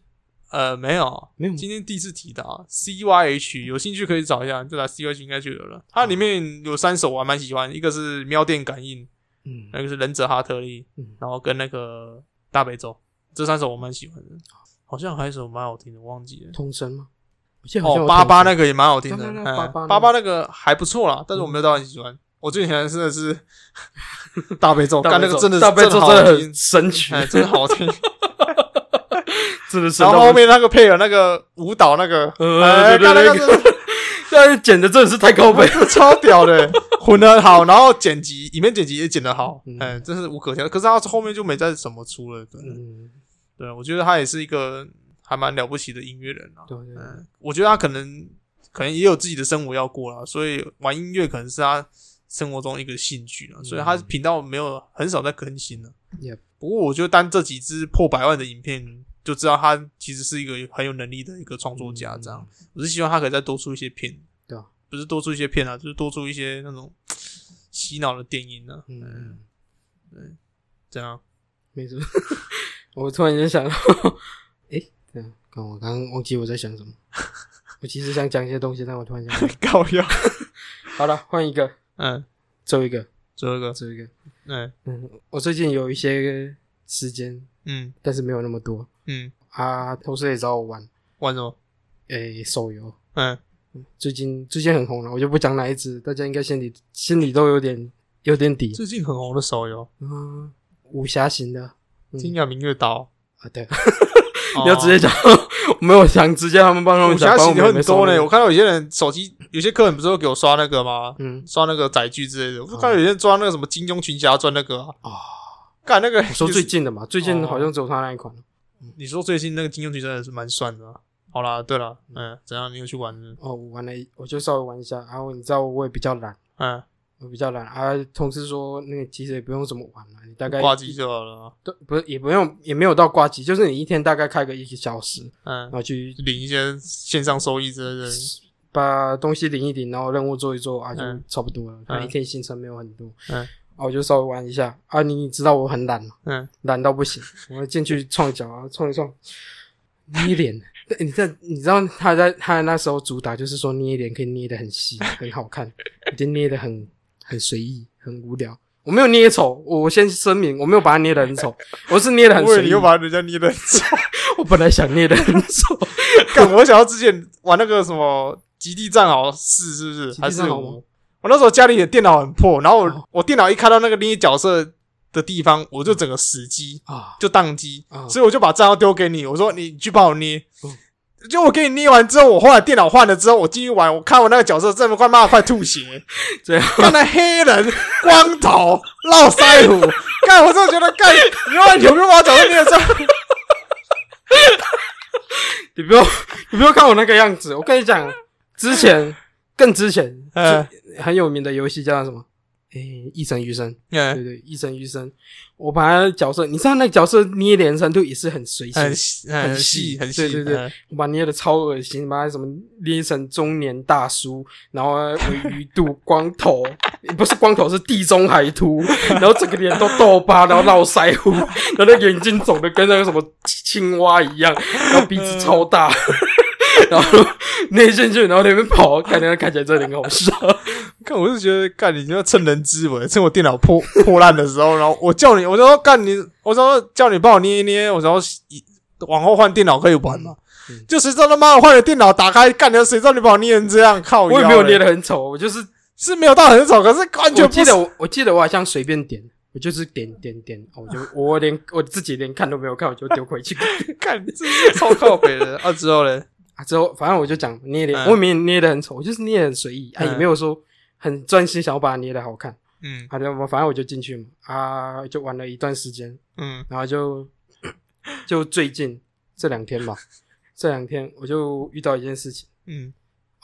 [SPEAKER 3] 呃，没有，
[SPEAKER 2] 没有吗
[SPEAKER 3] 今天第一次提到啊 CYH，有兴趣可以找一下，就打 CYH 应该就有了。它里面有三首我还蛮喜欢，一个是《喵电感应》，
[SPEAKER 2] 嗯
[SPEAKER 3] 那个是《忍者哈特利》
[SPEAKER 2] 嗯，
[SPEAKER 3] 然后跟那个《大悲咒》，这三首我蛮喜欢的。好像还有一首蛮好听的，我忘记了。
[SPEAKER 2] 通声吗？我记得好
[SPEAKER 3] 哦，
[SPEAKER 2] 像有
[SPEAKER 3] 八八
[SPEAKER 2] 童声
[SPEAKER 3] 那个也蛮好听的，
[SPEAKER 2] 对对
[SPEAKER 3] 嗯
[SPEAKER 2] 对八八那个
[SPEAKER 3] 八八那个还不错啦，但是我没有到很喜欢。我最喜欢的真的是大悲咒，
[SPEAKER 2] 大
[SPEAKER 3] *laughs* 干
[SPEAKER 2] 悲
[SPEAKER 3] 那
[SPEAKER 2] 咒
[SPEAKER 3] 个真的
[SPEAKER 2] 大悲咒
[SPEAKER 3] 真的
[SPEAKER 2] 真
[SPEAKER 3] 好
[SPEAKER 2] 的
[SPEAKER 3] 听
[SPEAKER 2] 很神曲，
[SPEAKER 3] 哎，真的
[SPEAKER 2] *laughs*
[SPEAKER 3] 好听。
[SPEAKER 2] 真的是。
[SPEAKER 3] 然后后面那个配有那个舞蹈那个，
[SPEAKER 2] 呃
[SPEAKER 3] 哎，
[SPEAKER 2] 对对
[SPEAKER 3] 干那
[SPEAKER 2] 对
[SPEAKER 3] 个真的
[SPEAKER 2] 但是剪的真的是太高
[SPEAKER 3] 我
[SPEAKER 2] 倍
[SPEAKER 3] 们，是 *laughs* 超屌的，混的好，然后剪辑里面剪辑也剪得好，
[SPEAKER 2] 嗯
[SPEAKER 3] 哎，真是无可挑剔。可是他后面就没再怎么出了，对
[SPEAKER 2] 嗯，
[SPEAKER 3] 对，我觉得他也是一个还蛮了不起的音乐人啊。
[SPEAKER 2] 对对对，
[SPEAKER 3] 嗯，我觉得他可能可能也有自己的生活要过啦，所以玩音乐可能是他生活中一个兴趣啊，所以他频道没有很少在更新了。
[SPEAKER 2] 嗯 Yep
[SPEAKER 3] 不过我觉得单这几支破百万的影片，就知道他其实是一个很有能力的一个创作家。
[SPEAKER 2] 嗯
[SPEAKER 3] 这样，我是希望他可以再多出一些片，
[SPEAKER 2] 对啊，
[SPEAKER 3] 不是多出一些片啊，就是多出一些那种 *sniffs* 洗脑的电音啊。
[SPEAKER 2] 嗯，嗯，
[SPEAKER 3] 这样啊
[SPEAKER 2] 没错。 *laughs* 我突然间想到，哎、对啊，刚我刚刚忘记我在想什么。我其实想讲一些东西，但我突然想到，
[SPEAKER 3] *laughs* 搞笑。
[SPEAKER 2] 好了，换一个，
[SPEAKER 3] 嗯，
[SPEAKER 2] 最后一个，
[SPEAKER 3] 最后一个，
[SPEAKER 2] 最后一个。
[SPEAKER 3] 嗯
[SPEAKER 2] 嗯，我最近有一些时间，
[SPEAKER 3] 嗯
[SPEAKER 2] 但是没有那么多
[SPEAKER 3] 嗯，
[SPEAKER 2] 啊。同事也找我玩，
[SPEAKER 3] 玩什么？
[SPEAKER 2] 诶、手游。
[SPEAKER 3] 嗯，
[SPEAKER 2] 最近最近很红了，我就不讲哪一支，大家应该心里心里都有点有点底。
[SPEAKER 3] 最近很红的手游
[SPEAKER 2] 嗯，武侠型的
[SPEAKER 3] 《
[SPEAKER 2] 嗯
[SPEAKER 3] 金雅明月刀》。
[SPEAKER 2] 啊，对， *laughs*
[SPEAKER 3] 哦
[SPEAKER 2] 你要直接讲， *laughs* 我没有想直接他们帮他
[SPEAKER 3] 武
[SPEAKER 2] 们讲，
[SPEAKER 3] 侠
[SPEAKER 2] 帮我
[SPEAKER 3] 型的
[SPEAKER 2] 们也
[SPEAKER 3] 很
[SPEAKER 2] 没收
[SPEAKER 3] 多
[SPEAKER 2] 入
[SPEAKER 3] 呢，我看到有些人手机，有些客人不是会给我刷那个吗？
[SPEAKER 2] 嗯
[SPEAKER 3] 刷那个载具之类的，我看到有些人抓那个什么金庸群侠传那个啊，
[SPEAKER 2] 啊，
[SPEAKER 3] 干那个
[SPEAKER 2] 我说最
[SPEAKER 3] 就是
[SPEAKER 2] 近的嘛，最近
[SPEAKER 3] 哦
[SPEAKER 2] 好像只有他那一款。
[SPEAKER 3] 你说最近那个金庸群侠传是蛮酸的啊。好啦，对了，嗯，怎样？你有去玩是不是？
[SPEAKER 2] 哦，我玩了一，我就稍微玩一下，然后你知道我也比较懒，
[SPEAKER 3] 嗯，
[SPEAKER 2] 我比较懒啊。同事说那个其实也不用怎么玩了，你大概
[SPEAKER 3] 挂机就好了啊。
[SPEAKER 2] 都不是也不用也没有到挂机，就是你一天大概开个一个小时，然
[SPEAKER 3] 嗯，
[SPEAKER 2] 后去
[SPEAKER 3] 领一些线上收益之类的。
[SPEAKER 2] 把东西领一领，然后任务做一做啊，就
[SPEAKER 3] 嗯
[SPEAKER 2] 差不多了。他
[SPEAKER 3] 嗯
[SPEAKER 2] 一天行程没有很多，
[SPEAKER 3] 嗯
[SPEAKER 2] 啊，我就稍微玩一下啊。你知道我很懒嘛，
[SPEAKER 3] 嗯，
[SPEAKER 2] 懒到
[SPEAKER 3] *laughs*
[SPEAKER 2] 不行，我进去撞脚啊，撞一撞，捏脸。对你这你知道他在他那时候主打就是说捏脸可以捏的很
[SPEAKER 3] *laughs*
[SPEAKER 2] 细，很好看，已经捏的很很随意，很无聊。我没有捏丑，我我先声明，我没有把它捏的很丑，我是捏的很
[SPEAKER 3] 我以为
[SPEAKER 2] 随
[SPEAKER 3] 你
[SPEAKER 2] 意。
[SPEAKER 3] 又把人家捏的，
[SPEAKER 2] 我本来想捏的很丑，
[SPEAKER 3] *laughs* 干！我想到之前玩那个什么《极地战壕四》，是不是？
[SPEAKER 2] 极
[SPEAKER 3] 还
[SPEAKER 2] 地
[SPEAKER 3] 是
[SPEAKER 2] 战
[SPEAKER 3] 有嗯
[SPEAKER 2] 壕
[SPEAKER 3] 我那时候家里的电脑很破，然后我
[SPEAKER 2] 哦
[SPEAKER 3] 我电脑一看到那个另一角色的地方，我就整个死机。
[SPEAKER 2] 啊，
[SPEAKER 3] 就宕机，
[SPEAKER 2] 啊
[SPEAKER 3] 所以我就把账号丢给你，我说你去帮我捏
[SPEAKER 2] 嗯。
[SPEAKER 3] 就我给你捏完之后，我后来电脑换了之后，我进去玩，我看我那个角色真的快骂得快吐血，
[SPEAKER 2] 这样
[SPEAKER 3] 看那黑人光头络腮胡，干我真的觉得干，你他妈有没有把角色捏 *laughs* 上？
[SPEAKER 2] 你不要，你不要看我那个样子。我跟你讲，之前更之前，
[SPEAKER 3] *laughs* 嗯
[SPEAKER 2] 就很有名的游戏叫什么？诶、一生余生，对
[SPEAKER 3] 嗯，
[SPEAKER 2] 对，一生余生。我把他的角色，你知道那个角色捏脸程度也是很随性，
[SPEAKER 3] 很细很细很细，嗯
[SPEAKER 2] 对对对，我把捏的超恶心，把他什么捏成中年大叔，然后尾鱼肚、光头， *laughs* 不是光头是地中海秃， *laughs* 然后整个脸都痘疤，然后络腮胡， *laughs* 然后那眼睛肿的跟那个什么青蛙一样，然后鼻子超大， *laughs* 然后内进去，然后在那边跑，看那看起来真的很
[SPEAKER 3] *laughs*
[SPEAKER 2] 好笑。
[SPEAKER 3] 看，我是觉得干，你要趁人之危，趁我电脑破破烂的时候，然后我叫你，我就说干你，我说叫你帮我捏一捏，我说往后换电脑可以玩嘛。
[SPEAKER 2] 嗯嗯
[SPEAKER 3] 就谁知道他妈的换了电脑打开，干的谁知道你把我捏成这样？靠腰嘞！
[SPEAKER 2] 我也没有捏的很丑，我就是
[SPEAKER 3] 是没有到很丑，可是完全
[SPEAKER 2] 我
[SPEAKER 3] 不
[SPEAKER 2] 记
[SPEAKER 3] 是
[SPEAKER 2] 得我我记得我好像随便点。我就是点点点，我就我连我自己连看都没有看，我就丢回去。
[SPEAKER 3] 干，这是超靠北的。啊之后嘞，
[SPEAKER 2] 啊，之后反正我就讲捏脸，
[SPEAKER 3] 嗯
[SPEAKER 2] 我也没捏的很丑，我就是捏的很随意，啊，也
[SPEAKER 3] 嗯
[SPEAKER 2] 没有说很专心想要把它捏的好看。
[SPEAKER 3] 嗯
[SPEAKER 2] 啊，然后反正我就进去嘛，啊，就玩了一段时间，
[SPEAKER 3] 嗯
[SPEAKER 2] 然后就就最近这两天吧，这两天我就遇到一件事情。
[SPEAKER 3] 嗯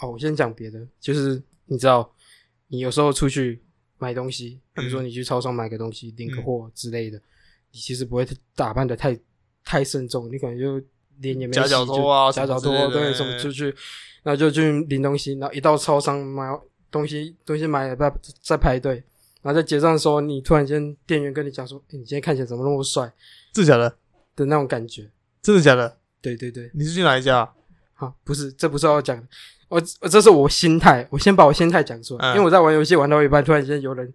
[SPEAKER 2] 哦，我先讲别的，就是你知道，你有时候出去买东西，比如说
[SPEAKER 3] 嗯
[SPEAKER 2] 你去超商买个东西、领个货之类的，你其实不会打扮的太太慎重，你可能就脸也没洗
[SPEAKER 3] 夹脚拖啊
[SPEAKER 2] 就夹
[SPEAKER 3] 什么
[SPEAKER 2] 脚
[SPEAKER 3] 之类
[SPEAKER 2] 拖
[SPEAKER 3] 的哎
[SPEAKER 2] 对，什么出去，然后就去领东西，然后一到超商买东西，东西买了在在排队。然后在结账的时候，你突然间店员跟你讲说：“哎诶你今天看起来怎么那么帅
[SPEAKER 3] 真的假的？？”
[SPEAKER 2] 的那种感觉。
[SPEAKER 3] 真的假的？
[SPEAKER 2] 对对对，
[SPEAKER 3] 你是去哪一家？啊
[SPEAKER 2] 好，不是，这不是要讲的，我我这是我心态，我先把我心态讲出来，
[SPEAKER 3] 嗯
[SPEAKER 2] 因为我在玩游戏玩到一半，突然间有人、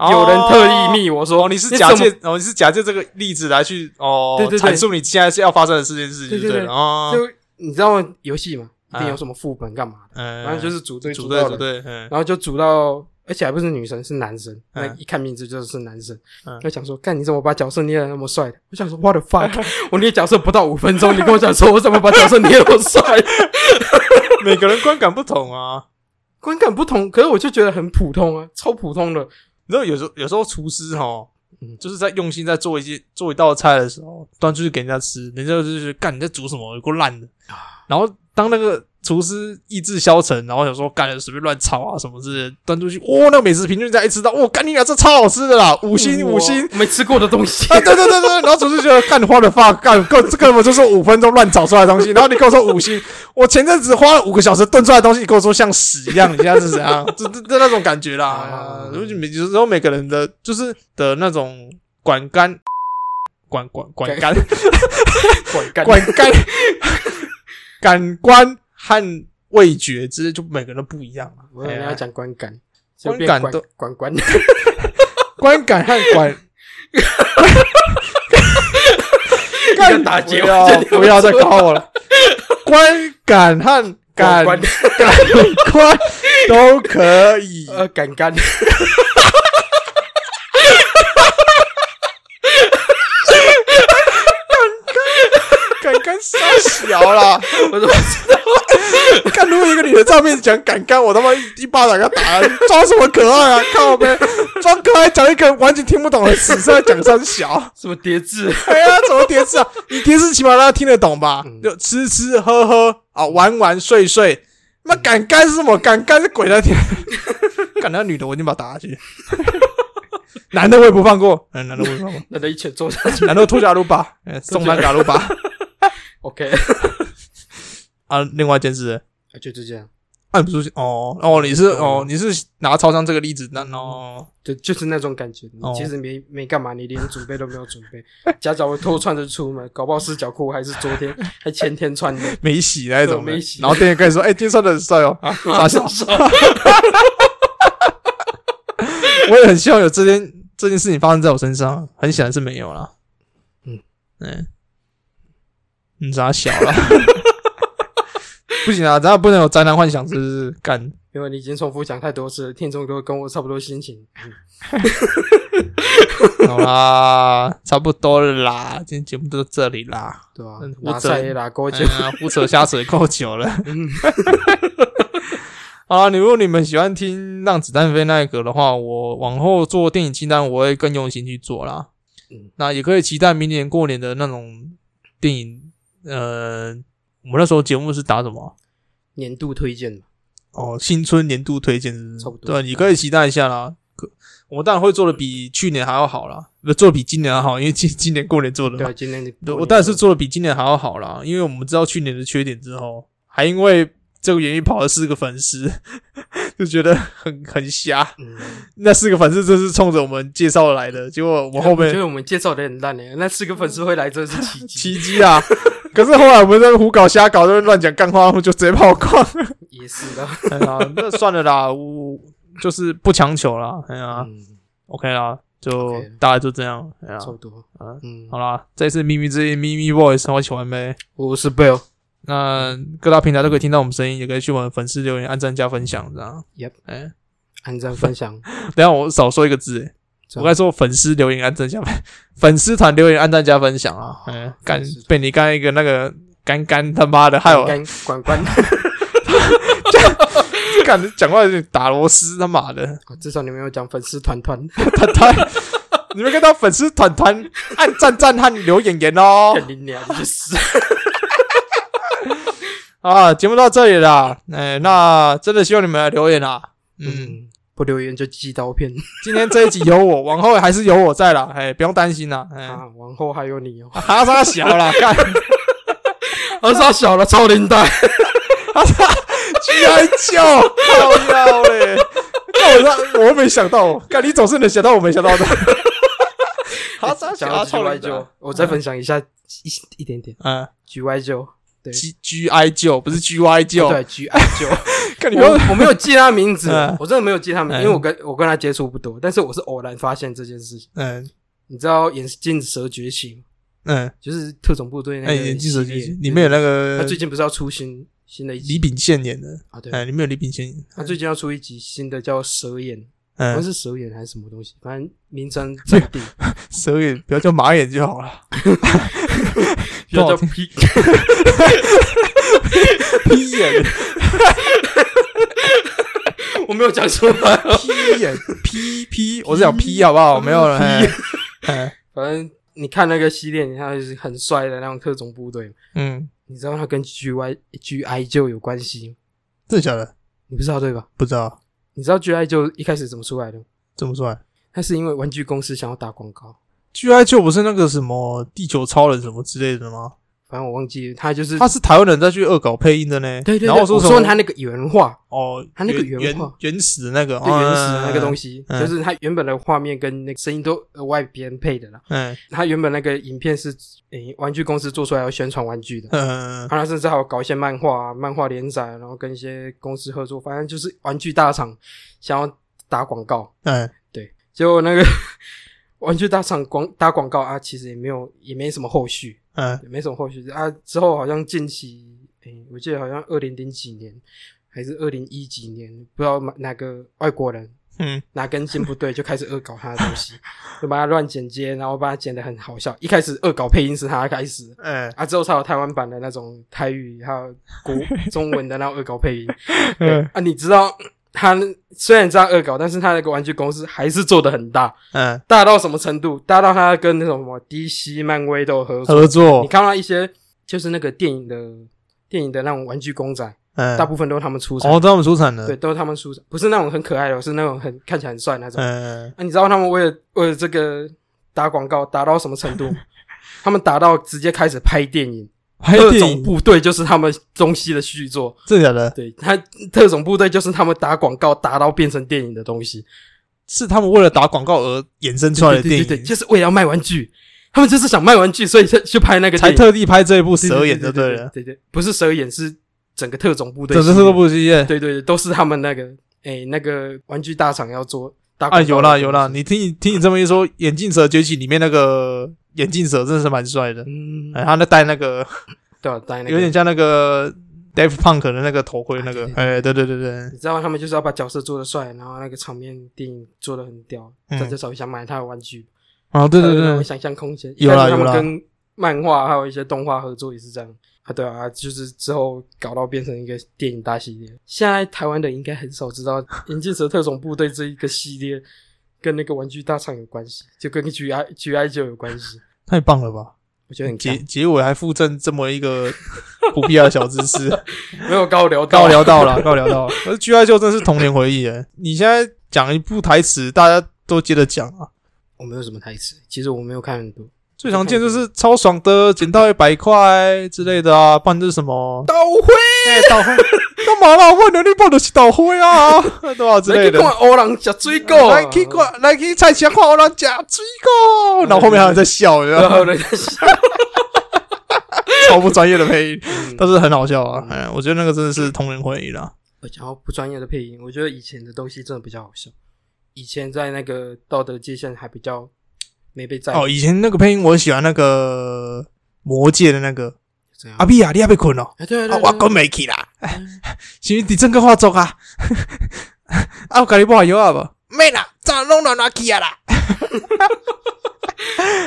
[SPEAKER 2] 有人特意密我说、
[SPEAKER 3] 哦，你是
[SPEAKER 2] 哦怎
[SPEAKER 3] 假
[SPEAKER 2] 么
[SPEAKER 3] 借哦，你是假借这个例子来去哦，
[SPEAKER 2] 对对对
[SPEAKER 3] 阐述你现在是要发生的事件事情
[SPEAKER 2] 对
[SPEAKER 3] 就
[SPEAKER 2] 对对
[SPEAKER 3] 了哦。
[SPEAKER 2] 就你知道游戏嘛，一定
[SPEAKER 3] 嗯
[SPEAKER 2] 有什么副本干嘛的，
[SPEAKER 3] 嗯，
[SPEAKER 2] 反正就是组队
[SPEAKER 3] 组
[SPEAKER 2] 队
[SPEAKER 3] 队
[SPEAKER 2] 组
[SPEAKER 3] 组
[SPEAKER 2] 到人
[SPEAKER 3] 队，嗯
[SPEAKER 2] 然后就组到，而且还不是女生，是男生。那
[SPEAKER 3] 嗯
[SPEAKER 2] 一看名字就是男生
[SPEAKER 3] 嗯。
[SPEAKER 2] 就想说，干你怎么把角色捏的那么帅的？我想说，what the
[SPEAKER 3] *laughs*
[SPEAKER 2] fuck！我捏角色不到五分钟，你跟我讲说我怎么把角色捏那么帅？ *laughs*
[SPEAKER 3] 每个人观感不同啊。
[SPEAKER 2] 观感不同，可是我就觉得很普通啊，超普通的。
[SPEAKER 3] 你知道有时候有时候厨师哈，哦
[SPEAKER 2] 嗯
[SPEAKER 3] 就是在用心在做一些做一道菜的时候，端出去给人家吃，人家就是觉得干你在煮什么，有够烂的。
[SPEAKER 2] 啊
[SPEAKER 3] 然后当那个厨师意志消沉，然后想说干随便乱炒啊什么之类的，端出去，哇、那个美食评论家一吃到，哇、干你俩这超好吃的啦，五星五星。
[SPEAKER 2] 嗯我没吃过的东西，
[SPEAKER 3] 啊，对对对对，然后厨师觉得干花的发干，根这根本就是五分钟乱炒出来的东西，然后你跟我说五星，我前阵子花了五个小时炖出来的东西，你跟我说像屎一样，你现在是怎样？这这这那种感觉啦
[SPEAKER 2] 啊，
[SPEAKER 3] 因为每有时候每个人的就是的那种管干管管管干
[SPEAKER 2] 管干
[SPEAKER 3] 管干 *laughs* 感官和味觉之类，就每个人都不一样啊。
[SPEAKER 2] 我以为你
[SPEAKER 3] 哎
[SPEAKER 2] 要
[SPEAKER 3] 呀
[SPEAKER 2] 讲观感，
[SPEAKER 3] 观
[SPEAKER 2] 就变
[SPEAKER 3] 感
[SPEAKER 2] 管
[SPEAKER 3] 都
[SPEAKER 2] 管管，
[SPEAKER 3] 观感和
[SPEAKER 2] *laughs*
[SPEAKER 3] 管。干
[SPEAKER 2] 打结
[SPEAKER 3] 不要
[SPEAKER 2] 我
[SPEAKER 3] 不要再搞我了。观感和感
[SPEAKER 2] 管
[SPEAKER 3] 感官都可以。
[SPEAKER 2] 呃感干，
[SPEAKER 3] 感干傻小啦！
[SPEAKER 2] 我怎么知道？
[SPEAKER 3] 看如果一个女的照片讲感干，我他妈一一巴掌给她打了，装什么可爱啊？看我呗，装可爱讲一个完全听不懂的词，是在讲三小。
[SPEAKER 2] 什么叠字？
[SPEAKER 3] *laughs* 哎呀，怎么叠字 *laughs* 啊？你叠字起码大家听得懂吧？就吃吃喝喝啊，玩玩睡睡。那敢干是什么？敢干是鬼在 *laughs* 听。敢那女的我一定把她打下去。 *laughs* 男的我也不放过，嗯，男的我也不放过，
[SPEAKER 2] 那得一拳揍下
[SPEAKER 3] *laughs*
[SPEAKER 2] 去。
[SPEAKER 3] 男的吐假如把，嗯送他假如把
[SPEAKER 2] OK，
[SPEAKER 3] 啊。另外一件事，
[SPEAKER 2] 就就这样，
[SPEAKER 3] 按不出去哦哦，你是哦你是拿超商这个例子，那哦
[SPEAKER 2] 就就是那种感觉。你
[SPEAKER 3] 哦
[SPEAKER 2] 其实没没干嘛，你连准备都没有准备，夹脚会偷穿着出门，搞不好四角裤还是昨天还前天穿的。
[SPEAKER 3] 没洗那种的
[SPEAKER 2] 对没洗
[SPEAKER 3] 然后店员跟你说，哎，今天穿的很帅 *laughs* 哦，啊，傻笑。我也很希望有这件这件事情发生在我身上，很显然是没有啦。
[SPEAKER 2] 嗯
[SPEAKER 3] 嗯，你咋小了？ *laughs* 不行啊，咱俩不能有宅男幻想，是不是？干，
[SPEAKER 2] 因为你已经重复讲太多次了，听众都跟我差不多心情。
[SPEAKER 3] 好啦，差不多了啦，今天节目就到这里啦。
[SPEAKER 2] 对吧
[SPEAKER 3] 嗯？我
[SPEAKER 2] 拉菜
[SPEAKER 3] 整
[SPEAKER 2] 拉勾
[SPEAKER 3] 哎
[SPEAKER 2] 结，
[SPEAKER 3] 呀，胡扯瞎扯够久了。 *laughs*
[SPEAKER 2] 嗯，
[SPEAKER 3] 啊，你如果你们喜欢听《让子弹飞》那一个的话，我往后做电影清单，我会更用心去做啦。
[SPEAKER 2] 嗯
[SPEAKER 3] 那也可以期待明年过年的那种电影。呃，我们那时候节目是打什么？
[SPEAKER 2] *laughs* 年度推荐嘛，
[SPEAKER 3] 哦，新春年度推荐是不是
[SPEAKER 2] 差不多
[SPEAKER 3] 对，啊你可以期待一下啦。可我当然会做的比去年还要好啦，不做得比今年还好，因为今今年过年做的
[SPEAKER 2] 对啊，今天
[SPEAKER 3] 对，我当然是做的比今年还要好啦，因为我们知道去年的缺点之后，还因为这个原因跑了四个粉丝， *laughs* 就觉得很很瞎。
[SPEAKER 2] 嗯，
[SPEAKER 3] 那四个粉丝真是冲着我们介绍来的，结果我们后
[SPEAKER 2] 我觉
[SPEAKER 3] 面
[SPEAKER 2] 得我们介绍的很烂诶，那四个粉丝会来真的是
[SPEAKER 3] *laughs*
[SPEAKER 2] 奇迹，
[SPEAKER 3] 奇迹啊！可是后来我们在那边胡搞瞎搞，在那边乱讲干话，我就直接跑光。
[SPEAKER 2] 也是的。
[SPEAKER 3] *laughs* 哎呀，那算了啦，我就是不强求啦。哎呀
[SPEAKER 2] 嗯，
[SPEAKER 3] ，OK 啦，就
[SPEAKER 2] OK
[SPEAKER 3] 大概就这样。哎呀
[SPEAKER 2] 差，不多
[SPEAKER 3] 啊。
[SPEAKER 2] 嗯，
[SPEAKER 3] 好啦，这次咪咪之音咪咪 voice 我喜欢呗。
[SPEAKER 2] 我是 Bill，
[SPEAKER 3] 那各大平台都可以听到我们声音，也可以去我们粉丝留言、按赞、加分享这样。
[SPEAKER 2] Yep
[SPEAKER 3] 哎、
[SPEAKER 2] 按赞
[SPEAKER 3] *laughs*
[SPEAKER 2] 分享。
[SPEAKER 3] 等一下我少说一个字、哎
[SPEAKER 2] 这
[SPEAKER 3] 我
[SPEAKER 2] 样
[SPEAKER 3] 刚才说粉丝留言、按赞、加分，粉丝团留言、按赞、加分享啊！哎、干
[SPEAKER 2] 粉丝团
[SPEAKER 3] 被你刚才一个那个干干他妈的，害我
[SPEAKER 2] 干管管， *laughs*
[SPEAKER 3] 干讲话有点打螺丝他妈的，
[SPEAKER 2] 啊至少你没有讲粉丝团团，
[SPEAKER 3] 团团，你们看到粉丝团团按赞赞和留言言哦。
[SPEAKER 2] 干你娘你去死！
[SPEAKER 3] 啊，节目到这里啦，哎、那真的希望你们来留言啊，嗯
[SPEAKER 2] 嗯，不留言就寄刀片
[SPEAKER 3] 今天这一集有我，往后还是有我在啦，哎、不用担心啦，哎、
[SPEAKER 2] 啊！往后还有你哦， *laughs*
[SPEAKER 3] 哈沙小啦，干
[SPEAKER 2] 二傻小了，超龄蛋，
[SPEAKER 3] 居然叫，靠腰嘞！干我让我没想到，干你总是能想到我没想到的。哈沙
[SPEAKER 2] 想
[SPEAKER 3] 小
[SPEAKER 2] 要
[SPEAKER 3] 啦，
[SPEAKER 2] G
[SPEAKER 3] 操
[SPEAKER 2] Y
[SPEAKER 3] 你
[SPEAKER 2] 九
[SPEAKER 3] 的！，
[SPEAKER 2] 我再分享一下一一点点
[SPEAKER 3] 嗯
[SPEAKER 2] G Y 九，对
[SPEAKER 3] ，G G I 九不是 G Y 九，
[SPEAKER 2] 对 G I 九。
[SPEAKER 3] 看 *laughs* 你
[SPEAKER 2] 我
[SPEAKER 3] 们
[SPEAKER 2] 我没有记他名字
[SPEAKER 3] 嗯，
[SPEAKER 2] 我真的没有记他名
[SPEAKER 3] 嗯
[SPEAKER 2] 字，因为我跟我跟他接触不多，但是我是偶然发现这件事情。
[SPEAKER 3] 嗯
[SPEAKER 2] 你知道《眼镜蛇崛起》吗？
[SPEAKER 3] 嗯，
[SPEAKER 2] 就是特种部队那
[SPEAKER 3] 哎，
[SPEAKER 2] 个
[SPEAKER 3] 眼镜蛇
[SPEAKER 2] 系列
[SPEAKER 3] 里面有那
[SPEAKER 2] 对他
[SPEAKER 3] 个
[SPEAKER 2] 最近不是要出新新的一
[SPEAKER 3] 李
[SPEAKER 2] 集
[SPEAKER 3] 秉宪演的，
[SPEAKER 2] 啊？对，
[SPEAKER 3] 哎，里面有李秉宪演，
[SPEAKER 2] 他最近要出一集新的叫《蛇眼》，好像
[SPEAKER 3] 嗯，
[SPEAKER 2] 是蛇眼还是什么东西，反正名称暂定，
[SPEAKER 3] *laughs* 蛇眼不要叫马眼就好了，不
[SPEAKER 2] 叫
[SPEAKER 3] 好
[SPEAKER 2] 做
[SPEAKER 3] 听
[SPEAKER 2] P *laughs*
[SPEAKER 3] 屁眼
[SPEAKER 2] 我没有讲出来，
[SPEAKER 3] 屁眼 P P，我是讲 P 好不好？没有了，嘿哎，
[SPEAKER 2] 反正你看那个系列，你看就是很帅的那种特种部队，
[SPEAKER 3] 嗯，
[SPEAKER 2] 你知道它跟 G Y G I 就有关系吗，
[SPEAKER 3] 真的假的？
[SPEAKER 2] 你不知道对吧？
[SPEAKER 3] 不知道
[SPEAKER 2] 你知道 G I 就一开始怎么出来的吗？
[SPEAKER 3] 这么帅。
[SPEAKER 2] 它是因为玩具公司想要打广告，
[SPEAKER 3] G I 就不是那个什么地球超人什么之类的吗？
[SPEAKER 2] 反正我忘记了，它就是
[SPEAKER 3] 他是台湾人再去恶搞配音的呢。
[SPEAKER 2] 对对对，
[SPEAKER 3] 然后
[SPEAKER 2] 我
[SPEAKER 3] 什
[SPEAKER 2] 说
[SPEAKER 3] 么？
[SPEAKER 2] 它那个原画，
[SPEAKER 3] 哦，
[SPEAKER 2] 他那个
[SPEAKER 3] 原
[SPEAKER 2] 原
[SPEAKER 3] 原
[SPEAKER 2] 画
[SPEAKER 3] 原始的那个
[SPEAKER 2] 最原始的那个东
[SPEAKER 3] 西。
[SPEAKER 2] 西，
[SPEAKER 3] 嗯
[SPEAKER 2] 就是它原本的画面跟那个声音都额外别人配的啦。
[SPEAKER 3] 嗯
[SPEAKER 2] 它原本那个影片是诶、玩具公司做出来要宣传玩具的，
[SPEAKER 3] 嗯，嗯
[SPEAKER 2] 然后甚至还有搞一些漫画、啊、漫画连载，然后跟一些公司合作，反正就是玩具大厂想要打广告，
[SPEAKER 3] 嗯
[SPEAKER 2] 对，结果那个 *laughs* 玩具大厂广打广告啊，其实也没有也没什么后续，
[SPEAKER 3] 嗯
[SPEAKER 2] 也没什么后续啊。之后好像近期，诶、我记得好像二零零几年还是二零一几年，不知道哪哪个外国人
[SPEAKER 3] 嗯
[SPEAKER 2] 哪根筋不对，就开始恶搞他的东西， *laughs* 就把他乱剪接，然后把他剪得很好笑。一开始恶搞配音是他开始的
[SPEAKER 3] 嗯
[SPEAKER 2] 啊，之后才有台湾版的那种台语，还有国中文的那种恶
[SPEAKER 3] *laughs*
[SPEAKER 2] 搞配音。对
[SPEAKER 3] 嗯
[SPEAKER 2] 啊，你知道他虽然这样恶搞，但是他那个玩具公司还是做的很大，
[SPEAKER 3] 嗯，
[SPEAKER 2] 大到什么程度？大到他跟那种什么 DC、漫威都有合作。
[SPEAKER 3] 合
[SPEAKER 2] 你
[SPEAKER 3] 作，
[SPEAKER 2] 看到一些就是那个电影的电影的那种玩具公仔，
[SPEAKER 3] 嗯，
[SPEAKER 2] 大部分都是他们出产，
[SPEAKER 3] 哦，都他们出产的，
[SPEAKER 2] 对，，都是他们出产，不是那种很可爱的，是那种很看起来很帅那种。
[SPEAKER 3] 嗯
[SPEAKER 2] 啊，你知道他们为了为了这个打广告打到什么程度
[SPEAKER 3] *laughs*
[SPEAKER 2] 吗？他们打到直接开始拍电影，
[SPEAKER 3] 拍
[SPEAKER 2] 特
[SPEAKER 3] 电
[SPEAKER 2] 种
[SPEAKER 3] 影，
[SPEAKER 2] 部队就是他们东西的续作。
[SPEAKER 3] 真的假的？
[SPEAKER 2] 对他，特种部队就是他们打广告打到变成电影的东西。
[SPEAKER 3] 是他们为了打广告而衍生出来的
[SPEAKER 2] 对对
[SPEAKER 3] 电
[SPEAKER 2] 对对，
[SPEAKER 3] 影，
[SPEAKER 2] 就是为了要卖玩具，他们就是想卖玩具，所以才去拍那个
[SPEAKER 3] 才
[SPEAKER 2] 电影
[SPEAKER 3] 特地拍这一部
[SPEAKER 2] 对
[SPEAKER 3] 蛇眼
[SPEAKER 2] 对
[SPEAKER 3] 就
[SPEAKER 2] 对
[SPEAKER 3] 了。
[SPEAKER 2] 对对，对不是蛇眼，是整个特种部队
[SPEAKER 3] 整
[SPEAKER 2] 系列。
[SPEAKER 3] 个特部系列，
[SPEAKER 2] 对对对，都是他们那个哎、那个玩具大厂要做打
[SPEAKER 3] 啊，
[SPEAKER 2] 广告
[SPEAKER 3] 有
[SPEAKER 2] 的
[SPEAKER 3] 啦
[SPEAKER 2] 东
[SPEAKER 3] 有啦，
[SPEAKER 2] 西
[SPEAKER 3] 你听你听你这么一说，《眼镜蛇崛起》里面那个眼镜蛇真的是蛮帅的，
[SPEAKER 2] 嗯，
[SPEAKER 3] 哎，他那戴那个
[SPEAKER 2] 对啊，当然那个
[SPEAKER 3] 有点像那个 Dave Punk 的那个头盔那个
[SPEAKER 2] 啊，
[SPEAKER 3] 哎，对对对对，
[SPEAKER 2] 你知道他们就是要把角色做得帅，然后那个场面电影做得很屌，
[SPEAKER 3] 嗯
[SPEAKER 2] 大家才会想买他的玩具，
[SPEAKER 3] 哦，对对
[SPEAKER 2] 才有那
[SPEAKER 3] 对
[SPEAKER 2] 种，想象空间。
[SPEAKER 3] 有啦
[SPEAKER 2] 一开始
[SPEAKER 3] 有
[SPEAKER 2] 他们
[SPEAKER 3] 啦
[SPEAKER 2] 跟漫画还有一些动画合作也是这样啊，对啊，就是之后搞到变成一个电影大系列。现在台湾的应该很少知道《银镜蛇特种部队》这一个系列跟那个玩具大厂有关系，就跟 G I G I 就有关系，
[SPEAKER 3] 太棒了吧！
[SPEAKER 2] 我觉得很
[SPEAKER 3] 结
[SPEAKER 2] 强。
[SPEAKER 3] 结尾还附赠这么一个不必要的小知识， *laughs*
[SPEAKER 2] 没有高聊
[SPEAKER 3] 刚
[SPEAKER 2] 到
[SPEAKER 3] 好聊到了，刚好聊到了。而 G I 秀真的是童年回忆哎！你现在讲一部台词，大家都接着讲啊。
[SPEAKER 2] 我没有什么台词，其实我没有看很多。
[SPEAKER 3] 最常见就是超爽的，捡到一百块之类的啊，不然就是什么
[SPEAKER 2] 倒灰，
[SPEAKER 3] 哎倒灰， *laughs* 干嘛啦？我能力爆的是倒灰啊， *laughs* 对吧？之类
[SPEAKER 2] 来去
[SPEAKER 3] 的。哦
[SPEAKER 2] 看欧人吃水果，
[SPEAKER 3] 来去看，来去菜市场看我人吃水 *laughs* 果，然后后面还有人在笑，你知道
[SPEAKER 2] *laughs* 然
[SPEAKER 3] 吗
[SPEAKER 2] 后人家
[SPEAKER 3] *laughs*
[SPEAKER 2] 笑。
[SPEAKER 3] 超不专业的配音，
[SPEAKER 2] 嗯
[SPEAKER 3] 但是很好笑啊！哎，我觉得那个真的是童年回忆啦。
[SPEAKER 2] 我讲到不专业的配音，我觉得以前的东西真的比较好笑。以前在那个道德界限还比较没被在意，
[SPEAKER 3] 哦，以前那个配音我很喜欢那个魔界的那个
[SPEAKER 2] 这样
[SPEAKER 3] 阿碧啊，你还没困哦？
[SPEAKER 2] 啊，对啊
[SPEAKER 3] 啊
[SPEAKER 2] 对，
[SPEAKER 3] 我讲没去啦，是你真个化妆啊？ *laughs* 啊，我跟你不好药啊不？没啦，咋弄到哪去啊啦？ *laughs*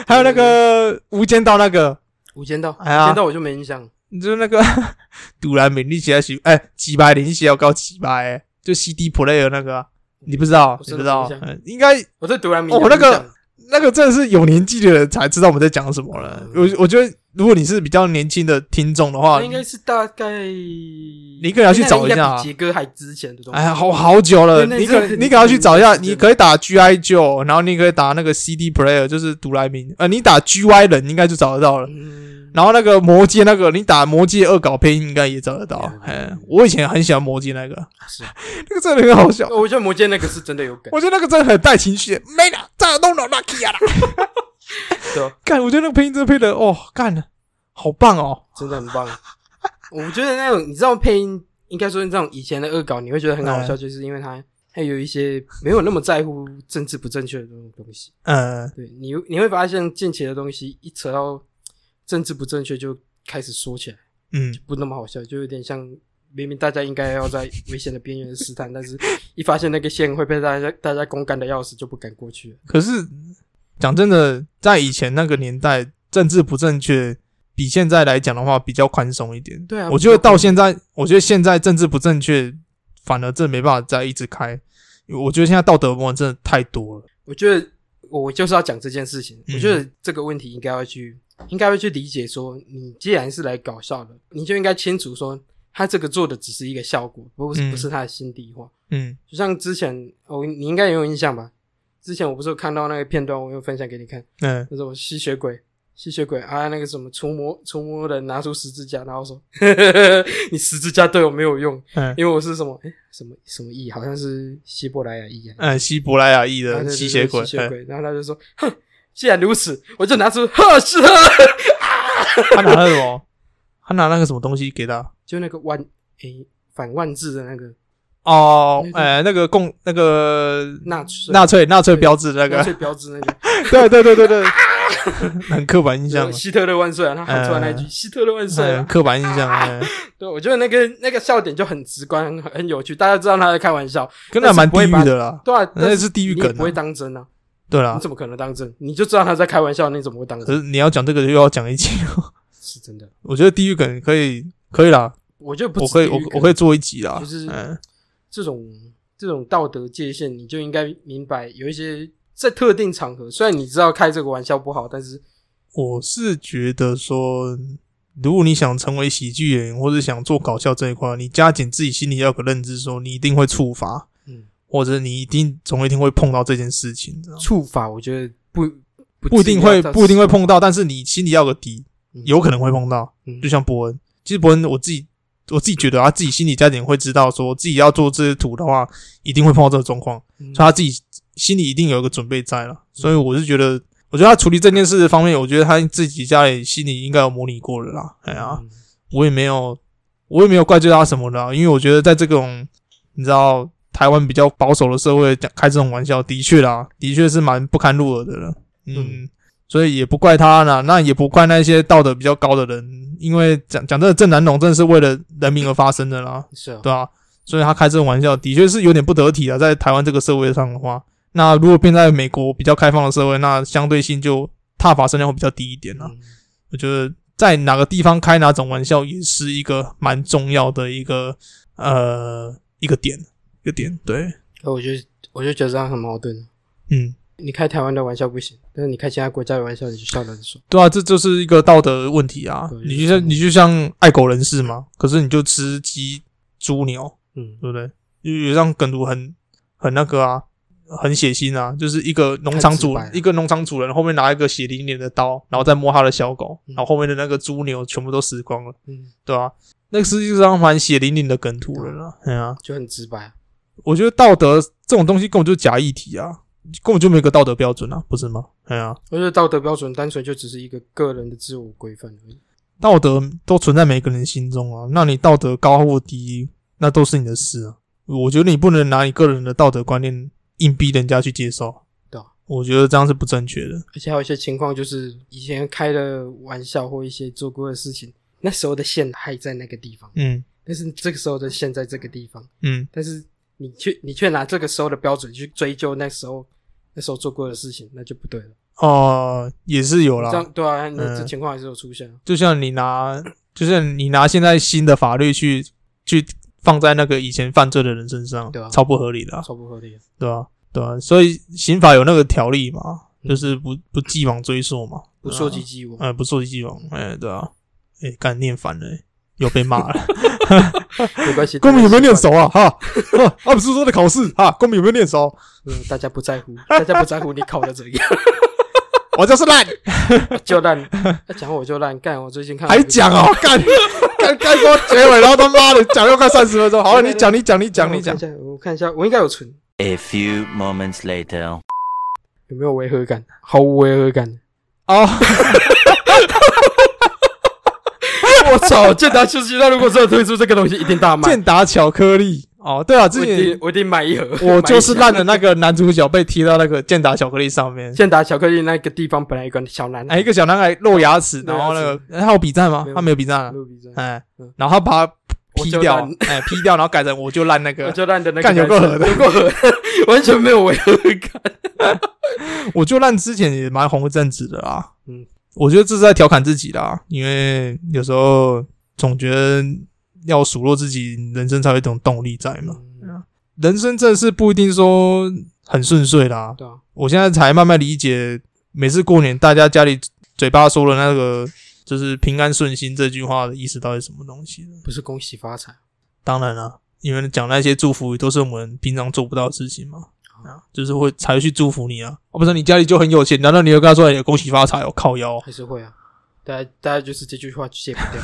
[SPEAKER 3] 还有那个《无间道》那个，
[SPEAKER 2] 无间道，无
[SPEAKER 3] 哎呀
[SPEAKER 2] 间道我就没印象。
[SPEAKER 3] 就是那个 *laughs* 杜兰敏，你写是哎几百零写要搞几百，欸就 CD player 那个啊，你不知道
[SPEAKER 2] 我，
[SPEAKER 3] 你
[SPEAKER 2] 真
[SPEAKER 3] 不知
[SPEAKER 2] 的没
[SPEAKER 3] 道
[SPEAKER 2] 印，象
[SPEAKER 3] 嗯应该
[SPEAKER 2] 我对独蓝迷
[SPEAKER 3] 哦那个那个真的是有年纪的人才知道我们在讲什么了。我我觉得，如果你是比较年轻的听众的话
[SPEAKER 2] 那，应该是大概你
[SPEAKER 3] 哦一个人要去找一下啊
[SPEAKER 2] 杰哥还之前的东西。
[SPEAKER 3] 哎呀，好好久了，
[SPEAKER 2] 那
[SPEAKER 3] 你
[SPEAKER 2] 那
[SPEAKER 3] 可
[SPEAKER 2] 是很
[SPEAKER 3] 你可要去找一下，
[SPEAKER 2] 很久
[SPEAKER 3] 你可以打 G I 九，然后你可以打那个 C D player，就是独来明，呃，你打 G Y 人应该就找得到了。
[SPEAKER 2] 嗯，
[SPEAKER 3] 然后那个魔界那个，你打魔界恶搞配音应该也找得到
[SPEAKER 2] 嗯。
[SPEAKER 3] 哎，我以前很喜欢魔界那个，
[SPEAKER 2] 是，
[SPEAKER 3] *laughs* 那个真的很好笑，
[SPEAKER 2] 我觉得魔戒那个是真的有梗，
[SPEAKER 3] 我觉得那个真的很带情绪。没了，再弄了 Lucky 啊啦！
[SPEAKER 2] 对啊，
[SPEAKER 3] 干，我觉得那个配音真的配的，哦，干了，好棒哦。
[SPEAKER 2] 真的很棒。我觉得那种你知道配音，应该说那种以前的恶搞，你会觉得很好
[SPEAKER 3] 哎
[SPEAKER 2] 笑，就是因为它它有一些没有那么在乎政治不正确的那种东西。
[SPEAKER 3] 嗯，
[SPEAKER 2] 对你你会发现近期的东西一扯到政治不正确，就开始说起来
[SPEAKER 3] 嗯，
[SPEAKER 2] 不那么好笑，就有点像明明大家应该要在危险的边缘试探，但是一发现那个线会被大家大家公干的要死，就不敢过去了。
[SPEAKER 3] 可是讲真的，在以前那个年代，政治不正确比现在来讲的话比较宽松一点。
[SPEAKER 2] 对啊
[SPEAKER 3] 我觉得到现在，我觉得现在政治不正确反而真的没办法再一直开。我觉得现在道德魔人真的太多了。
[SPEAKER 2] 我觉得我就是要讲这件事情。
[SPEAKER 3] 嗯
[SPEAKER 2] 我觉得这个问题应该要去，应该会去理解说，你既然是来搞笑的，你就应该清楚说，他这个做的只是一个效果，不是
[SPEAKER 3] 嗯
[SPEAKER 2] 不是他的心底话。
[SPEAKER 3] 嗯
[SPEAKER 2] 就像之前哦，你应该也有印象吧？之前我不是有看到那个片段，我有分享给你看，
[SPEAKER 3] 嗯，
[SPEAKER 2] 那种吸血鬼。吸血鬼啊，那个什么除魔除魔人拿出十字架，然后说：“ *laughs* 你十字架对我没有用，
[SPEAKER 3] 嗯
[SPEAKER 2] 因为我是什么哎、什么什么裔，好像是希伯来亚裔啊，
[SPEAKER 3] 嗯，希伯来亚裔
[SPEAKER 2] 啊对
[SPEAKER 3] 的
[SPEAKER 2] 对
[SPEAKER 3] 吸
[SPEAKER 2] 对
[SPEAKER 3] 血鬼，
[SPEAKER 2] 吸血
[SPEAKER 3] 嗯
[SPEAKER 2] 鬼。然后他就说：“哼，既然如此，我就拿出呵是呵，
[SPEAKER 3] 他拿了什么？他拿那个什么东西给他？
[SPEAKER 2] 就那个万诶、反万字的那个
[SPEAKER 3] 哦，
[SPEAKER 2] 那个
[SPEAKER 3] 哎，那个共那个
[SPEAKER 2] 纳粹
[SPEAKER 3] 纳粹纳粹标志那
[SPEAKER 2] 纳
[SPEAKER 3] 个，
[SPEAKER 2] 粹标志那个
[SPEAKER 3] *laughs* 对对对对 *laughs* 对，很刻板印象
[SPEAKER 2] 就
[SPEAKER 3] 嘛
[SPEAKER 2] 是，希特勒万岁啊！他喊出来那一句、
[SPEAKER 3] 嗯
[SPEAKER 2] 希特勒万岁、
[SPEAKER 3] 嗯，
[SPEAKER 2] 啊
[SPEAKER 3] 刻板印象，
[SPEAKER 2] *laughs*
[SPEAKER 3] 哎
[SPEAKER 2] 对我觉得那个那个笑点就很直观，很很有趣，大家知道他在开玩笑，
[SPEAKER 3] 跟那蛮地狱的啦，
[SPEAKER 2] 对啊，但
[SPEAKER 3] 那是地狱
[SPEAKER 2] 你
[SPEAKER 3] 梗
[SPEAKER 2] 也不会
[SPEAKER 3] 啊，
[SPEAKER 2] 当真啊，
[SPEAKER 3] 对
[SPEAKER 2] 你
[SPEAKER 3] 啦。
[SPEAKER 2] 怎么可能当真？你就知道他在开玩笑，你怎么会当
[SPEAKER 3] 可
[SPEAKER 2] 真？
[SPEAKER 3] 是你要讲这个又要讲一集，啊
[SPEAKER 2] 是真的，
[SPEAKER 3] *laughs* 我觉得地狱梗可以可以啦，
[SPEAKER 2] 我觉得不
[SPEAKER 3] 我
[SPEAKER 2] 止
[SPEAKER 3] 可以
[SPEAKER 2] 地
[SPEAKER 3] 我
[SPEAKER 2] 狱
[SPEAKER 3] 我
[SPEAKER 2] 梗
[SPEAKER 3] 可以做一集啦，
[SPEAKER 2] 就是
[SPEAKER 3] 嗯
[SPEAKER 2] 这种这种道德界限，你就应该明白，有一些在特定场合，虽然你知道开这个玩笑不好，但是
[SPEAKER 3] 我是觉得说，如果你想成为喜剧演员，或者想做搞笑这一块，你加减自己心里要有个认知说你一定会触发，
[SPEAKER 2] 嗯，
[SPEAKER 3] 或者你一定总有一天会碰到这件事情，这样
[SPEAKER 2] 处罚我觉得不不
[SPEAKER 3] 不一定会
[SPEAKER 2] 至于要到啊
[SPEAKER 3] 不一定会碰到，但是你心里要有个底，
[SPEAKER 2] 嗯
[SPEAKER 3] 有可能会碰到。
[SPEAKER 2] 嗯
[SPEAKER 3] 就像伯恩，其实伯恩我自己我自己觉得啊他自己心里加减会知道，说自己要做这些图的话，一定会碰到这个状况，
[SPEAKER 2] 嗯
[SPEAKER 3] 所以他自己心里一定有一个准备在了。所以我是觉得，我觉得他处理这件事的方面，我觉得他自己家里心里应该有模拟过了啦。哎呀，
[SPEAKER 2] 嗯
[SPEAKER 3] 我也没有我也没有怪罪他什么的啊、因为我觉得在这种你知道。台湾比较保守的社会，讲开这种玩笑，的确啦，的确是蛮不堪入耳的了。嗯，所以也不怪他啦，那也不怪那些道德比较高的人，因为讲讲真的，郑南龙真的是为了人民而发声的啦，
[SPEAKER 2] 是啊，
[SPEAKER 3] 对啊，所以他开这种玩笑的确是有点不得体啊，在台湾这个社会上的话，那如果变在美国比较开放的社会，那相对性就踏伐声量会比较低一点啊。
[SPEAKER 2] 嗯
[SPEAKER 3] 我觉得在哪个地方开哪种玩笑，也是一个蛮重要的一个呃一个点，一个点，对，
[SPEAKER 2] 可我就我就觉得这样很矛盾。
[SPEAKER 3] 嗯。
[SPEAKER 2] 你开台湾的玩笑不行，但是你开其他国家的玩笑，你就笑得很爽。
[SPEAKER 3] 对啊，这就是一个道德问题啊
[SPEAKER 2] 对！
[SPEAKER 3] 你就像你就像爱狗人士嘛，可是你就吃鸡、猪、牛，
[SPEAKER 2] 嗯，
[SPEAKER 3] 对不对？有有让梗图很很那个啊，很血腥啊，就是一个农场主
[SPEAKER 2] 太直白了
[SPEAKER 3] 一个农场主人后面拿一个血淋淋的刀，然后再摸他的小狗，
[SPEAKER 2] 嗯
[SPEAKER 3] 然后后面的那个猪牛全部都死光了，
[SPEAKER 2] 嗯，
[SPEAKER 3] 对啊，那个是一张蛮血淋淋的梗图了啦，对啊，
[SPEAKER 2] 就很直白。
[SPEAKER 3] 我觉得道德这种东西根本就是假议题啊，根本就没有一个道德标准啊，不是吗？对啊，
[SPEAKER 2] 我觉得道德标准单纯就只是一个个人的自我规范而已。
[SPEAKER 3] 道德都存在每个人心中啊。那你道德高或低，那都是你的事啊。我觉得你不能拿你个人的道德观念硬逼人家去接受。
[SPEAKER 2] 对啊
[SPEAKER 3] 我觉得这样是不正确的。
[SPEAKER 2] 而且还有一些情况，就是以前开的玩笑或一些做过的事情，那时候的线还在那个地方，
[SPEAKER 3] 嗯
[SPEAKER 2] 但是这个时候的线在这个地方，
[SPEAKER 3] 嗯，
[SPEAKER 2] 但是你却你却拿这个时候的标准去追究那时候那时候做过的事情，那就不对了。
[SPEAKER 3] 哦、也是有
[SPEAKER 2] 这
[SPEAKER 3] 啦。
[SPEAKER 2] 样对啊，那这
[SPEAKER 3] 嗯
[SPEAKER 2] 情况还是有出现啊。
[SPEAKER 3] 就像你拿，就像你拿现在新的法律去去放在那个以前犯罪的人身上，
[SPEAKER 2] 对啊
[SPEAKER 3] 超不合理的、啊，
[SPEAKER 2] 超不合理的。
[SPEAKER 3] 对啊？对啊，所以刑法有那个条例嘛，
[SPEAKER 2] 嗯
[SPEAKER 3] 就是不不既往追溯嘛，
[SPEAKER 2] 不
[SPEAKER 3] 对啊
[SPEAKER 2] 溯及既往，
[SPEAKER 3] 呃，不溯及既往，哎、对啊，哎、干念反了、又被骂了。
[SPEAKER 2] 没关系。
[SPEAKER 3] *laughs* 公民有没有
[SPEAKER 2] 大家
[SPEAKER 3] 念
[SPEAKER 2] 习
[SPEAKER 3] 熟啊？哈，啊，啊不是说的考试哈，公民有没有念熟？
[SPEAKER 2] 惯？嗯，大家不在乎， *laughs* 大家不在乎你考的怎
[SPEAKER 3] *laughs*
[SPEAKER 2] 样，
[SPEAKER 3] 我就是烂， *laughs*
[SPEAKER 2] 就烂。他讲我就烂，干我最近看
[SPEAKER 3] 还讲 *laughs* 哦，干干干说结尾，然后他妈的讲又快三十分钟，好了，你讲你讲你讲你
[SPEAKER 2] 我看
[SPEAKER 3] 讲
[SPEAKER 2] 一，下，我看一下，我应该有存
[SPEAKER 4] A few moments later.
[SPEAKER 2] 有没有违和感？毫无违和感。
[SPEAKER 3] 哦， *laughs*
[SPEAKER 2] 我操！健达休息站如果真的推出这个东西，一定大卖。
[SPEAKER 3] 健达巧克力，哦，对啊，之
[SPEAKER 2] 我一定
[SPEAKER 3] 前
[SPEAKER 2] 我一定买一盒。
[SPEAKER 3] 我就是
[SPEAKER 2] 买一
[SPEAKER 3] 烂的那个男主角被踢到那个健达巧克力上面
[SPEAKER 2] 箱。，健达巧克力那个地方本来有个小男
[SPEAKER 3] 哎，
[SPEAKER 2] 孩
[SPEAKER 3] 一，个小男孩露牙齿，然后那
[SPEAKER 2] 露牙
[SPEAKER 3] 个哎他有比战吗
[SPEAKER 2] 没？有
[SPEAKER 3] 他没有比战啊，
[SPEAKER 2] 路比真
[SPEAKER 3] 哎
[SPEAKER 2] 嗯，
[SPEAKER 3] 然后他把他劈
[SPEAKER 2] 我就
[SPEAKER 3] 掉
[SPEAKER 2] 烂，
[SPEAKER 3] 哎，劈掉，然后改成我就烂那
[SPEAKER 2] 我
[SPEAKER 3] 个，
[SPEAKER 2] 就烂的那个
[SPEAKER 3] 哎干有够狠的
[SPEAKER 2] 有够狠， *laughs* 完全没有违和感。
[SPEAKER 3] 我就烂之前也蛮红一阵子的啦。
[SPEAKER 2] 嗯
[SPEAKER 3] 嗯，我觉得这是在调侃自己啦，因为有时候总觉得要数落自己，人生才有一种动力在嘛。
[SPEAKER 2] 嗯
[SPEAKER 3] 人生真的是不一定说很顺遂啦，
[SPEAKER 2] 对啊，
[SPEAKER 3] 我现在才慢慢理解，每次过年大家家里嘴巴说的那个就是平安顺心这句话的意思到底是什么东西了。
[SPEAKER 2] 不是恭喜发财，
[SPEAKER 3] 当然了、因为讲那些祝福语都是我们平常做不到的事情嘛，啊，就是会才会去祝福你啊。哦，不是你家里就很有钱，难道你又跟他说哎恭喜发财哦？靠腰哦，
[SPEAKER 2] 还是会啊。大家大家就是这句话戒不掉。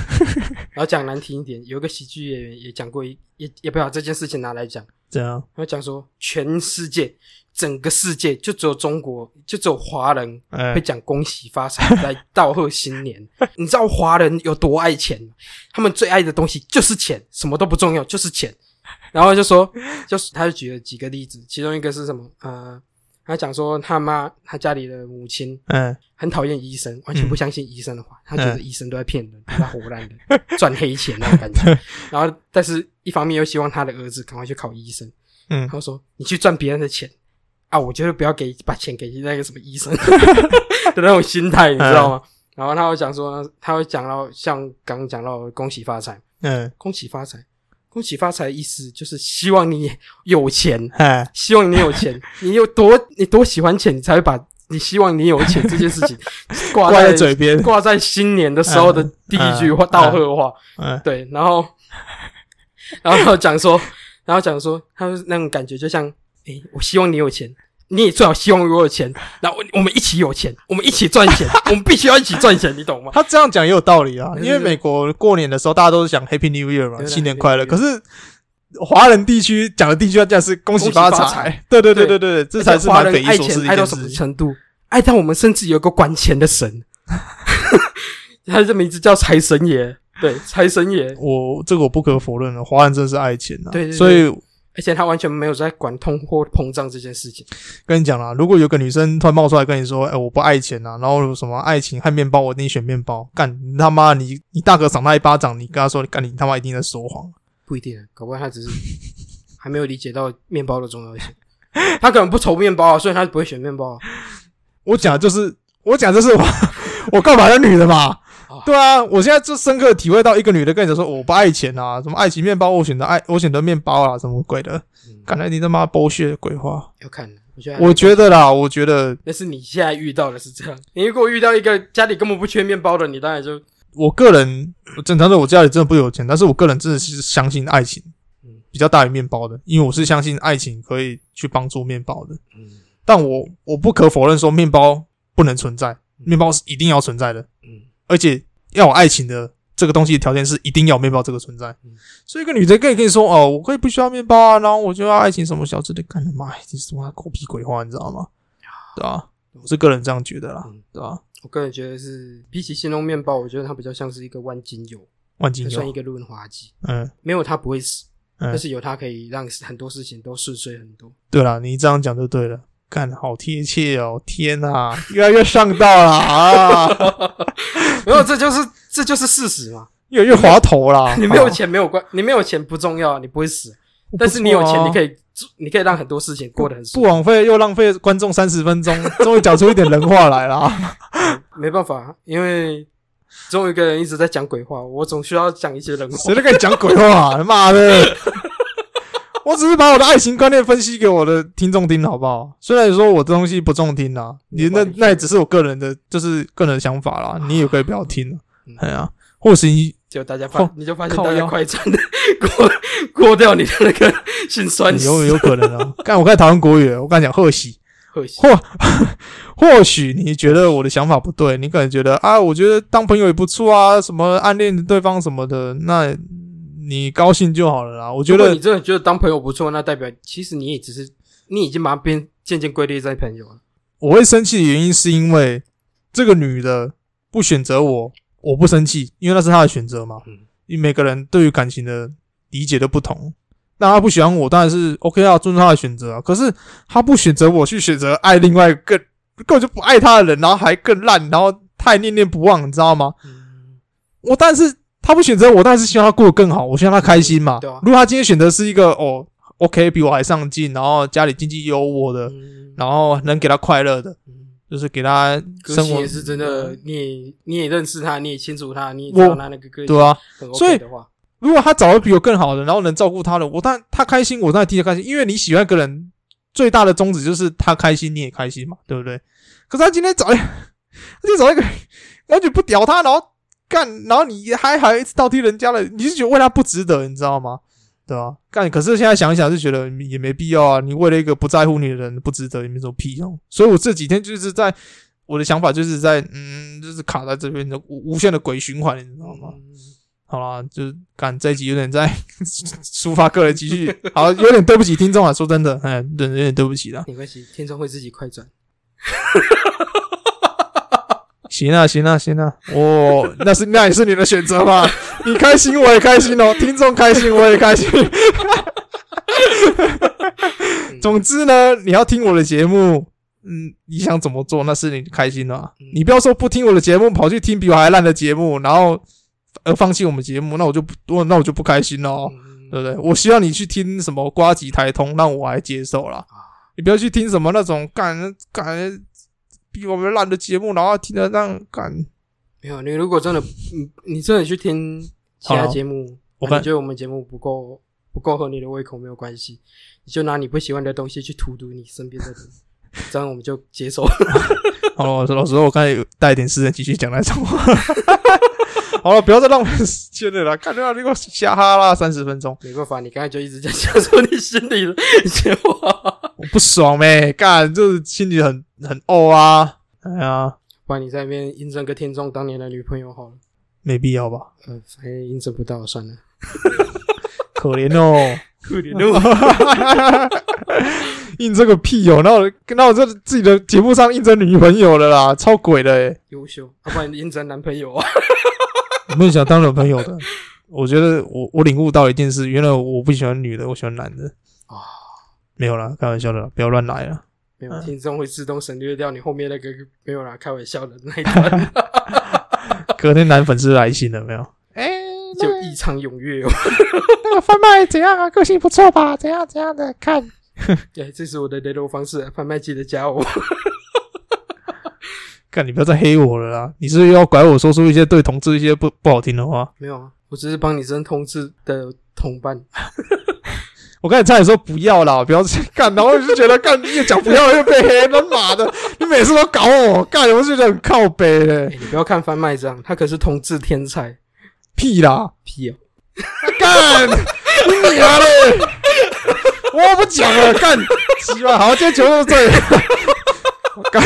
[SPEAKER 2] 然后讲难听一点，有一个喜剧演员也讲过一，也也不要把这件事情拿来讲，
[SPEAKER 3] 这样
[SPEAKER 2] 他讲说全世界整个世界就只有中国，就只有华人
[SPEAKER 3] 哎
[SPEAKER 2] 会，讲恭喜发财来道贺新年。你知道华人有多爱钱吗？他们最爱的东西就是钱，什么都不重要，就是钱。然后就说，就是他就举了几个例子，其中一个是什么？呃，他讲说他妈他家里的母亲
[SPEAKER 3] 哎，
[SPEAKER 2] 很讨厌医生，完全不相信医生的话，他觉得医生都在骗人，他胡乱的赚黑钱那种感觉。然后，但是一方面又希望他的儿子赶快去考医生，
[SPEAKER 3] 嗯
[SPEAKER 2] 他，说：“你去赚别人的钱啊，我绝对不要给把钱给那个什么医生 *laughs* 的那种心态，你知道吗？”然后他会讲说，他会讲到像刚刚讲到恭喜发财，
[SPEAKER 3] 嗯，
[SPEAKER 2] 恭喜发财，恭喜发财的意思就是希望你有钱，
[SPEAKER 3] 哎，
[SPEAKER 2] 希望你
[SPEAKER 3] *laughs*
[SPEAKER 2] 有钱，你有多你多喜欢钱，你才会把你希望你有钱这
[SPEAKER 3] *laughs*
[SPEAKER 2] 件事情挂
[SPEAKER 3] 挂在
[SPEAKER 2] 在
[SPEAKER 3] 嘴边
[SPEAKER 2] 挂在新年的时候的第一句话
[SPEAKER 3] 嗯嗯
[SPEAKER 2] 道贺话。
[SPEAKER 3] 哎，
[SPEAKER 2] 对，然后然后讲说，然后讲说，他就是那种感觉就像，诶、我希望你有钱，你也最好希望我有钱，然后我我们一起有钱，我们一起赚钱，我们必须要一起赚钱，你懂吗？
[SPEAKER 3] 他这样讲也有道理啊，
[SPEAKER 2] 对对
[SPEAKER 3] 因为美国过年的时候大家都是讲 Happy New Year 嘛，
[SPEAKER 2] 对对
[SPEAKER 3] 新年快乐。
[SPEAKER 2] Happy
[SPEAKER 3] 可
[SPEAKER 2] New
[SPEAKER 3] 是华人地区讲的第一句话竟然是恭喜发
[SPEAKER 2] 恭喜发
[SPEAKER 3] 财，对对对对对，对这才是
[SPEAKER 2] 华
[SPEAKER 3] 蛮
[SPEAKER 2] 人
[SPEAKER 3] 匪夷
[SPEAKER 2] 爱
[SPEAKER 3] 所思
[SPEAKER 2] 钱
[SPEAKER 3] 的
[SPEAKER 2] 爱
[SPEAKER 3] 一
[SPEAKER 2] 到
[SPEAKER 3] 件
[SPEAKER 2] 什么
[SPEAKER 3] 事情。
[SPEAKER 2] 程度？爱到我们甚至有个管钱的神， *laughs* 他的名字叫财神爷，对，财神爷，
[SPEAKER 3] 我这个我不可否认了，华人真的是爱钱呐、啊。
[SPEAKER 2] 对对对
[SPEAKER 3] 所以
[SPEAKER 2] 而且他完全没有在管通货膨胀这件事情。
[SPEAKER 3] 跟你讲啦，如果有个女生突然冒出来跟你说：“哎、我不爱钱啊，然后什么爱情和面包，我一定选面包。”干你他妈，你你大哥赏他一巴掌，你跟他说：“干你他妈一定在说谎。
[SPEAKER 2] 不一定啊，搞不好他只是还没有理解到面包的重
[SPEAKER 3] *laughs*
[SPEAKER 2] 要性。他可能不愁面包啊，所以他不会选面包啊、”
[SPEAKER 3] 我讲的就是我讲的就是我 *laughs* 我告白的女的嘛
[SPEAKER 2] 哦。
[SPEAKER 3] 对啊，我现在就深刻体会到一个女的跟你讲说：“我不爱钱啊，什么爱情面包，我选择爱，我选择面包啊，什么鬼的。”感觉你他妈剥削的鬼话。
[SPEAKER 2] 要看的，我觉得还
[SPEAKER 3] 我觉得啦，我觉得
[SPEAKER 2] 但是你现在遇到的是这样，你如果遇到一个家里根本不缺面包的，你当然就
[SPEAKER 3] 我个人正常的，我家里真的不有钱，但是我个人真的是相信爱情
[SPEAKER 2] 嗯，
[SPEAKER 3] 比较大于面包的，因为我是相信爱情可以去帮助面包的。
[SPEAKER 2] 嗯
[SPEAKER 3] 但我我不可否认说，面包不能存在，面包是一定要存在的，
[SPEAKER 2] 嗯
[SPEAKER 3] 而且要有爱情的这个东西的条件是一定要有面包这个存在
[SPEAKER 2] 嗯。
[SPEAKER 3] 所以一个女的可以跟你说哦，我可以不需要面包啊，然后我就要爱情什么小之类，干他妈，你什么狗屁鬼话，你知道吗？对吧、我是个人这样觉得啦
[SPEAKER 2] 嗯，
[SPEAKER 3] 对吧、啊
[SPEAKER 2] 我个人觉得是比起新农面包，我觉得它比较像是一个万金油，
[SPEAKER 3] 万
[SPEAKER 2] 它
[SPEAKER 3] 金
[SPEAKER 2] 算一
[SPEAKER 3] 油，
[SPEAKER 2] 个润滑剂。
[SPEAKER 3] 嗯。
[SPEAKER 2] 没有它不会死，
[SPEAKER 3] 嗯
[SPEAKER 2] 但是有它可以让很多事情都顺遂很多。
[SPEAKER 3] 对啦，你这样讲就对了。干，好贴切哦！天
[SPEAKER 2] *laughs*
[SPEAKER 3] 啊，越来越上道了啊，
[SPEAKER 2] 没有，这就是这就是事实嘛。
[SPEAKER 3] 越来越滑头啦。
[SPEAKER 2] *laughs* 你没有
[SPEAKER 3] 啊，
[SPEAKER 2] 钱没有关，你没有钱不重要，你不会死。
[SPEAKER 3] 不
[SPEAKER 2] 但是你有钱，你可
[SPEAKER 3] 以
[SPEAKER 2] 以做你可以让很多事情过得很
[SPEAKER 3] 不啊
[SPEAKER 2] 顺。
[SPEAKER 3] 枉费又浪费观众三十分钟，终于讲出一点人话来了
[SPEAKER 2] *laughs*
[SPEAKER 3] 啊。
[SPEAKER 2] 没办法，因为总有一个人一直在讲鬼话，我总需要讲一些人话
[SPEAKER 3] 谁。在跟你讲鬼话、啊？妈的！我只是把我的爱情观念分析给我的听众听，好不好？虽然说我这东西不中听啦，你那那也只是我个人的，就是个人的想法
[SPEAKER 2] *laughs*
[SPEAKER 3] 啦，你也可以不要听啊
[SPEAKER 2] 嗯。
[SPEAKER 3] 哎呀、或许你
[SPEAKER 2] 结果大家发
[SPEAKER 3] 靠，
[SPEAKER 2] 你就发现
[SPEAKER 3] 靠
[SPEAKER 2] 大家
[SPEAKER 3] 腰
[SPEAKER 2] 快餐的 *laughs* 过过掉你的那个心酸史，
[SPEAKER 3] 有有可能啊。干，我开始讨论国语了，我刚讲贺喜。
[SPEAKER 2] 可惜
[SPEAKER 3] 或或许你觉得我的想法不对，你可能觉得啊，我觉得当朋友也不错啊，什么暗恋对方什么的，那你高兴就好了啦。我觉
[SPEAKER 2] 如果
[SPEAKER 3] 得
[SPEAKER 2] 你真的觉得当朋友不错，那代表其实你也只是你已经把它变渐渐归类在朋友了。
[SPEAKER 3] 我会生气的原因是因为这个女的不选择我，我不生气，因为那是她的选择嘛。
[SPEAKER 2] 嗯
[SPEAKER 3] 因为每个人对于感情的理解都不同，那她不喜欢我当然是 OK 啊，尊重她的选择啊。可是她不选择我，去选择爱另外一个更根本就不爱她的人，然后还更烂，然后太念念不忘，你知道吗？
[SPEAKER 2] 嗯，
[SPEAKER 3] 我但是他不选择我，但是希望他过得更好，我希望他开心嘛。
[SPEAKER 2] 对啊
[SPEAKER 3] 如果他今天选择是一个哦，OK，比我还上进，然后家里经济优渥的，
[SPEAKER 2] 嗯
[SPEAKER 3] 呃然后能给他快乐的，
[SPEAKER 2] 嗯
[SPEAKER 3] 就是给他
[SPEAKER 2] 歌
[SPEAKER 3] 生
[SPEAKER 2] 星
[SPEAKER 3] 活
[SPEAKER 2] 也是真的，你也你也认识他，你也清楚他，你也
[SPEAKER 3] 我
[SPEAKER 2] 知道他那个个性
[SPEAKER 3] 对啊。
[SPEAKER 2] 很
[SPEAKER 3] 所以
[SPEAKER 2] OK 的话，
[SPEAKER 3] 如果他找到比我更好的，然后能照顾他的，我当然他开心，我当然替他开心，因为你喜欢一个人，最大的宗旨就是他开心你也开心嘛，对不对？可是他今天找一，他就找一个，然后你不屌他，然后干，然后你还还一直倒踢人家了，你就觉得为他不值得，你知道吗？对吧、干，可是现在想一想是觉得也没必要啊，你为了一个不在乎你的人不值得，也没什么屁用。所以我这几天就是在我的想法就是在嗯，就是卡在这边的无无限的鬼循环，你知道吗？
[SPEAKER 2] 嗯
[SPEAKER 3] 好啦，就是干这一集有点在 *laughs* 抒发个人情绪，好，有点对不起听众啊，说真的，哎，对，有点对不起啦。
[SPEAKER 2] 没关系，听众会自己快转。
[SPEAKER 3] 行啊，行啊，行啊，哦，那是那也是你的选择嘛，你开心我也开心哦，听众开心我也开心。 *laughs* 总之呢，你要听我的节目，嗯，你想怎么做那是你开心的、啊，你不要说不听我的节目，跑去听比我还烂的节目，然后而放弃我们节目，那我就不，我那我就不开心了哦。
[SPEAKER 2] 嗯
[SPEAKER 3] 对不对？我希望你去听什么瓜吉台通，那我还接受啦。你不要去听什么那种干干比我们烂的节目，然后听得让干。
[SPEAKER 2] 没有，你如果真的，你你真的去听其
[SPEAKER 3] 好
[SPEAKER 2] 他
[SPEAKER 3] 了
[SPEAKER 2] 节目，
[SPEAKER 3] 我
[SPEAKER 2] 啊
[SPEAKER 3] 看
[SPEAKER 2] 你觉得我们节目不够不够合你的胃口没有关系，你就拿你不喜欢的东西去荼毒你身边的
[SPEAKER 3] *laughs*
[SPEAKER 2] 人，这样我们就接受。
[SPEAKER 3] 好了，我老实说，我刚才有带一点私人情绪讲那种话。 *laughs* 好了，不要再浪费时间了啦！看到你给我瞎哈啦三十分钟，
[SPEAKER 2] 没办法，你刚才就一直在讲说你心里的些话，
[SPEAKER 3] 我不爽呗、干就是心里很很怄啊！哎呀，
[SPEAKER 2] *laughs* 不然你在那边印证个听众当年的女朋友好了，
[SPEAKER 3] 没必要吧？
[SPEAKER 2] 呃，反正印证不到算了。
[SPEAKER 3] 可怜哦。
[SPEAKER 2] 可 *laughs* 怜的
[SPEAKER 3] *laughs* 印这个屁哦！那我那我这自己的节目上印征女朋友了啦，超鬼的、欸！
[SPEAKER 2] 优秀，要、不然你印证男朋友啊？
[SPEAKER 3] 我没有想当女朋友的。我觉得我我领悟到一件事，原来我不喜欢女的，我喜欢男的
[SPEAKER 2] 啊。
[SPEAKER 3] 没有啦，开玩笑的啦，不要乱来啦。
[SPEAKER 2] 没
[SPEAKER 3] 嗯
[SPEAKER 2] 有，听众会自动省略掉你后面那个没有啦，开玩笑的那一段，
[SPEAKER 3] *laughs* 隔天男粉丝来信了没有？哎、
[SPEAKER 2] 就异常踊跃哦。
[SPEAKER 3] 那个贩卖怎 *laughs* 样啊？个性不错吧？怎样怎样的？看
[SPEAKER 2] 哎，这是我的联络方式，贩卖记得加我。
[SPEAKER 3] 看，你不要再黑我了啦！你是不是又要拐我说出一些对同志一些不不好听的话？
[SPEAKER 2] *laughs* 没有啊，我只是帮你争同志的同伴。哎
[SPEAKER 3] 我刚才差点说不要啦，不要去干，然后我就觉得 *laughs* 干越讲不要越被黑，他妈的，你每次都搞我，干，我就觉得很靠北嘞、
[SPEAKER 2] 哎，你不要看贩卖这样，他可是同志天才，
[SPEAKER 3] 屁啦，
[SPEAKER 2] 屁哦！
[SPEAKER 3] 干，你女儿嘞，我不讲了，干，奇怪，好，今天节目到这里。干，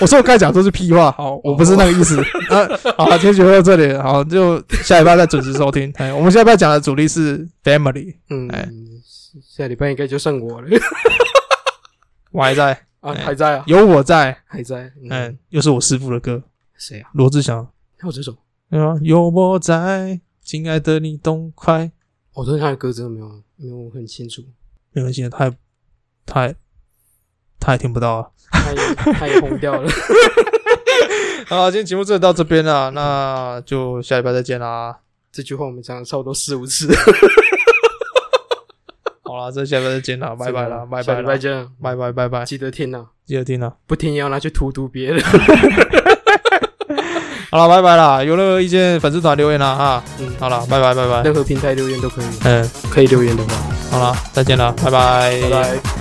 [SPEAKER 3] 我说我刚才讲都是屁话，好，我不是那个意思。啊，好，今天节目到这里，好，就下礼拜再准时收听。哎，我们下礼拜讲的主力是 family，
[SPEAKER 2] 嗯
[SPEAKER 3] 哎，
[SPEAKER 2] 下礼拜应该就剩我了
[SPEAKER 3] 我还在，
[SPEAKER 2] 啊，
[SPEAKER 3] 哎
[SPEAKER 2] 还在啊，
[SPEAKER 3] 有我在，
[SPEAKER 2] 还在。嗯，
[SPEAKER 3] 嗯，又是我师傅的歌，
[SPEAKER 2] 谁啊？
[SPEAKER 3] 罗志祥。
[SPEAKER 2] 还有这首，
[SPEAKER 3] 对啊，有我在，亲爱的你懂快。
[SPEAKER 2] 我哦对他的歌真的没有没有很清楚，
[SPEAKER 3] 没关系，他也他也他也听不到啊。
[SPEAKER 2] 他也他也红掉了。
[SPEAKER 3] 好，今天节目就到这边了，那就下礼拜再见啦。
[SPEAKER 2] 这句话我们讲了差不多四五次，
[SPEAKER 3] 好啦，这下礼拜再见啦， *laughs* 拜拜啦，拜
[SPEAKER 2] 下
[SPEAKER 3] 拜
[SPEAKER 2] 礼拜
[SPEAKER 3] 啦，
[SPEAKER 2] 见啊，
[SPEAKER 3] 拜拜拜拜，
[SPEAKER 2] 记得听
[SPEAKER 3] *laughs*
[SPEAKER 2] 啊，
[SPEAKER 3] 记得听啦。
[SPEAKER 2] 不听也要拿去荼毒别人。
[SPEAKER 3] 好了，拜拜啦，有任何意见粉丝团留言啦哈。
[SPEAKER 2] 嗯，
[SPEAKER 3] 好了，
[SPEAKER 2] *laughs*
[SPEAKER 3] 拜拜拜拜，
[SPEAKER 2] 任何平台留言都可以，
[SPEAKER 3] 嗯，
[SPEAKER 2] 可以留言的话，
[SPEAKER 3] 好了，再见啦，拜拜
[SPEAKER 2] 拜拜。